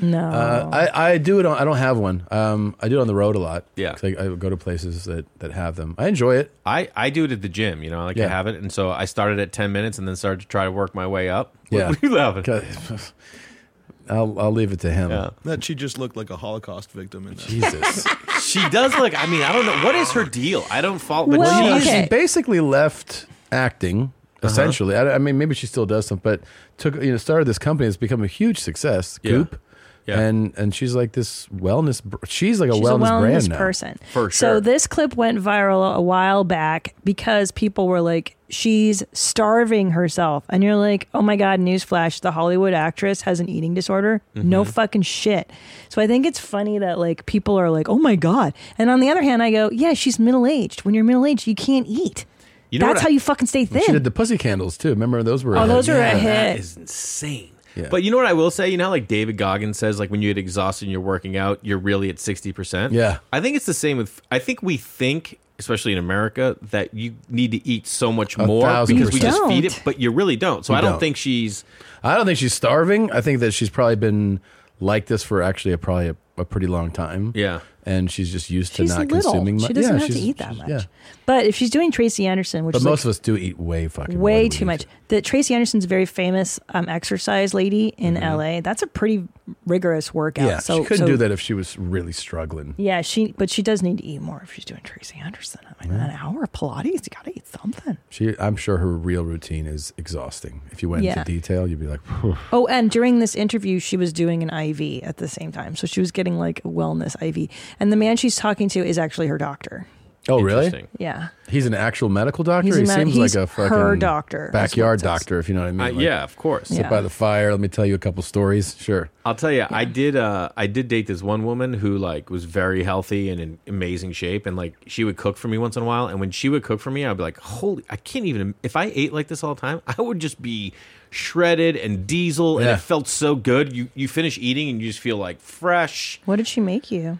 B: No.
A: Uh, I, I do it on, I don't have one. Um, I do it on the road a lot.
C: Yeah.
A: 'Cause I, I go to places that, that have them. I enjoy it.
C: I, I do it at the gym, you know, like I
A: Yeah.
C: have it. And so I started at 10 minutes and then started to try to work my way up. What-
A: Yeah.
C: What are you laughing
A: God, I'll, I'll leave it to him.
J: That she just looked like a Holocaust victim. In that.
A: Jesus.
C: She does look, I mean, I don't know. What is her deal? I don't follow. But
A: Well,
C: she,
A: she, she basically left acting.
C: Uh-huh.
A: Essentially, I, I mean, maybe she still does some, but took you know started this company. It's become a huge success.
C: Yeah.
A: Goop,
C: Yeah.
A: and and she's like this wellness. br- She's like a,
B: She's
A: wellness,
B: a wellness
A: brand now.
B: person. So this clip went viral a while back because people were like, "She's starving herself," and you're like, "Oh my god!" Newsflash: the Hollywood actress has an eating disorder. No
W: Mhm.
A: Mm-hmm.
B: fucking shit. So I think it's funny that like people are like, "Oh my god," and on the other hand, I go, "Yeah, she's middle aged. When you're middle aged, you can't eat.
A: You know
B: That's
A: what
B: how
A: I-
B: you fucking stay
A: And she
B: thin."
A: did the pussy candles too. Remember those were?
B: Oh, those were a
A: Yeah.
B: hit.
C: that is insane. But you know what I will say? You know how like David Goggins says, like when you get exhausted and you're working out, you're really at sixty percent.
A: Yeah.
C: I think it's the same with. I think we think, especially in America, that you need to eat so much
A: A
C: more
A: thousand
C: because we
A: percent.
C: just feed
A: Don't.
C: it, but you really don't. So
A: You
C: I don't,
A: don't.
C: think she's.
A: I don't think she's starving. I think that she's probably been like this for actually a, probably a, a pretty long time.
C: Yeah.
A: and she's just used to
B: She's
A: not
B: little.
A: consuming much.
B: She doesn't
A: yeah,
B: have to
A: she's-
B: eat that
A: she's-
B: much.
A: Yeah.
B: But if she's doing Tracy Anderson, which
A: But
B: is
A: most
B: like
A: of us do eat way fucking.
B: way too much, the Tracy Anderson's a very famous um, exercise lady in LA. That's a pretty rigorous workout.
A: Mm-hmm. Yeah,
B: so
A: she couldn't
B: so-
A: do that if she was really struggling.
B: Yeah, she but she does need to eat more if she's doing Tracy Anderson. I mean,
A: Yeah.
B: an hour of Pilates, you gotta eat something.
A: She, I'm sure her real routine is exhausting. If you went
B: Yeah.
A: into detail, you'd be like, "Phew."
B: Oh, and during this interview, she was doing an IV at the same time, so she was getting like a wellness IV. And the man she's talking to is actually her doctor.
A: "Oh, really?
B: Yeah.
A: He's an actual medical doctor.
B: He's a
A: he
B: med-
A: seems
B: he's
A: like a fucking
B: her doctor, is what
A: backyard
B: it says.
A: doctor. If you know what I mean?
C: Uh, yeah, of course.
A: Sit
C: Yeah.
A: by the fire. Let me tell you a couple stories. Sure.
C: I'll tell you, I did. Uh, I did date this one woman who like was very healthy and in amazing shape, and like she would cook for me once in a while. And when she would cook for me, I'd be like, "Holy, I can't even." If I ate like this all the time, I would just be shredded and diesel, and
B: Yeah.
C: it felt so good. You you finish eating and you just feel like fresh.
B: What did she make you?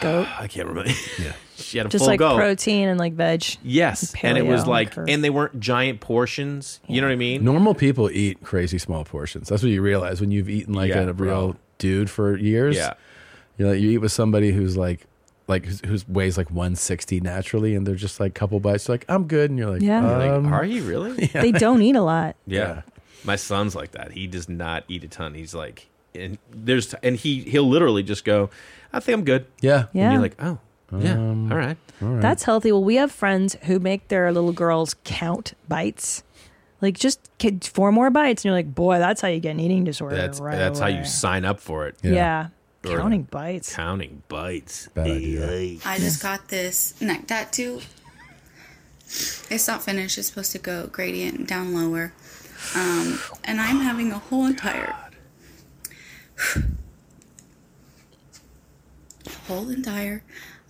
B: Goat.
C: I can't remember. Yeah, she had a
B: Just
C: full
B: like
C: go.
B: protein and like veg.
C: Yes, and it
B: paleo
C: was
B: and
C: like,
B: curd.
C: and they weren't giant portions. You know what I mean?
A: Normal people eat crazy small portions. That's what you realize when you've eaten like
C: Yeah,
A: a
C: bro.
A: real dude for years.
C: Yeah.
A: You know, you eat with somebody who's like, like who's, who's weighs like 160 naturally, and they're just like couple bites. Like I'm good, and you're like,
B: Yeah. You're like,
A: "Um,
C: Are you really?
B: They don't eat a lot.
C: Yeah. My son's like that. He does not eat a ton. He's like, and there's, and he, he'll literally just go, I think I'm good.
A: Yeah.
B: Yeah.
C: And you're like, oh, yeah. all right.
B: That's healthy. Well, we have friends who make their little girls count bites. Like just kid, four more bites, and you're like, boy, that's how you get an eating disorder.
C: That's,
B: right
C: that's how
B: away.
C: you sign up for it.
B: Yeah.
C: Or
B: Counting bites.
C: Counting bites.
A: Bad
C: idea.
D: I just got this neck tattoo. It's not finished. It's supposed to go gradient down lower. Um, and I'm having a whole entire whole entire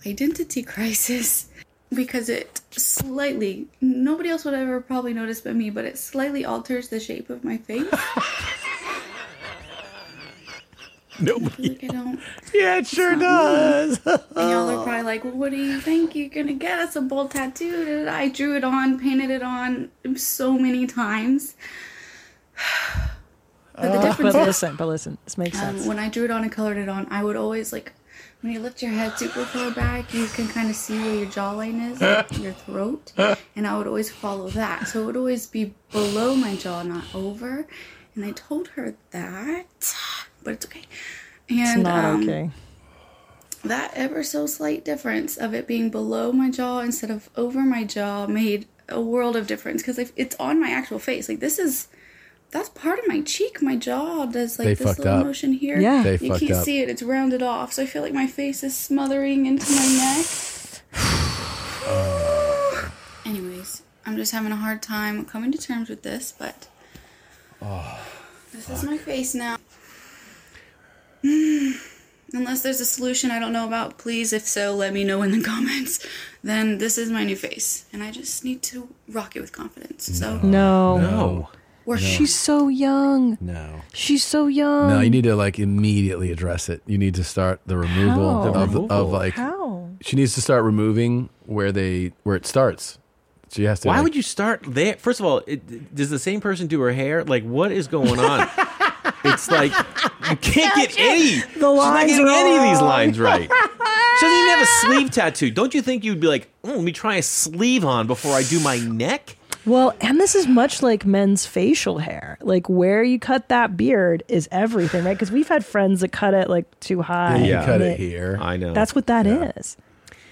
D: identity crisis because it slightly nobody else would ever probably notice but me, but it slightly alters the shape of my face.
C: Nobody.
D: Like I don't
C: Yeah, it sure
D: does.
C: and
D: y'all are probably like, well, what do you think you're gonna get? It's a bold tattoo. Da, da, da. I drew it on, painted it on so many times. But
C: Oh.
D: the difference
B: but
D: is-
B: listen, but listen, this makes sense.
D: um, when I drew it on and colored it on, I would always like when you lift your head super far back, you can kind of see where your jawline is, your throat, and I would always follow that. So it would always be below my jaw, not over. And I told her that, but it's okay. And
B: it's not
D: um,
B: okay.
D: that ever so slight difference of it being below my jaw instead of over my jaw made a world of difference because it's on my actual face. Like this is that's part of my cheek. My jaw does like
A: They
D: this
A: fucked
D: little
A: up.
D: motion here.
A: Yeah. They
D: you
A: fucked
D: can't
A: up.
D: see it. It's rounded off, so I feel like my face is smothering into my neck. Anyways, I'm just having a hard time coming to terms with this, but this is my face now. Mm. Unless there's a solution I don't know about, please, if so, let me know in the comments. Then this is my new face, and I just need to rock it with confidence. So
B: No.
A: No.
D: We're-
B: She's so young.
A: No.
B: She's so young.
A: No, you need to like immediately address it. You need to start the removal,
B: How? The
A: of, of
B: removal.
A: like.
B: How?
A: She needs to start removing where they where it starts. She has to.
C: Why
A: like-
C: would you start there? First of all, it, does the same person do her hair? Like, what is going on? it's like you can't get any. She's not
B: lines
C: getting
B: are all
C: any of these
B: wrong.
C: lines right. She doesn't even have a sleeve tattoo. Don't you think you'd be like, "Mm, let me try a sleeve on before I do my neck?
B: Well, and this is much like men's facial hair. Like where you cut that beard is everything, right? Because we've had friends that cut it like too high.
A: you
B: and
A: cut it here.
C: I know.
B: That's what that is.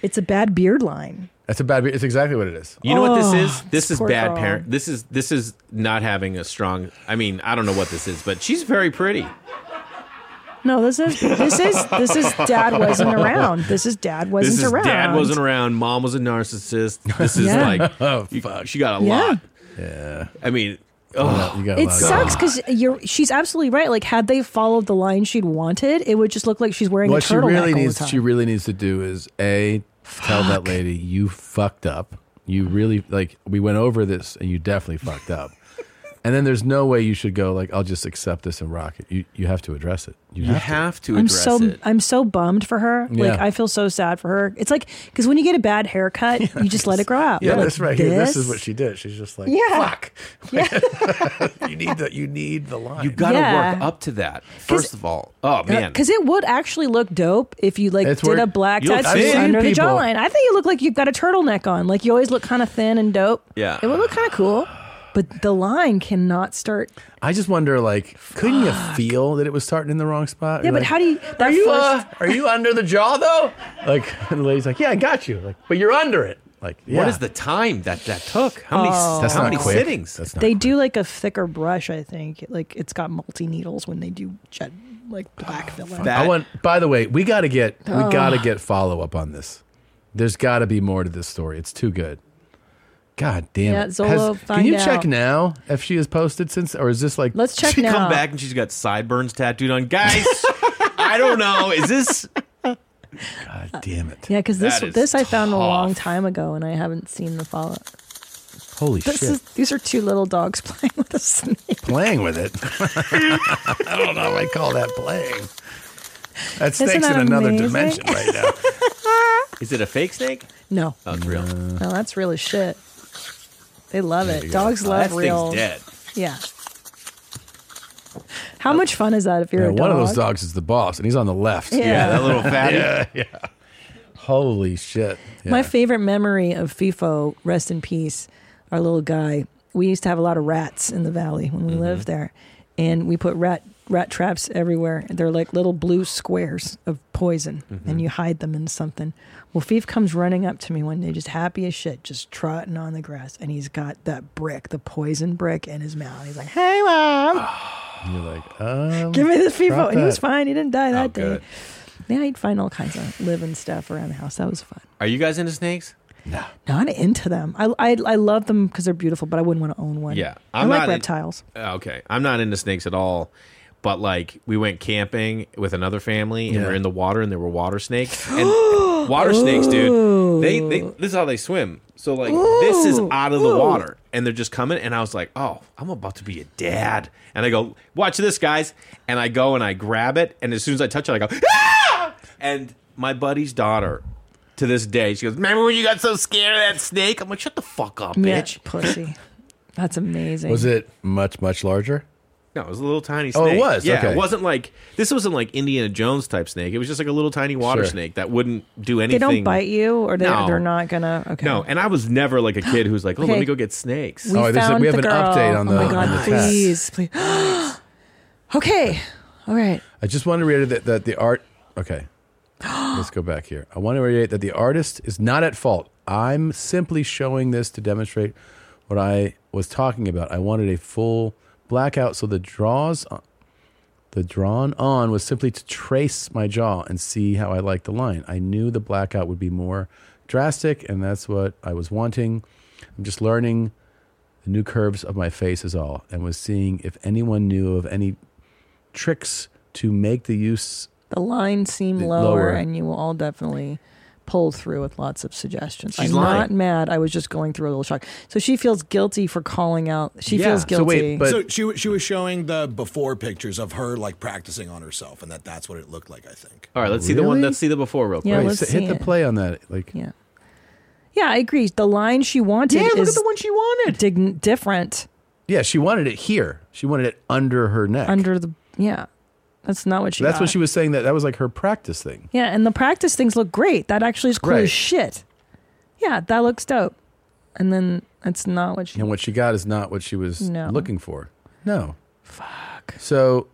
B: It's a bad beard line.
A: That's a bad. It's exactly what it is.
C: You know what this
B: Oh,
C: is? This
B: this
C: is
B: poor
C: bad
B: girl.
C: parent. This is this is not having a strong. I mean, I don't know what this is, but she's very pretty.
B: No, this is this is this is dad wasn't around. This is dad wasn't
C: this is
B: around.
C: dad wasn't around. Mom was a narcissist. This is
B: Yeah.
C: like, oh fuck, she got a
B: Yeah.
C: lot. Yeah. I mean, oh, you got
B: It sucks because you're. She's absolutely right. Like, had they followed the line she'd wanted, it would just look like she's wearing
A: what
B: a
A: she
B: turtleneck
A: really
B: all the
A: needs
B: time.
A: she really needs to do is a tell that lady you fucked up you really like we went over this and you definitely fucked up And then there's no way you should go like I'll just accept this and rock it. You you have to address it.
C: You have to
B: I'm so I'm so bummed for her. Like
A: Yeah.
B: I feel so sad for her. It's like because when you get a bad haircut, you just let it grow out.
A: Yeah,
B: You're like,
A: that's right. Here, This? is what she did. She's just like,
B: Yeah.
A: fuck. you need the you need the line.
C: You got to
B: Yeah. Uh,
C: work up to that first of all. Oh man,
B: Because it would actually look dope if you like
C: It's
B: did
C: where-
B: a black
C: you look
B: tattoo
C: thin,
B: under the
C: people.
B: jawline. I think you look like you've got a turtleneck on. Like you always look kind of thin and dope.
A: Yeah.
B: it would look kind of cool, but the line cannot start.
A: I just wonder, like, couldn't you feel that it was starting in the wrong spot?
B: Yeah,
A: You're
B: but
A: like,
B: how do you? That
A: you,
B: first,
A: uh, are you under the jaw though? Like, and the lady's like, yeah, I got you. Like, but you're under it. Like, yeah.
C: what is the time that that took? How many
B: Oh.
A: That's
C: how
A: not
C: many
A: quick.
C: sittings?
A: That's
B: they do like a thicker brush. I think like it's got multi needles when they do jet like black filling.
A: I want. By the way, we got to get we
B: Ugh.
A: got to get follow up on this. There's got to be more to this story. It's too good. God damn
B: Yeah,
A: it!
B: Zolo,
A: can
B: find
A: you check
B: out.
A: now if she has posted since, or is this like?
B: Let's check
C: she
B: now.
C: come back and she's got sideburns tattooed on. Guys, I don't know. Is this?
A: God damn it!
B: Yeah, because this
C: That is
B: this I found a long time ago, and I haven't seen the follow up.
A: Holy
B: This
A: shit!
B: is these are two little dogs playing with a snake.
A: playing with it. I don't know. if I call that playing. That
B: Isn't
A: snake's
B: that
A: in another
B: amazing?
A: dimension right now.
C: Is it a fake snake?
B: No,
C: Oh, it's real.
B: no, that's really shit. They love
C: There
B: it.
C: you go.
B: Dogs
C: Oh,
B: love
C: that thing's
B: real.
C: dead.
B: Yeah. How much fun is that if you're
A: Yeah,
B: a dog?
A: one of those dogs is the boss, and he's on the left.
B: Yeah. Yeah, that little fatty.
A: yeah, yeah. Holy shit! Yeah.
B: My favorite memory of FIFO, rest in peace, our little guy. We used to have a lot of rats in the valley when we
A: Mm-hmm.
B: lived there, and we put rat rat traps everywhere. They're like little blue squares of poison,
A: Mm-hmm.
B: and you hide them in something. Well, Fief comes running up to me one day, just happy as shit, just trotting on the grass, and he's got that brick, the poison brick, in his mouth. He's like, "Hey, mom."
A: And you're like, um,
B: Give me the FIFO.
A: Ah, drop
B: And he was
A: that. Oh,
B: fine. He didn't die that day.
C: good.
B: Yeah, he'd find all kinds of living stuff around the house. That was fun.
C: Are you guys into snakes? No.
B: Not into them. I, I, I love them because they're beautiful, but I wouldn't want to own one.
C: Yeah,
B: i
C: I'm
B: like
C: not in- Uh,
B: reptiles.
C: Okay, I'm not into snakes at all. But like we went camping with another family and
A: Yeah.
C: we're in the water and there were water snakes and water snakes, dude. They, they this is how they swim. So like this is
A: Ooh.
C: out of the
A: Ooh.
C: water and they're just coming and I was like, oh, I'm about to be a dad and I go watch this guys and I go and I grab it and as soon as I touch it I go ah! and my buddy's daughter to this day she goes remember when you got so scared of that snake I'm like shut the fuck up
B: Yeah,
C: bitch
B: pussy. That's amazing.
A: Was it much much larger?
C: No, it was a little tiny snake.
A: Oh, it was?
C: Yeah,
A: Okay.
C: it wasn't like this wasn't like Indiana Jones type snake. It was just like a little tiny water
A: Sure.
C: snake that wouldn't do
B: They
C: anything.
B: don't bite you, or they're,
C: No.
B: they're not gonna. Okay.
C: No, and I was never like a kid who was like, "Oh, let
B: Okay.
C: me go get snakes."
A: Oh,
B: We found the girl. Oh my god! please, please. okay. All right.
A: I just want to reiterate that, that the art. Okay, let's go back here. I want to reiterate that the artist is not at fault. I'm simply showing this to demonstrate what I was talking about. I wanted a full blackout, so the draws, uh, the drawn on was simply to trace my jaw and see how I liked the line. I knew the blackout would be more drastic, and that's what I was wanting. I'm just learning the new curves of my face is all, and was seeing if anyone knew of any tricks to make the use.
B: The lines seem
A: The
B: lower,
A: lower.
B: and you will all definitely pull through with lots of suggestions.
A: She's
B: I'm
A: lying.
B: not mad. I was just going through a little shock. So she feels guilty for calling out. She feels guilty.
J: so she wa- she was showing the before pictures of her like practicing on herself, and that that's what it looked like. I think.
C: All right, let's see the one.
J: Really?
C: Let's see the before real quick.
B: Yeah, let's
A: hit
B: see
A: the
B: it.
A: play on that. Like,
B: yeah, Yeah, I agree. The line she wanted
A: Yeah, look at
B: is
A: the one
B: she wanted. different
A: yeah, she wanted it here. She wanted it under her neck.
B: under the yeah. That's not what she.
A: That's what
B: got.
A: she was saying. That that was like her practice thing.
B: Yeah, and the practice things look great. That actually is cool
A: Right.
B: as shit. Yeah, that looks dope. And then that's not what she.
A: And what she got is not what she was
B: No.
A: looking for. No. Fuck. So,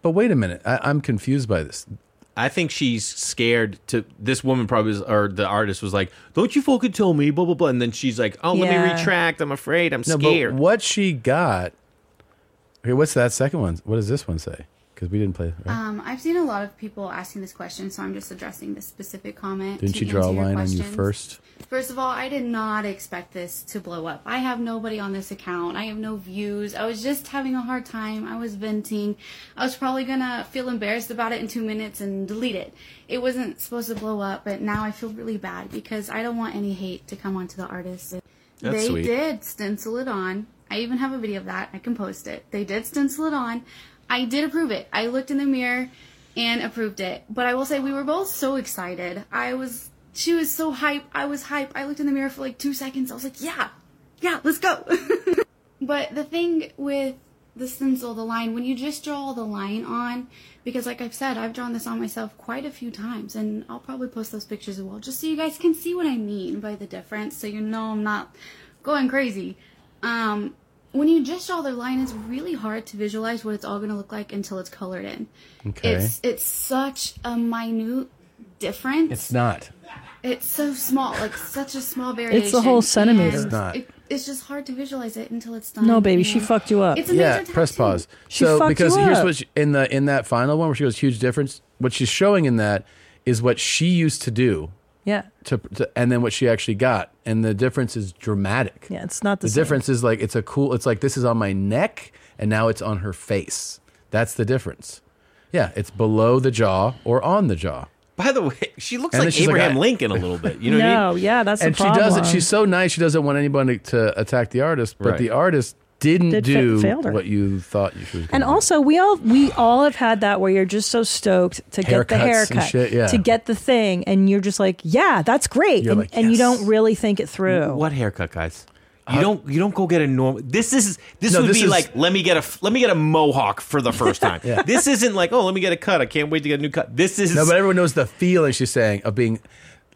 A: but wait a minute. I, I'm confused by this.
C: I think she's scared to. This woman probably was, or the artist was like, "Don't you fucking tell me," blah blah blah, and then she's like, "Oh, let
A: Yeah.
C: me retract. I'm afraid. I'm
A: no,
C: scared."
A: but what she got. Okay, what's that second one? What does this one say? Because we didn't play. Right?
D: Um, I've seen a lot of people asking this question, so I'm just addressing this specific comment.
A: didn't
D: to
A: she draw a
D: answer your
A: line on you
D: questions.
A: first?
D: First of all, I did not expect this to blow up. I have nobody on this account. I have no views. I was just having a hard time. I was venting. I was probably gonna feel embarrassed about it in two minutes and delete it. It wasn't supposed to blow up, but now I feel really bad because I don't want any hate to come onto the artist.
C: That's
D: they
C: sweet.
D: did stencil it on. I even have a video of that. I can post it. They did stencil it on. I did approve it. I looked in the mirror and approved it. But I will say we were both so excited. I was she was so hype. I was hype. I looked in the mirror for like 2 seconds. I was like, "Yeah. Yeah, let's go." but the thing with the stencil, the line, when you just draw the line on, because like I've said, I've drawn this on myself quite a few times, and I'll probably post those pictures as well, just so you guys can see what I mean by the difference, so you know I'm not going crazy. Um, when you just draw the line, it's really hard to visualize what it's all going to look like until it's colored in.
A: Okay.
D: It's it's such a minute difference.
A: It's not.
D: It's so small, like such a small variation.
B: It's a whole centimeter.
D: and
A: It's not.
D: it- it's just hard to visualize it until it's done.
B: No, baby,
D: you
B: she
D: know?
B: fucked you up.
D: It's a
A: yeah,
D: major tattoo.
A: press pause.
B: She
A: so
B: fucked
A: because
B: you
A: here's
B: up.
A: what she, in the in that final one where she goes huge difference. What she's showing in that is what she used to do
B: Yeah.
A: to, to and then what she actually got, and the difference is dramatic.
B: Yeah, it's not the,
A: the
B: same.
A: difference is like it's a cool. It's like this is on my neck, and now it's on her face. That's the difference. Yeah, it's below the jaw or on the jaw.
C: By the way, she looks
A: And then
C: like
A: she's like,
C: Abraham
A: I-
C: Lincoln a little bit. You know what I
B: no,
C: mean?
B: yeah, that's
A: and
B: the problem.
A: she doesn't. She's so nice. She doesn't want anybody to attack the artist, but
C: Right.
A: the artist didn't
B: Did fa-
A: do
B: failed her.
A: what you thought you should.
B: And also, we all we all have had that where you're just so stoked to get the
A: Haircuts and
B: haircut,
A: shit, yeah.
B: to get the thing, and you're just like, yeah, that's great,
C: You're
B: and,
C: like,
B: and you don't really think it through.
C: What haircut, guys? You don't you don't go get a normal. This is this
A: No,
C: would
A: this
C: be
A: is-
C: like let me get a f- let me get a mohawk for the first time.
A: Yeah.
C: This isn't like oh let me get a cut. I can't wait to get a new cut. This is
A: No, but everyone knows the feeling she's saying of being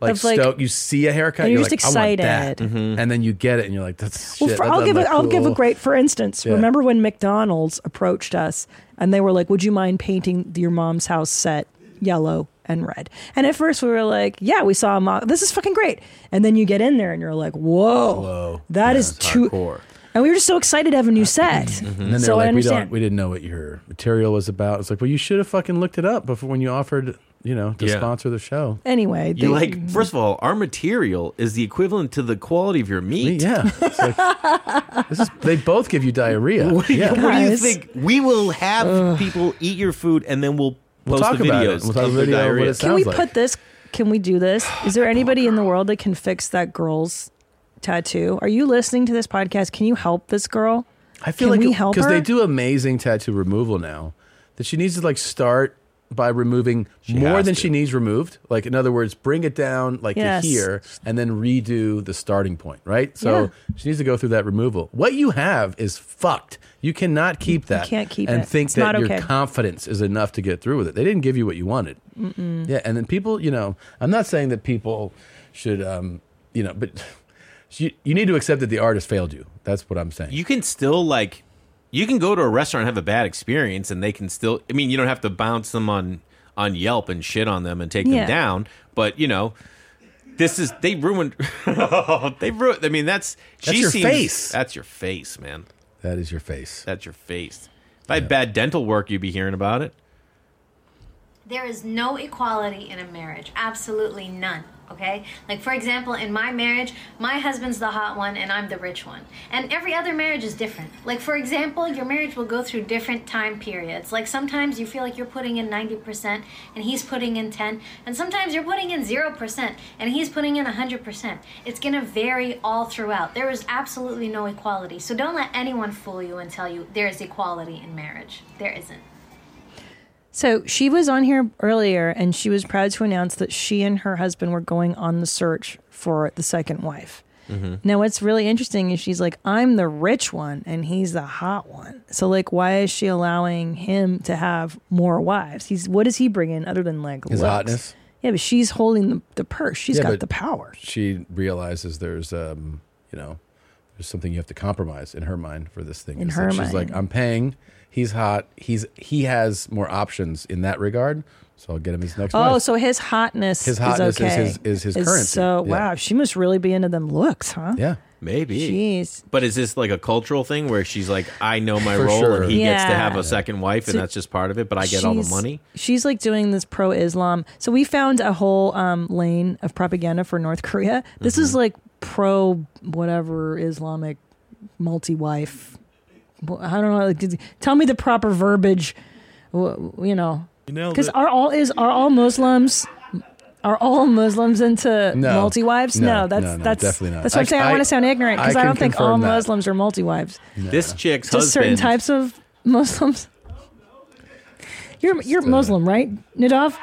A: like
B: Of, like-
A: stoked. You see a haircut,
B: And you're
A: you're,
B: just
A: like, I want that.
B: excited.
C: Mm-hmm.
A: and then you get it, and you're like, that's shit.
B: Well, for,
A: that
B: I'll
A: doesn't
B: give a,
A: look
B: I'll give a
A: cool.
B: great for instance.
A: Yeah.
B: Remember when McDonald's approached us and they were like, "Would you mind painting your mom's house set yellow and red?" And at first we were like, "Yeah, we saw a mom. This is fucking great." And then you get in there and you're like, "Whoa, oh, that is too." And we were just so excited to have a new set.
A: Uh, mm-hmm.
C: Mm-hmm.
A: And then they're
B: so I
A: like, we
B: understand.
A: don't, we didn't know what your material was about. It's like, well, you should have fucking looked it up before when you offered, you know, to
C: Yeah.
A: sponsor the show.
B: anyway, they-
C: you like first of all our material is the equivalent to the quality of your meat.
A: Yeah, It's like- this is, they both give you diarrhea.
C: What do you,
A: Yeah.
C: what do you
B: Guys.
C: think? We will have people eat your food and then we'll post
A: We'll talk
C: the
A: about it.
C: videos.
A: We'll talk
C: of
A: about
C: the
A: video, what
C: diarrhea.
A: it
B: can
A: sounds
B: we
A: like-
B: put this? Can we do this? Is there anybody in the world that can fix that girl's tattoo? Are you listening to this podcast? Can you help this girl?
A: I feel
B: can
A: like
B: we help
A: because
B: her?
A: they do amazing tattoo removal now. That she needs to like start by removing more
C: has
A: than
C: to.
A: she needs removed. Like in other words, bring it down like
B: Yes.
A: to here and then redo the starting point, right? So
B: Yeah.
A: she needs to go through that removal. What you have is fucked. You cannot keep that.
B: can't keep
A: and
B: it.
A: think
B: It's
A: that
B: not
A: your
B: okay.
A: confidence is enough to get through with it. They didn't give you what you wanted.
B: Mm-hmm.
A: Yeah, and then people, you know, I'm not saying that people should um, you know, but you, you need to accept that the artist failed you. That's what I'm saying.
C: you can still like you can go to a restaurant and have a bad experience and they can still i mean you don't have to bounce them on on yelp and shit on them and take
B: Yeah.
C: them down but you know this is they ruined they ruined i mean that's,
A: That's
C: she
A: your
C: seems,
A: face.
C: that's your face man
A: That is your face.
C: that's your face if i had bad dental work you'd be hearing about it
E: There is no equality in a marriage. Absolutely none. Okay? Like, for example, in my marriage, my husband's the hot one and I'm the rich one. And every other marriage is different. Like, for example, your marriage will go through different time periods. Like, sometimes you feel like you're putting in 90% and he's putting in 10. And sometimes you're putting in 0% and he's putting in 100%. It's gonna vary all throughout. There is absolutely no equality. So don't let anyone fool you and tell you there is equality in marriage. There isn't.
B: So she was on here earlier and she was proud to announce that she and her husband were going on the search for the second wife.
I: Mm-hmm.
B: Now, what's really interesting is she's like, I'm the rich one and he's the hot one. So, like, why is she allowing him to have more wives? He's what does he bring in other than like
A: His
B: looks?
A: hotness?
B: Yeah, but she's holding the, the purse. She's
A: Yeah,
B: got
A: but
B: the power.
A: She realizes there's, um, you know, there's something you have to compromise in her mind for this thing.
B: In
A: It's
B: her
A: like, she's like,
B: mind.
A: I'm paying. He's hot. He's he has more options in that regard. So I'll get him his next.
B: Oh,
A: wife.
B: so his hotness,
A: His hotness
B: is, okay.
A: is his- is his currency.
B: So,
A: Yeah.
B: wow, she must really be into them looks, huh?
A: yeah
C: maybe
B: Jeez.
C: but is this like a cultural thing where she's like i know my
A: For
C: role
A: sure.
C: and he gets to
B: Yeah.
C: have a second wife and
B: So
C: that's just part of it but i get all the
B: she's-
C: money
B: She's like doing this pro Islam. So we found a whole um, lane of propaganda for North Korea. This is
C: Mm-hmm.
B: like pro whatever Islamic multi wife. I don't know. Like, did- tell me the proper verbiage. w- You know,
C: nailed
B: because
C: it.
B: are all is are all Muslims Are all Muslims into
A: No.
B: multi wives?
A: No,
B: No, that's
A: no, no,
B: that's
A: definitely not.
B: That's what I'm
A: I-
B: saying. I,
A: I-
B: want to sound ignorant because
A: I
B: I,
A: can
B: don't think
A: confirm
B: all
A: that.
B: Muslims are multi wives.
C: This chick's
B: Just certain
C: husband.
B: types of Muslims. You're you're Muslim, right, Nadav?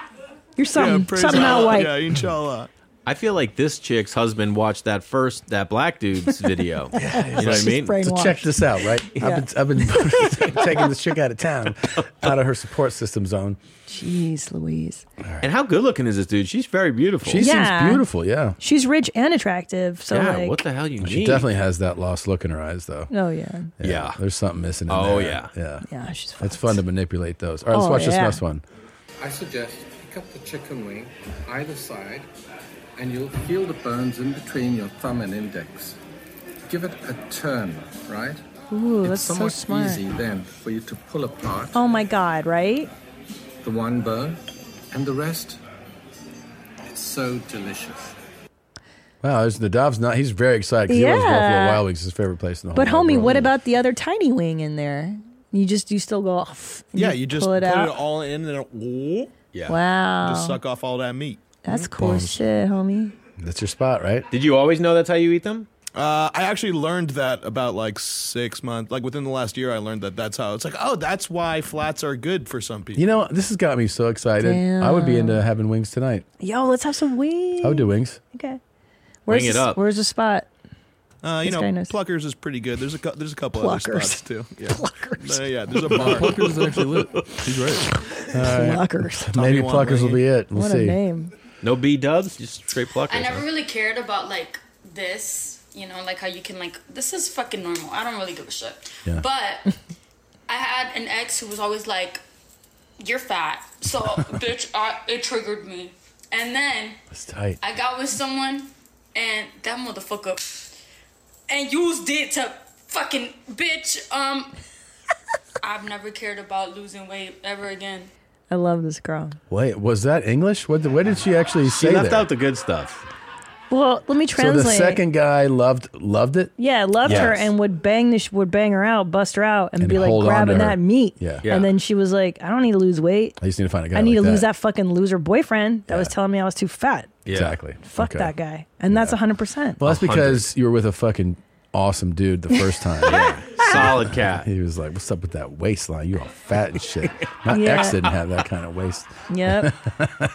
B: You're something
U: praise
B: something not
U: Allah.
B: white.
U: Yeah, inshallah.
C: I feel like this chick's husband watched that first that black dude's video. you know what I
A: She's
C: mean?
A: So check this out, right?
B: Yeah.
A: I've been, I've been taking this chick out of town, out of her support system zone.
B: Jeez, Louise.
C: And how good looking is this dude? She's very beautiful.
A: She seems beautiful, yeah.
B: She's rich and attractive. So
C: yeah,
B: like,
C: what the hell you
A: She
C: need?
A: definitely has that lost look in her eyes, though.
B: Oh yeah.
A: Yeah. There's something missing in
C: Oh,
A: there.
C: yeah.
A: Yeah.
B: Yeah, she's
A: It's fun to manipulate those. All right, let's
B: Oh,
A: watch this
B: yeah.
A: next one.
I: I suggest you pick up the chicken wing either side and you'll feel the bones in between your thumb and index. Give it a turn, right?
B: Ooh,
I: it's
B: that's so
I: somewhat
B: smart.
I: easy then for you to pull apart
B: Oh my god, right?
I: the one bone and the rest. It's so delicious.
A: Wow, there's Nadav's not. He's very excited because he loves Buffalo
B: Yeah.
A: Wild Wings. His favorite place in the whole
B: But homie,
A: world.
B: what about the other tiny wing in there? You just you still go off.
U: Yeah, you just
B: pull it
U: put
B: out.
U: it all in and it, yeah.
B: Wow.
U: Just suck off all that meat.
B: That's cool as
U: Bones.
B: shit, homie.
A: That's your spot, right?
C: Mm-hmm. Did you always know that's how you eat them?
U: Uh, I actually learned that about like six months, like within the last year, I learned that that's how it's like, oh, that's why flats are good for some people.
A: You know, this has got me so excited. I would be into having wings tonight.
B: Yo, let's have some wings.
A: I would do wings.
B: Okay.
A: Wing it
B: the,
A: up.
B: Where's the spot?
U: Uh, you
B: This
U: know,
B: guy knows.
U: Pluckers is pretty good. There's a cou- there's a couple other
B: Pluckers.
U: spots too. Yeah. Pluckers. yeah, there's a
H: Uh,
U: bar.
H: Pluckers is actually lit. He's right.
A: All right.
B: Pluckers.
A: Maybe
U: Tommy
A: Pluckers will
U: Wamrangi.
A: be it. We'll
U: What a
A: see.
B: name.
C: No B dubs, just straight pluckers.
K: I never
C: huh?
K: really cared about like this, you know, like how you can like this is fucking normal. I don't really give a shit.
C: Yeah.
K: But I had an ex who was always like, "You're fat," so bitch, I, it triggered me. And then
A: It's tight.
K: I got with someone, and that motherfucker, and used it to fucking bitch. Um, I've never cared about losing weight ever again.
B: I love this girl.
A: Wait, was that English? What? The, what did she actually say?
C: left
A: there?
C: out the good stuff.
B: Well, let me translate.
A: So the second guy loved loved it.
B: yeah, loved her
A: Yes.
B: and would bang the sh- would bang her out, bust her out, and,
A: And
B: be like
A: hold on to
B: grabbing
A: her.
B: that meat.
A: Yeah. Yeah.
B: And then she was like, "I don't need to lose weight.
A: I just need to find a guy.
B: I need to
A: like
B: lose that fucking loser boyfriend that was telling me I was too fat.
A: Exactly.
B: Fuck
A: Okay.
B: that guy." And that's hundred percent.
A: Well, that's because you were with a fucking awesome dude the first time.
C: Solid cat.
A: He was like, "What's up with that waistline? You all fat and shit." My
B: Yeah.
A: ex didn't have that kind of waist.
B: Yep.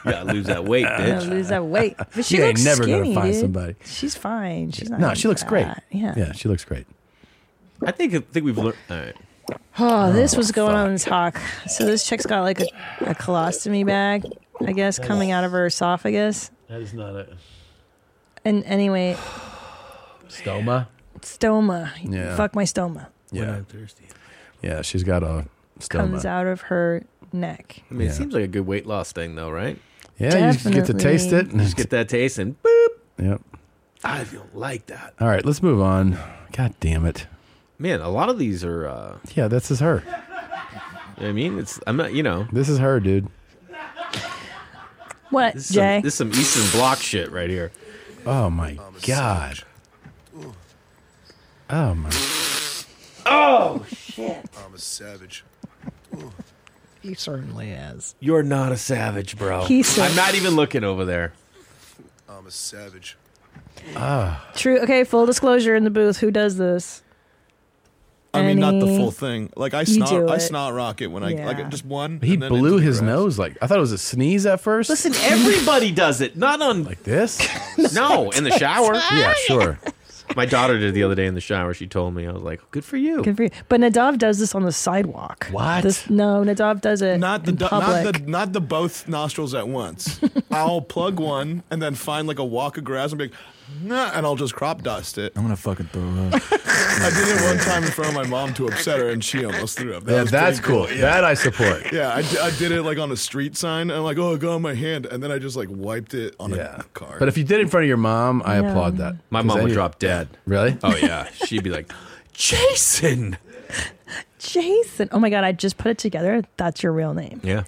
C: Gotta lose that weight,
B: I'm gonna
C: bitch.
B: lose that weight. But she
A: You ain't
B: looks
A: never gonna
B: skinny,
A: find
B: dude.
A: somebody.
B: She's fine. She's not.
A: no, she looks
B: fat.
A: great.
B: Yeah.
A: yeah, she looks great.
C: I think I think we've learned. All right.
B: Oh, this was going on in this hawk. So this chick's got like a, a colostomy bag, I guess, coming out of her esophagus.
C: That is not a
B: And anyway,
A: stoma.
B: stoma.
A: Yeah.
B: Fuck my stoma.
A: Yeah, Yeah, she's got a stoma.
B: Comes out of her neck.
U: Mm.
C: I mean,
A: Yeah.
C: it seems like a good weight loss thing, though, right?
A: Yeah, you just get to taste it.
C: You just get that taste and boop.
A: Yep.
C: I don't like that.
A: All right, let's move on. God damn it.
C: Man, a lot of these are. uh
A: Yeah, this is her.
C: I mean, it's. I'm not. You know,
A: This is her, dude.
B: What,
C: this is,
B: Jay?
C: Some, this is some Eastern Bloc shit right here.
A: Oh my god. Oh my.
C: Oh shit.
U: I'm a savage.
B: He certainly is.
C: You're not a savage, bro.
B: He said-
C: I'm not even looking over there.
U: I'm a savage.
A: Ah.
B: True. Okay, full disclosure in the booth. Who does this?
U: I mean, not the
B: Any-
U: full thing. Like I
B: You do
U: snort, I
B: it.
U: snort rocket when I
B: Yeah.
U: like just one.
A: He
U: and then
A: blew
U: into the
A: his
U: grass.
A: nose like I thought it was a sneeze at first.
B: Listen,
C: Everybody does it. Not on
A: like this.
C: no, in the shower.
A: Yeah, sure.
C: My daughter did the other day in the shower. She told me. I was like, good for you.
B: Good for you. But Nadav does this on the sidewalk.
C: What?
B: This, no, Nadav does it not the in
U: Du-
B: public.
U: Not the not the both nostrils at once. I'll plug one and then find like a walk of grass and be like, nah, and I'll just crop dust it.
H: I'm gonna fucking throw up.
U: I did it one time in front of my mom to upset her, and she almost threw up. That
A: Yeah,
U: was
A: that's
U: pretty
A: cool. That I support.
U: Yeah, I, d- I did it like on a street sign. And I'm like, oh, it got on my hand, and then I just like wiped it on a car.
A: But if you did it in front of your mom, I
U: Yeah.
A: applaud that.
C: My mom
A: 'Cause
C: would
A: any-
C: drop dead.
A: Really?
C: Oh yeah, she'd be like, Jason.
B: Jason. Oh my God, I just put it together. That's your real name.
C: Yeah.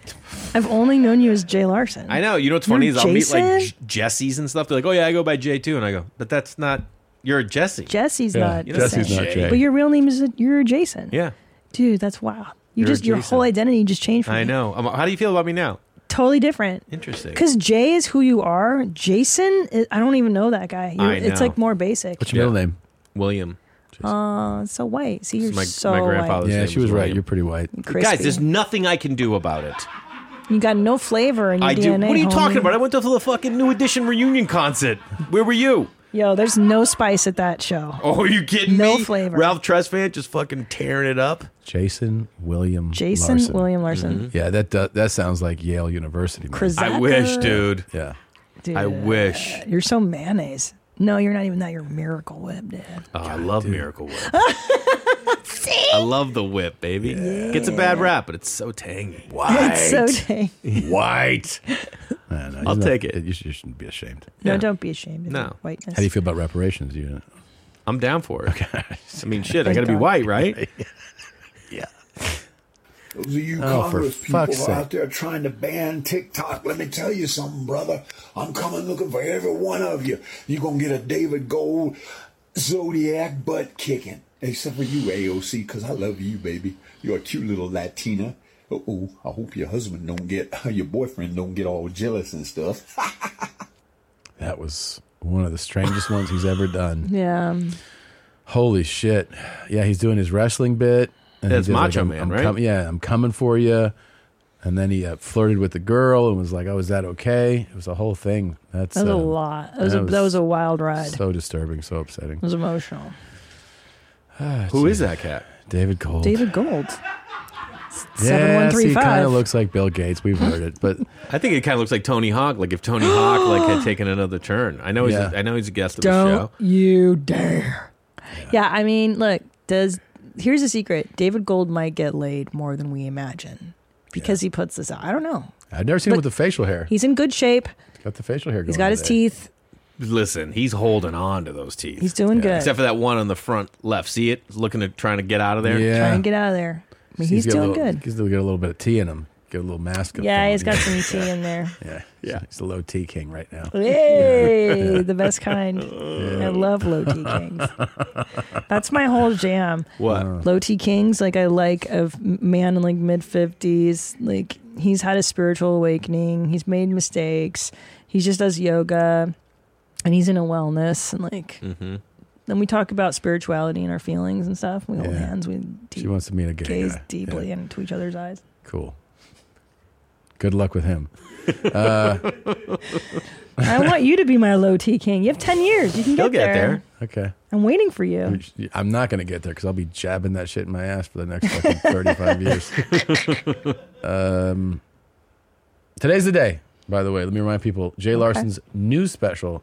B: I've only known you as Jay Larson.
C: I know. You know what's funny
B: You're
C: is I'll meet like
B: Jason?
C: J- Jessies and stuff. They're like, oh yeah, I go by J too, and I go, but that's not. You're a Jesse.
B: Jesse's
C: Yeah,
B: not. the
C: Jesse's
B: same.
C: not Jay.
B: But your real name is you're Jason.
C: Yeah.
B: Dude, that's wow. You
C: You're
B: just your
C: Jason.
B: whole identity just changed. From
C: I know. I'm, how Um, do you feel about me now?
B: totally different.
C: Interesting.
B: Because Jay is who you are. Jason, is, I don't even know that guy.
C: I
B: You're- It's
C: know.
B: like more basic.
A: name?
C: William.
B: Uh, so white. See, you're
C: It's my,
B: so
C: my grandfather's
A: Yeah,
C: name
A: she was right.
C: William.
A: You're pretty white.
B: Crispy.
C: Guys, there's nothing I can do about it.
B: white. You got no flavor in your
C: I do.
B: DNA.
C: What are you talking
B: homie.
C: about? I went to the fucking New Edition reunion concert. Where were you?
B: Yo, there's no spice at that show.
C: Oh, are you kidding
B: No
C: me?
B: flavor.
C: Ralph Tresvant just fucking tearing it up. Mm-hmm.
A: Jason William
B: Jason
A: Larson.
B: William Larson. Mhm.
A: Yeah, that do- that sounds like Yale University. man.
B: Krizaka. I wish, dude.
A: Yeah.
B: Dude.
A: I
C: wish.
B: You're so mayonnaise. No, you're not even that. You're Miracle Whip, Dad.
C: Oh, I love Miracle Whip. I love the whip, baby. Gets a bad rap, but it's so tangy. White.
B: It's so dang.
C: White. I'll take it.
A: You, sh- you shouldn't be ashamed.
B: No,
C: Yeah.
B: don't be ashamed of
C: No.
B: your whiteness.
A: How do you feel about reparations? You
C: I'm down for it. I mean, shit, I
A: Thank
C: got to be
A: God.
C: white, right?
A: yeah.
L: Those of you
A: Oh, for
L: Congress
A: fuck's
L: people
A: sake.
L: out there trying to ban TikTok, let me tell you something, brother. I'm coming looking for every one of you. You're going to get a David Gold Zodiac butt kicking. Except for you, AOC, because I love you, baby. You're a cute little Latina. Uh-oh, I hope your husband don't get, your boyfriend don't get all jealous and stuff.
A: That was one of the strangest ones he's ever done.
B: Yeah.
A: Holy shit! Yeah, he's doing his wrestling bit. he
C: That's
A: did,
C: Macho
A: I'm-
C: Man,
A: I'm
C: right?
A: com- yeah, I'm coming for you. And then he uh, flirted with the girl and was like, "Oh, is that okay?" It was a whole thing. That's
B: That was a
A: uh,
B: lot. That was, a, that was a wild ride.
A: So disturbing, so upsetting.
B: it was emotional.
C: Who is that cat?
A: Ah, David Cole.
B: David Gold.
A: Yes, he kind
B: 7135.
A: of looks like Bill Gates. We've heard it, but
C: I think it kind of looks like Tony Hawk. Like if Tony Hawk like had taken another turn. I know he's
A: Yeah.
C: a, I know he's a guest of the
B: Don't
C: show.
B: you dare. Yeah, I mean, look, does here's a secret. David Gold might get laid more than we imagine because he puts this out. I don't know.
A: I've never seen him
B: But
A: with the facial hair.
B: He's in good shape.
A: got the facial hair.
B: He's
A: going
B: got his
A: today.
B: teeth.
C: Listen, he's holding on to those teeth.
B: He's doing good.
C: Except for that one on the front left. See it? He's looking at trying to get out of there.
A: Yeah.
B: Trying to get out of there. I mean, he's,
A: got a
B: doing
A: little,
B: good.
A: He's got a little bit of tea in him. Get a little mask. up
B: Yeah,
A: going.
B: he's got some tea in there.
A: Yeah, yeah. He's the low tea king right now.
B: Hey, the best kind. I love low T kings. That's my whole jam.
A: Uh.
C: What?
B: Low T kings, like I like a man in like mid fifties. Like he's had a spiritual awakening. He's made mistakes. He just does yoga, and he's in a wellness. And like
A: Mm-hmm.
B: then we talk about spirituality and our feelings and stuff. We hold
A: Yeah.
B: hands. We deep,
A: She wants to meet a gay
B: gaze
A: guy.
B: deeply
A: Yeah.
B: into each other's eyes.
A: Cool. Good luck with him. Uh,
B: I want you to be my low T king. You have ten years. You can get, there.
A: Okay.
B: I'm waiting for you.
A: I'm not going to get there because I'll be jabbing that shit in my ass for the next fucking 35 years. Um, today's the day, by the way. Let me remind people Jay Larson's new special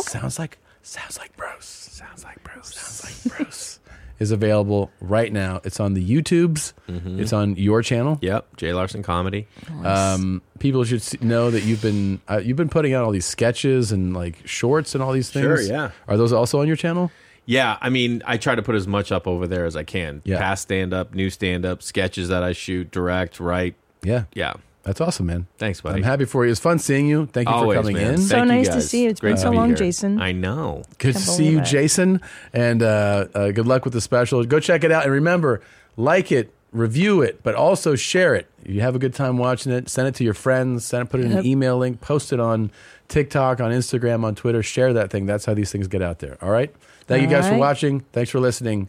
A: sounds like sounds like Bruce. Sounds like Bruce. Sounds like Bruce. is available right now. It's on the YouTubes. It's on your channel.
C: Mm-hmm. Yep, Jay Larson comedy.
A: Um, people should s- know that you've been uh, you've been putting out all these sketches and like shorts and all these things.
C: Sure, yeah.
A: Are those also on your channel?
C: Yeah, I mean, I try to put as much up over there as I can. Past stand up, new stand up, sketches that I shoot, direct, write.
A: Yeah.
C: Yeah.
A: That's awesome, man.
C: Thanks, buddy.
A: I'm happy for you. It's fun seeing you. Thank you
C: Always,
A: for coming
C: man.
A: in.
C: Thank
B: So
C: you
B: nice to
C: guys.
B: see you. It's
C: Great
B: been
C: to
B: so
C: be
B: long,
C: here.
B: Jason.
C: I know.
A: Good to
B: Can't
A: see
B: believe
A: you,
B: it.
A: Jason. And uh, uh, good luck with the special. Go check it out. And remember, like it, review it, but also share it. If you have a good time watching it, send it to your friends, send it, put it in
B: Yep.
A: an email link, post it on TikTok, on Instagram, on Twitter. Share that thing. That's how these things get out there. All right. Thank you
B: All
A: guys for
B: right.
A: watching. Thanks for listening.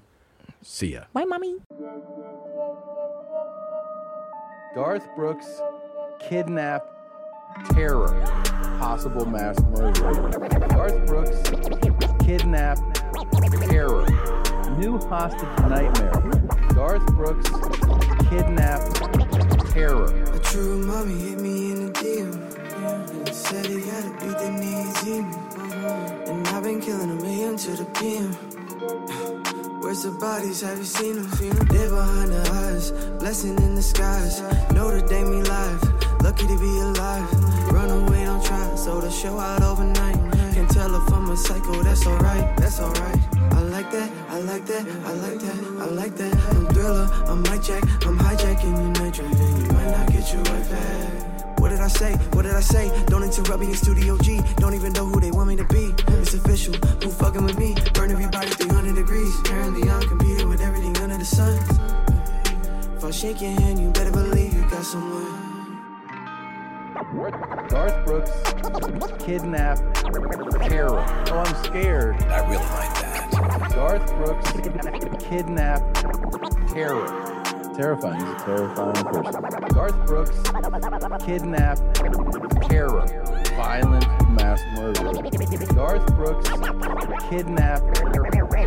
A: See ya.
B: Bye, mommy.
A: Garth Brooks, kidnap, terror, possible mass murder. Garth Brooks, kidnap, terror, new hostage nightmare. Garth Brooks, kidnap, terror.
G: A true mommy hit me in the DM. Said he had to beat the knees in. And I've been killing him AM to the PM. Where's the bodies? Have you seen them? Seen 'em? They're behind the eyes. Blessing in disguise. Notre Dame live. Lucky to be alive. Run away, don't try. So the show out overnight. Can tell if I'm a psycho, that's alright. That's alright. I like that, I like that, I like that, I like that. I'm thriller, I'm hijack, I'm hijacking your night driving. You might not get your wife back. What did I say? What did I say? Don't interrupt me in Studio G. Don't even know who they want me to be. It's official. Who fucking with me? Burn everybody 300 degrees. Apparently I'm competing with everything under the sun. If I shake your hand, you better believe you got someone.
N: Garth Brooks, kidnap Carol. Oh, I'm scared. I really like that. Garth Brooks, kidnap Carol.
A: Terrifying. He's a terrifying person.
N: Garth Brooks, kidnap Carol. Violent mass murder. Garth Brooks, kidnap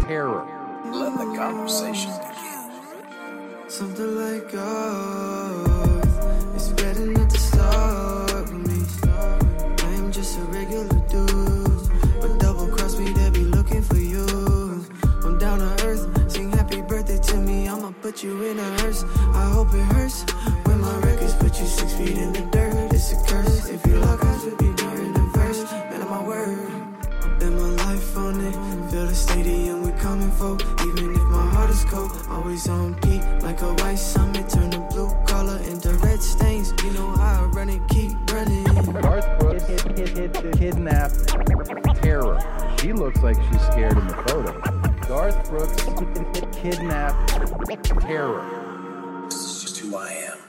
N: Carol.
G: Let the conversation begin. Something like uh, ours is better not to start with me. I am just a regular dude, but double cross me, they be looking for you. I'm down to earth, sing happy birthday to me. I'ma put you in a hearse. I hope it hurts when my records put you six feet in the dirt. It's a curse if you lock eyes with me during the verse. Man, of my word. Been my life on it. Fill the stadium, we coming for. Even if my heart is cold, always on peak. Like a white summit, turn the blue collar into red stains. You know how I run it, keep running.
N: Garth Brooks, kid, kid, kid, kidnap Tara. She looks like she's scared in the photo. Garth Brooks, kidnap Tara.
G: This is just who I am.